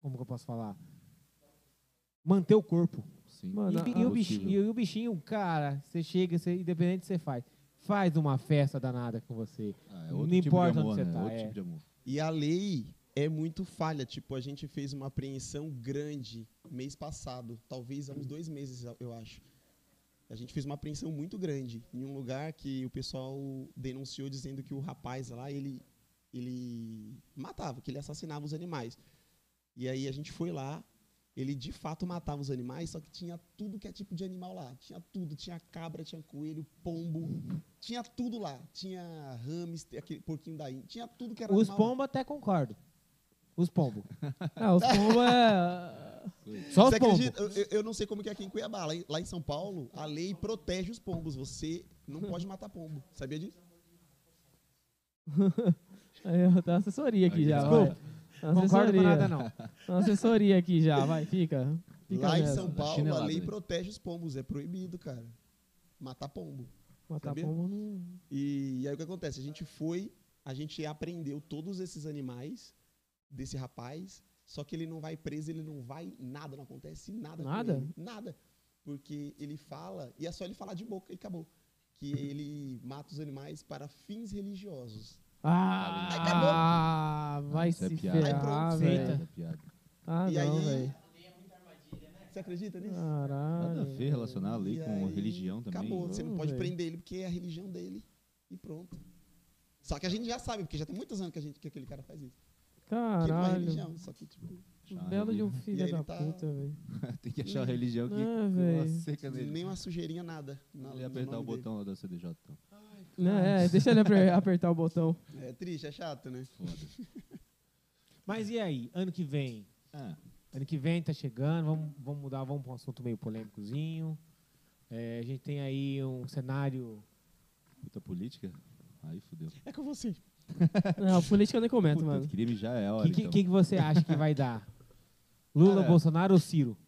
Como que eu posso falar? Manter o corpo. Sim. e, Mano, a- e o Possível. bichinho, e o bichinho, cara, você chega, você, independente do que você faz, faz uma festa danada com você. Ah, é Não outro tipo importa de onde amor, você né? tá, outro é. tipo de amor. E a lei é muito falha. Tipo, a gente fez uma apreensão grande mês passado. Talvez há uns dois meses, eu acho. A gente fez uma apreensão muito grande em um lugar que o pessoal denunciou dizendo que o rapaz lá, ele, ele matava, que ele assassinava os animais. E aí a gente foi lá, ele de fato matava os animais, só que tinha tudo que é tipo de animal lá. Tinha tudo, tinha cabra, tinha coelho, pombo, tinha tudo lá. Tinha hamster, aquele porquinho da Índia, tinha tudo que era Os animal. lá. pombos até concordo. Os pombos. Ah, os pombos é. Só Você os pombos. acredita? Eu, eu- eu não sei como que é aqui em Cuiabá. Lá em, lá em São Paulo, a lei protege os pombos. Você não pode matar pombo. Sabia disso? Aí, ó, tá uma assessoria aqui Aí, já, desculpa. vai. Uma Concordo assessoria. com nada, não. Uma assessoria aqui já, vai, fica. fica Lá em nessa. São dá Paulo, a chinelada, lei né? protege os pombos. É proibido, cara. Matar pombo. Matar sabia? pombo não. E, aí o que acontece? A gente foi, a gente apreendeu todos esses animais desse rapaz, só que ele não vai preso, ele não vai nada, não acontece nada. com Nada? ele, nada. Porque ele fala, e é só ele falar de boca, e acabou. Que ele mata os animais para fins religiosos. Ah, vai Isso é se piada. ferrar, Aí pronto, velho. feita. É piada. Ah, E não, aí- velho. Você acredita nisso? Nada a Caralho. ver relacionar a lei E com aí, religião também. Acabou, você não pode velho. prender ele porque é a religião dele. E pronto. Só que a gente já sabe, porque já tem muitos anos que, a gente, que aquele cara faz isso. Que ele é uma Caralho. religião, só que tipo, Achar uma Belo de um religião. E filho aí da ele tá- puta, velho. [LAUGHS] Tem que achar a religião que Ah, que velho. seca nele. nem uma sujeirinha, nada. na- Ele no apertar o nome dele. botão lá da CDJ. Então. Não, É, deixa ele aper- apertar o botão. É triste, é chato, né? Foda-se. Mas e aí? Ano que vem? Ah, Ano que vem tá chegando, vamos, vamos mudar, vamos para um assunto meio polêmicozinho. É, a gente tem aí um cenário puta política. Aí fudeu. É com você. Não, política eu nem comento, Puta, mano. Crime já é a O hora. que, que, então. que que você acha que vai dar? Lula, Cara, Bolsonaro ou Ciro?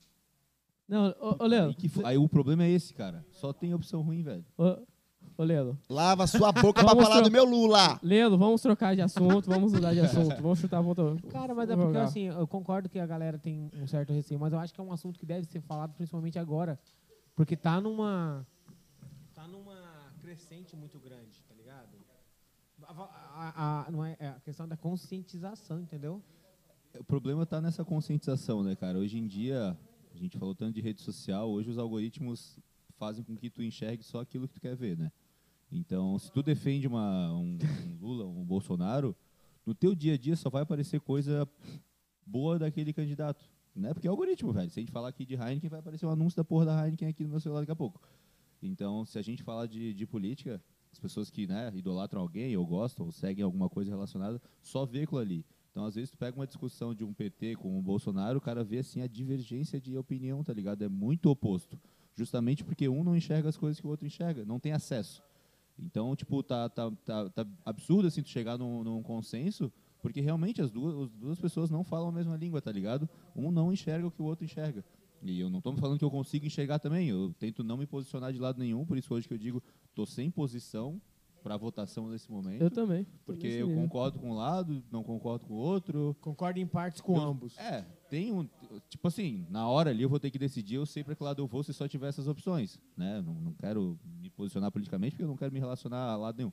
Não, ô, ô Lelo, Aí, que fu- aí o problema é esse, cara. Só tem opção ruim, velho. ô, ô Lelo. Lava sua boca pra Vamos falar tro- do meu Lula. Lelo, vamos trocar de assunto, vamos mudar de assunto, vamos chutar a volta. Cara, mas é porque assim, eu concordo que a galera tem um certo receio, mas eu acho que é um assunto que deve ser falado principalmente agora, porque tá numa tá numa crescente muito grande, tá ligado? A, a- a- não é, é a questão da conscientização, entendeu? O problema tá nessa conscientização, né, cara? Hoje em dia, a gente falou tanto de rede social, hoje os algoritmos fazem com que tu enxergue só aquilo que tu quer ver, né? Então, se tu defende uma, um, um Lula, um Bolsonaro, no teu dia a dia só vai aparecer coisa boa daquele candidato. Né? Porque é algoritmo, velho. Se a gente falar aqui de Heineken, vai aparecer um anúncio da porra da Heineken aqui no meu celular daqui a pouco. Então, se a gente falar de, de política, as pessoas que né, idolatram alguém, ou gostam, ou seguem alguma coisa relacionada, só vê aquilo ali. Então, às vezes, tu pega uma discussão de um PT com um Bolsonaro, o cara vê, assim, a divergência de opinião, tá ligado? É muito oposto. Justamente porque um não enxerga as coisas que o outro enxerga, não tem acesso. Então, tipo, tá, tá, tá, tá absurdo, assim, tu chegar num, num consenso, porque realmente as duas, as duas pessoas não falam a mesma língua, tá ligado? Um não enxerga o que o outro enxerga. E eu não estou falando que eu consigo enxergar também, eu tento não me posicionar de lado nenhum, por isso hoje que eu digo, tô sem posição para votação nesse momento, Eu também. tô porque nesse eu nível. concordo com um lado, não concordo com o outro, Concordo em partes com eu- ambos. É, tem um. Tipo assim, na hora ali eu vou ter que decidir, eu sei pra que lado eu vou se só tiver essas opções. Né? Não, não quero me posicionar politicamente porque eu não quero me relacionar a lado nenhum.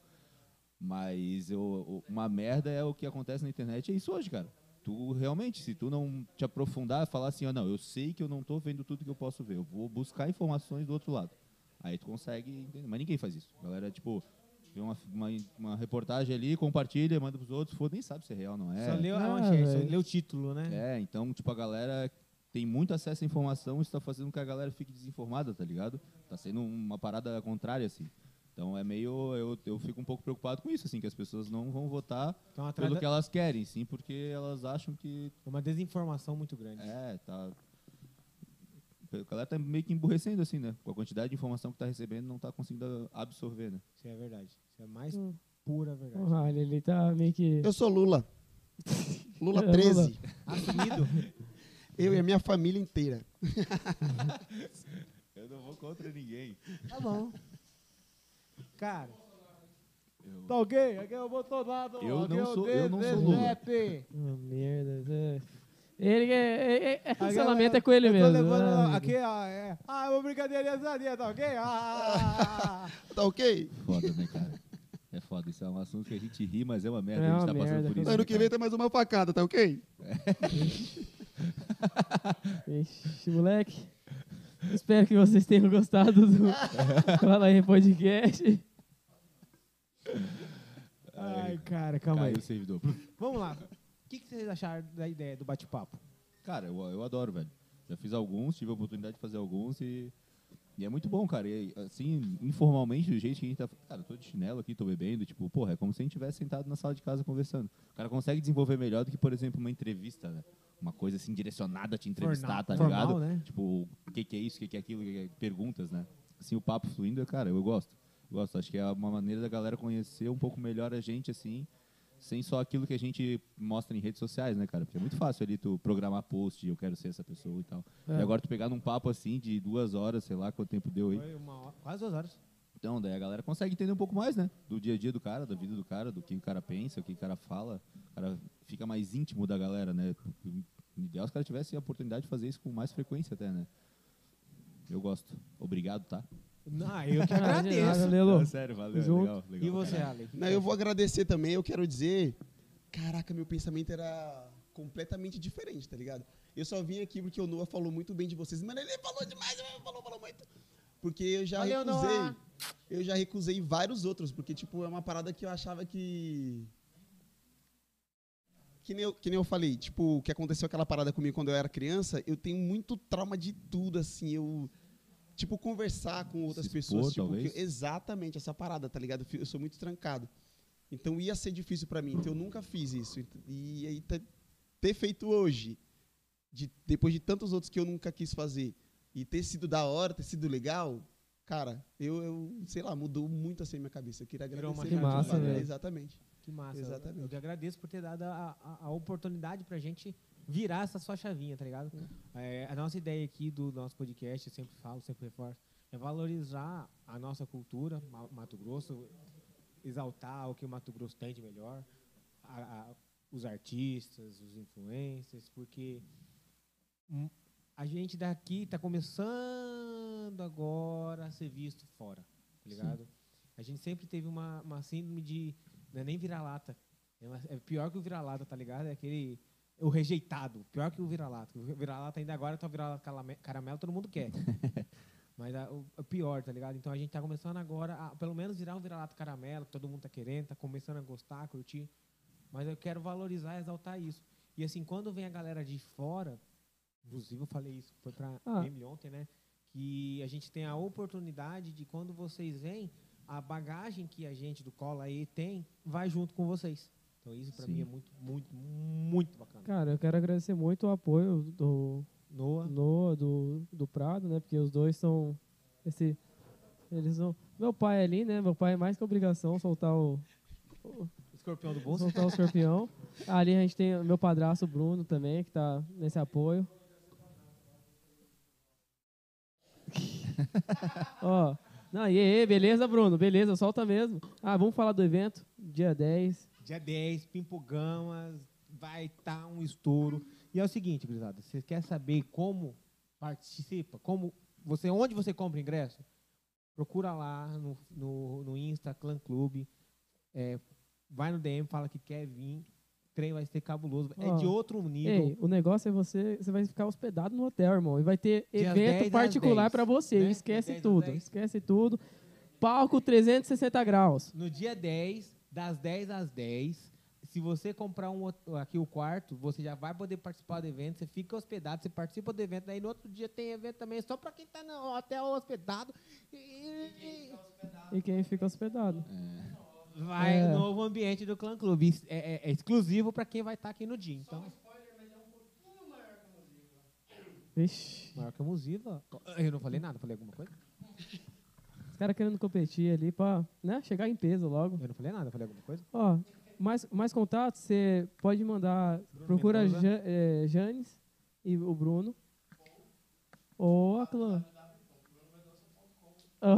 Mas eu, o- uma merda é o que acontece na internet, é isso hoje, cara. Tu realmente, se tu não te aprofundar, falar assim, ó, não, eu sei que eu não tô vendo tudo que eu posso ver, eu vou buscar informações do outro lado. Aí tu consegue entender. Mas ninguém faz isso. A galera, tipo, vê uma, uma, uma reportagem ali, compartilha, manda pros outros, foda, nem sabe se é real, não é. Só leu a Ah, manchete, só velho. leu o título, né? É, então, tipo, a galera tem muito acesso à informação, isso tá fazendo com que a galera fique desinformada, tá ligado? Tá sendo uma parada contrária, assim. Então é meio. Eu, eu fico um pouco preocupado com isso, assim, que as pessoas não vão votar Então atrás pelo da- que elas querem, sim, porque elas acham que. é uma desinformação muito grande. É, tá. A galera tá meio que emburrecendo, assim, né? Com a quantidade de informação que tá recebendo, não tá conseguindo absorver, né? Isso é verdade. Isso é a mais Hum. pura verdade. Ah, ele- ele tá meio que. Eu sou Lula. Lula É, 13. Lula. Assumido? [LAUGHS] Eu e a minha família inteira. Eu não vou contra ninguém. tá bom. Cara, Eu, tá alguém? Alguém é o Bolsonaro. Eu alguém não é o sou- eu não sou Giuseppe. Ah, merda. Zé. Ele que é, é, é cancelamento é com ele né? Eu tô mesmo. levando né, amigo? aqui, ó, é. Ah, é uma brincadeirinha sadia, tá ok? Ah, ah, ah, Tá ok? Foda, né, cara? É foda, isso é um assunto que a gente ri, mas é uma merda, É a uma gente tá merda, passando por isso. Ano né, que cara? vem tem mais uma facada, tá ok? Ixi, moleque. Espero que vocês tenham gostado [LAUGHS] do Fala aí Podcast. ah. Ai, cara, calma Caiu aí. o servidor. Vamos lá. O que, que vocês acharam da ideia do bate-papo? Cara, eu, eu adoro, velho. Já fiz alguns, tive a oportunidade de fazer alguns e, e é muito bom, cara. E, assim, informalmente, do jeito que a gente tá. Cara, eu tô de chinelo aqui, tô bebendo, tipo, porra, é como se a gente tivesse sentado na sala de casa conversando. O cara consegue desenvolver melhor do que, por exemplo, uma entrevista, né? Uma coisa assim direcionada a te entrevistar, Formal- tá formal, ligado? né? Tipo, o que, que é isso, o que, que é aquilo, o que que é- perguntas, né? Assim, o papo fluindo, cara, eu gosto. Eu gosto. Acho que é uma maneira da galera conhecer um pouco melhor a gente, assim, sem só aquilo que a gente mostra em redes sociais, né, cara? Porque é muito fácil ali tu programar post, eu quero ser essa pessoa e tal. É. E agora tu pegar num papo assim de duas horas, sei lá quanto tempo deu aí. Foi uma hora, quase duas horas. Então, daí a galera consegue entender um pouco mais, né? Do dia a dia do cara, da vida do cara, do que o cara pensa, o que o cara fala. O cara fica mais íntimo da galera, né? O ideal é se o cara tivesse a oportunidade de fazer isso com mais frequência até, né? Eu gosto. Obrigado, tá? Não, eu que Ah, de nada, agradeço. Lelo. Não, [LAUGHS] sério, valeu. Junto. Legal, legal. E você, Caralho. Ale? Não, eu vou agradecer também, eu quero dizer. Caraca, meu pensamento era completamente diferente, tá ligado? Eu só vim aqui porque o Noah falou muito bem de vocês. Mano, ele falou demais, ele falou, falou muito. Porque eu já Valeu, recusei. Noah. Eu já recusei vários outros, porque, tipo, é uma parada que eu achava que. Que nem, eu, que nem eu falei, tipo, o que aconteceu aquela parada comigo quando eu era criança, eu tenho muito trauma de tudo, assim, eu. Tipo, conversar com outras Se expor, pessoas. Tipo, talvez. que- exatamente, essa parada, tá ligado? Eu fi- Eu sou muito trancado. Então ia ser difícil pra mim, então eu nunca fiz isso. Ent- E aí tá- ter feito hoje, de- depois de tantos outros que eu nunca quis fazer, e ter sido da hora, ter sido legal, Cara, eu, eu sei lá, mudou muito assim a minha cabeça. Eu queria agradecer. Virou uma né? muito, massa, cara. velho. Exatamente. Que massa. né? Exatamente. Eu que agradeço por ter dado a, a, a oportunidade pra gente virar essa sua chavinha, tá ligado? É, a nossa ideia aqui do nosso podcast, eu sempre falo, sempre reforço, é valorizar a nossa cultura, Ma- Mato Grosso, exaltar o que o Mato Grosso tem de melhor, a- a- os artistas, os influencers, porque hum, a gente daqui tá começando agora a ser visto fora, tá ligado? A gente sempre teve uma, uma síndrome de não é nem vira-lata. É uma- É pior que o vira-lata, tá ligado? É aquele. O rejeitado. Pior que o vira-lata. O vira-lata ainda agora tá vira-lata calame- caramelo, todo mundo quer. Mas a- o, o pior, tá ligado? Então a gente tá começando agora a, pelo menos, virar um vira-lata caramelo, que todo mundo tá querendo, tá começando a gostar, curtir. Mas eu quero valorizar, exaltar isso. E assim, quando vem a galera de fora, inclusive eu falei isso, foi pra Ah. Emily ontem, né? Que a gente tem a oportunidade de quando vocês vêm, a bagagem que a gente do Cola aí tem vai junto com vocês. Então isso pra Sim. mim é muito, muito, muito bacana. Cara, eu quero agradecer muito o apoio do Noah, Noah, do, do Prado, né? Porque os dois são. Esse, eles são. Meu pai ali, né? Meu pai é mais que obrigação soltar o, escorpião do [LAUGHS] bolso. soltar o escorpião. Ali a gente tem o meu padrasto, o Bruno, também, que tá nesse apoio. [LAUGHS] Ó. Não, e aí, beleza, Bruno? Beleza, solta mesmo. Ah, vamos falar do evento, dia 10. Dia 10, Pimpogamas, vai estar um estouro. E é o seguinte, gurizada, você quer saber como participa, como você, onde você compra ingresso? Procura lá no, no, no Insta, Clã Clube, é, vai no DM, fala que quer vir, o trem vai ser cabuloso, é Ó, de outro nível. Ei, o negócio é você, você vai ficar hospedado no hotel, irmão. E vai ter Dia 10 evento às particular 10, pra você. né? Esquece Dia 10 às tudo, 10. esquece tudo. Palco 360 graus. No dia 10, das 10 às 10, se você comprar um, hot- aqui o quarto, você já vai poder participar do evento, você fica hospedado, você participa do evento, daí no outro dia tem evento também, só para quem tá no hotel hospedado. E, e- E quem fica hospedado. É. e vai É. no novo ambiente do Clã Clube. Isso É, é- é exclusivo para quem vai estar aqui no dia. Então, Vixe. maior que a Musiva. Eu não falei nada, falei alguma coisa? Os caras querendo competir ali pra né, chegar em peso logo. Eu não falei nada, falei alguma coisa? Ó, mais, mais contatos, você pode mandar. procura Mendoza. Ja- eh, Janes e o Bruno. Ou a Clã.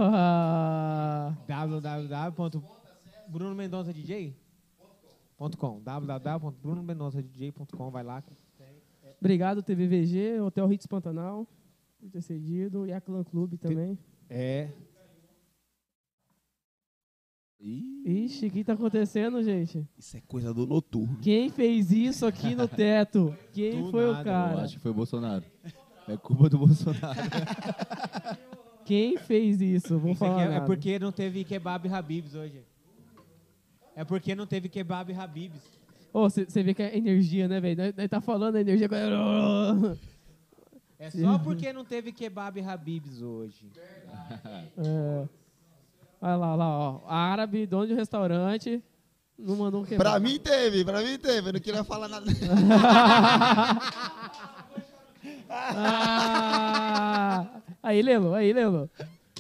Ah, www.brunomendonçadj.com www.brunomendonçadj.com Vai lá, obrigado, TVVG, Hotel Hits Pantanal, por ter cedido. E a Clã Clube também. É. Ih, Ixi, o que tá acontecendo, gente? Isso é coisa do noturno. Quem fez isso aqui no teto? Quem Do foi nada, o eu eu cara? acho que foi o Bolsonaro. É culpa do [LAUGHS] Bolsonaro. Quem fez isso? Vou Isso aqui falar. é, é nada. porque não teve kebab e Habibs hoje. É porque não teve kebab e Habibs. Você vê que é energia, né, velho? Nós- Nós tá falando a energia. É só porque não teve kebab e Habibs hoje. [LAUGHS] É. Olha lá, olha lá, ó. Árabe, dono de um restaurante, não mandou um quebrar. Pra mim teve, pra mim teve. Eu não queria falar nada. Ah! Aí, Lelo, aí, Lelo.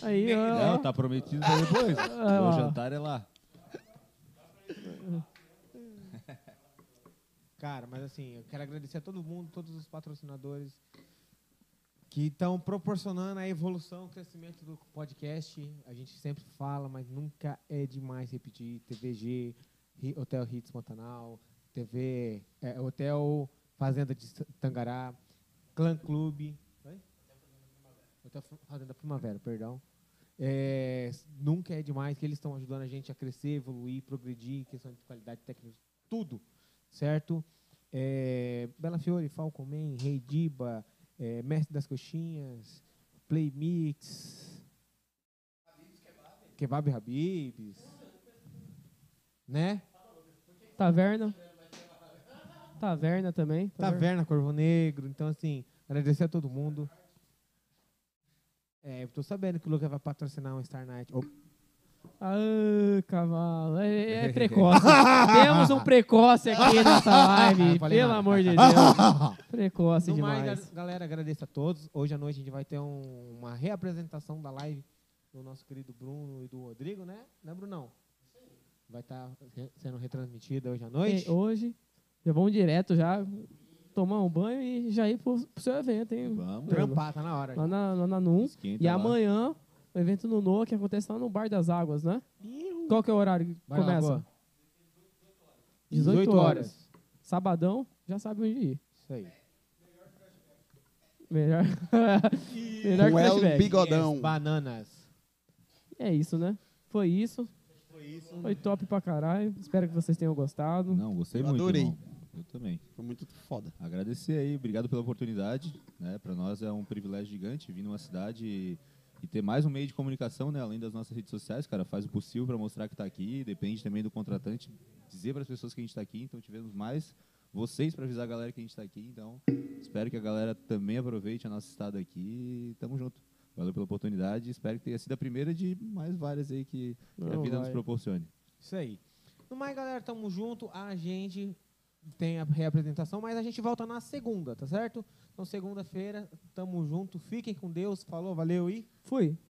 Aí, ó. Não, tá prometido pra depois. Ah. O jantar é lá. Cara, mas assim, eu quero agradecer a todo mundo, todos os patrocinadores que estão proporcionando a evolução, o crescimento do podcast. A gente sempre fala, mas nunca é demais repetir. TVG, Hi- Hotel Hits Pantanal, TV, é, Hotel Fazenda de Sa- Tangará, Clã Clube. Oi? Hotel Fa- Fazenda Primavera, perdão. É, s- nunca é demais que eles estão ajudando a gente a crescer, evoluir, progredir, questão de qualidade técnica, tudo certo? É, Bela Fiore, Falcon Man, Rei Diba, é, Mestre das Coxinhas, Play Mix, Kebab Habibs, né? Taverna. Taverna também. Taverna Corvo Negro. Então, assim, agradecer a todo mundo. É, eu tô sabendo que o Lucas vai patrocinar um Star Night. Ô, Ah, cavalo. É, é precoce. Temos um precoce aqui nessa live. Falei Pelo nada. amor de Deus. Precoce No demais. mais, galera, agradeço a todos. Hoje à noite a gente vai ter um- uma reapresentação da live do nosso querido Bruno e do Rodrigo, né? Né, Brunão? Vai estar sendo retransmitida hoje à noite. É, hoje, já vamos direto já, tomar um banho e já ir pro, pro seu evento, hein? Vamos. Trampar, tá na hora. Lá na, lá na NUM. Esquenta E lá. amanhã, o evento no NOA que acontece lá no Bar das Águas, né? Qual que é o horário que Vai lá, começa? boa. 18 horas. Sabadão, já sabe onde ir. Isso aí. Melhor, [LAUGHS] Melhor que Com El flashback. Bigodão. Yes, bananas. É isso, né? Foi isso. Foi isso. Foi top pra caralho. Espero que vocês tenham gostado. Não, gostei Eu muito. adorei. irmão. Eu também. Foi muito foda. Agradecer aí, obrigado pela oportunidade. Né? Para nós é um privilégio gigante vir numa cidade e, e ter mais um meio de comunicação, né? além das nossas redes sociais, cara. Faz o possível para mostrar que está aqui, depende também do contratante dizer para as pessoas que a gente está aqui. Então tivemos mais vocês para avisar a galera que a gente está aqui. Então espero que a galera também aproveite a nossa estada aqui. Tamo junto. Valeu pela oportunidade. Espero que tenha sido a primeira de mais várias aí que, que a Não, vida nos vai. proporcione. Isso aí. No mais, galera, tamo junto. A gente tem a reapresentação, mas a gente volta na segunda, tá certo? Então, segunda-feira, tamo junto. Fiquem com Deus. Falou, valeu e. Fui.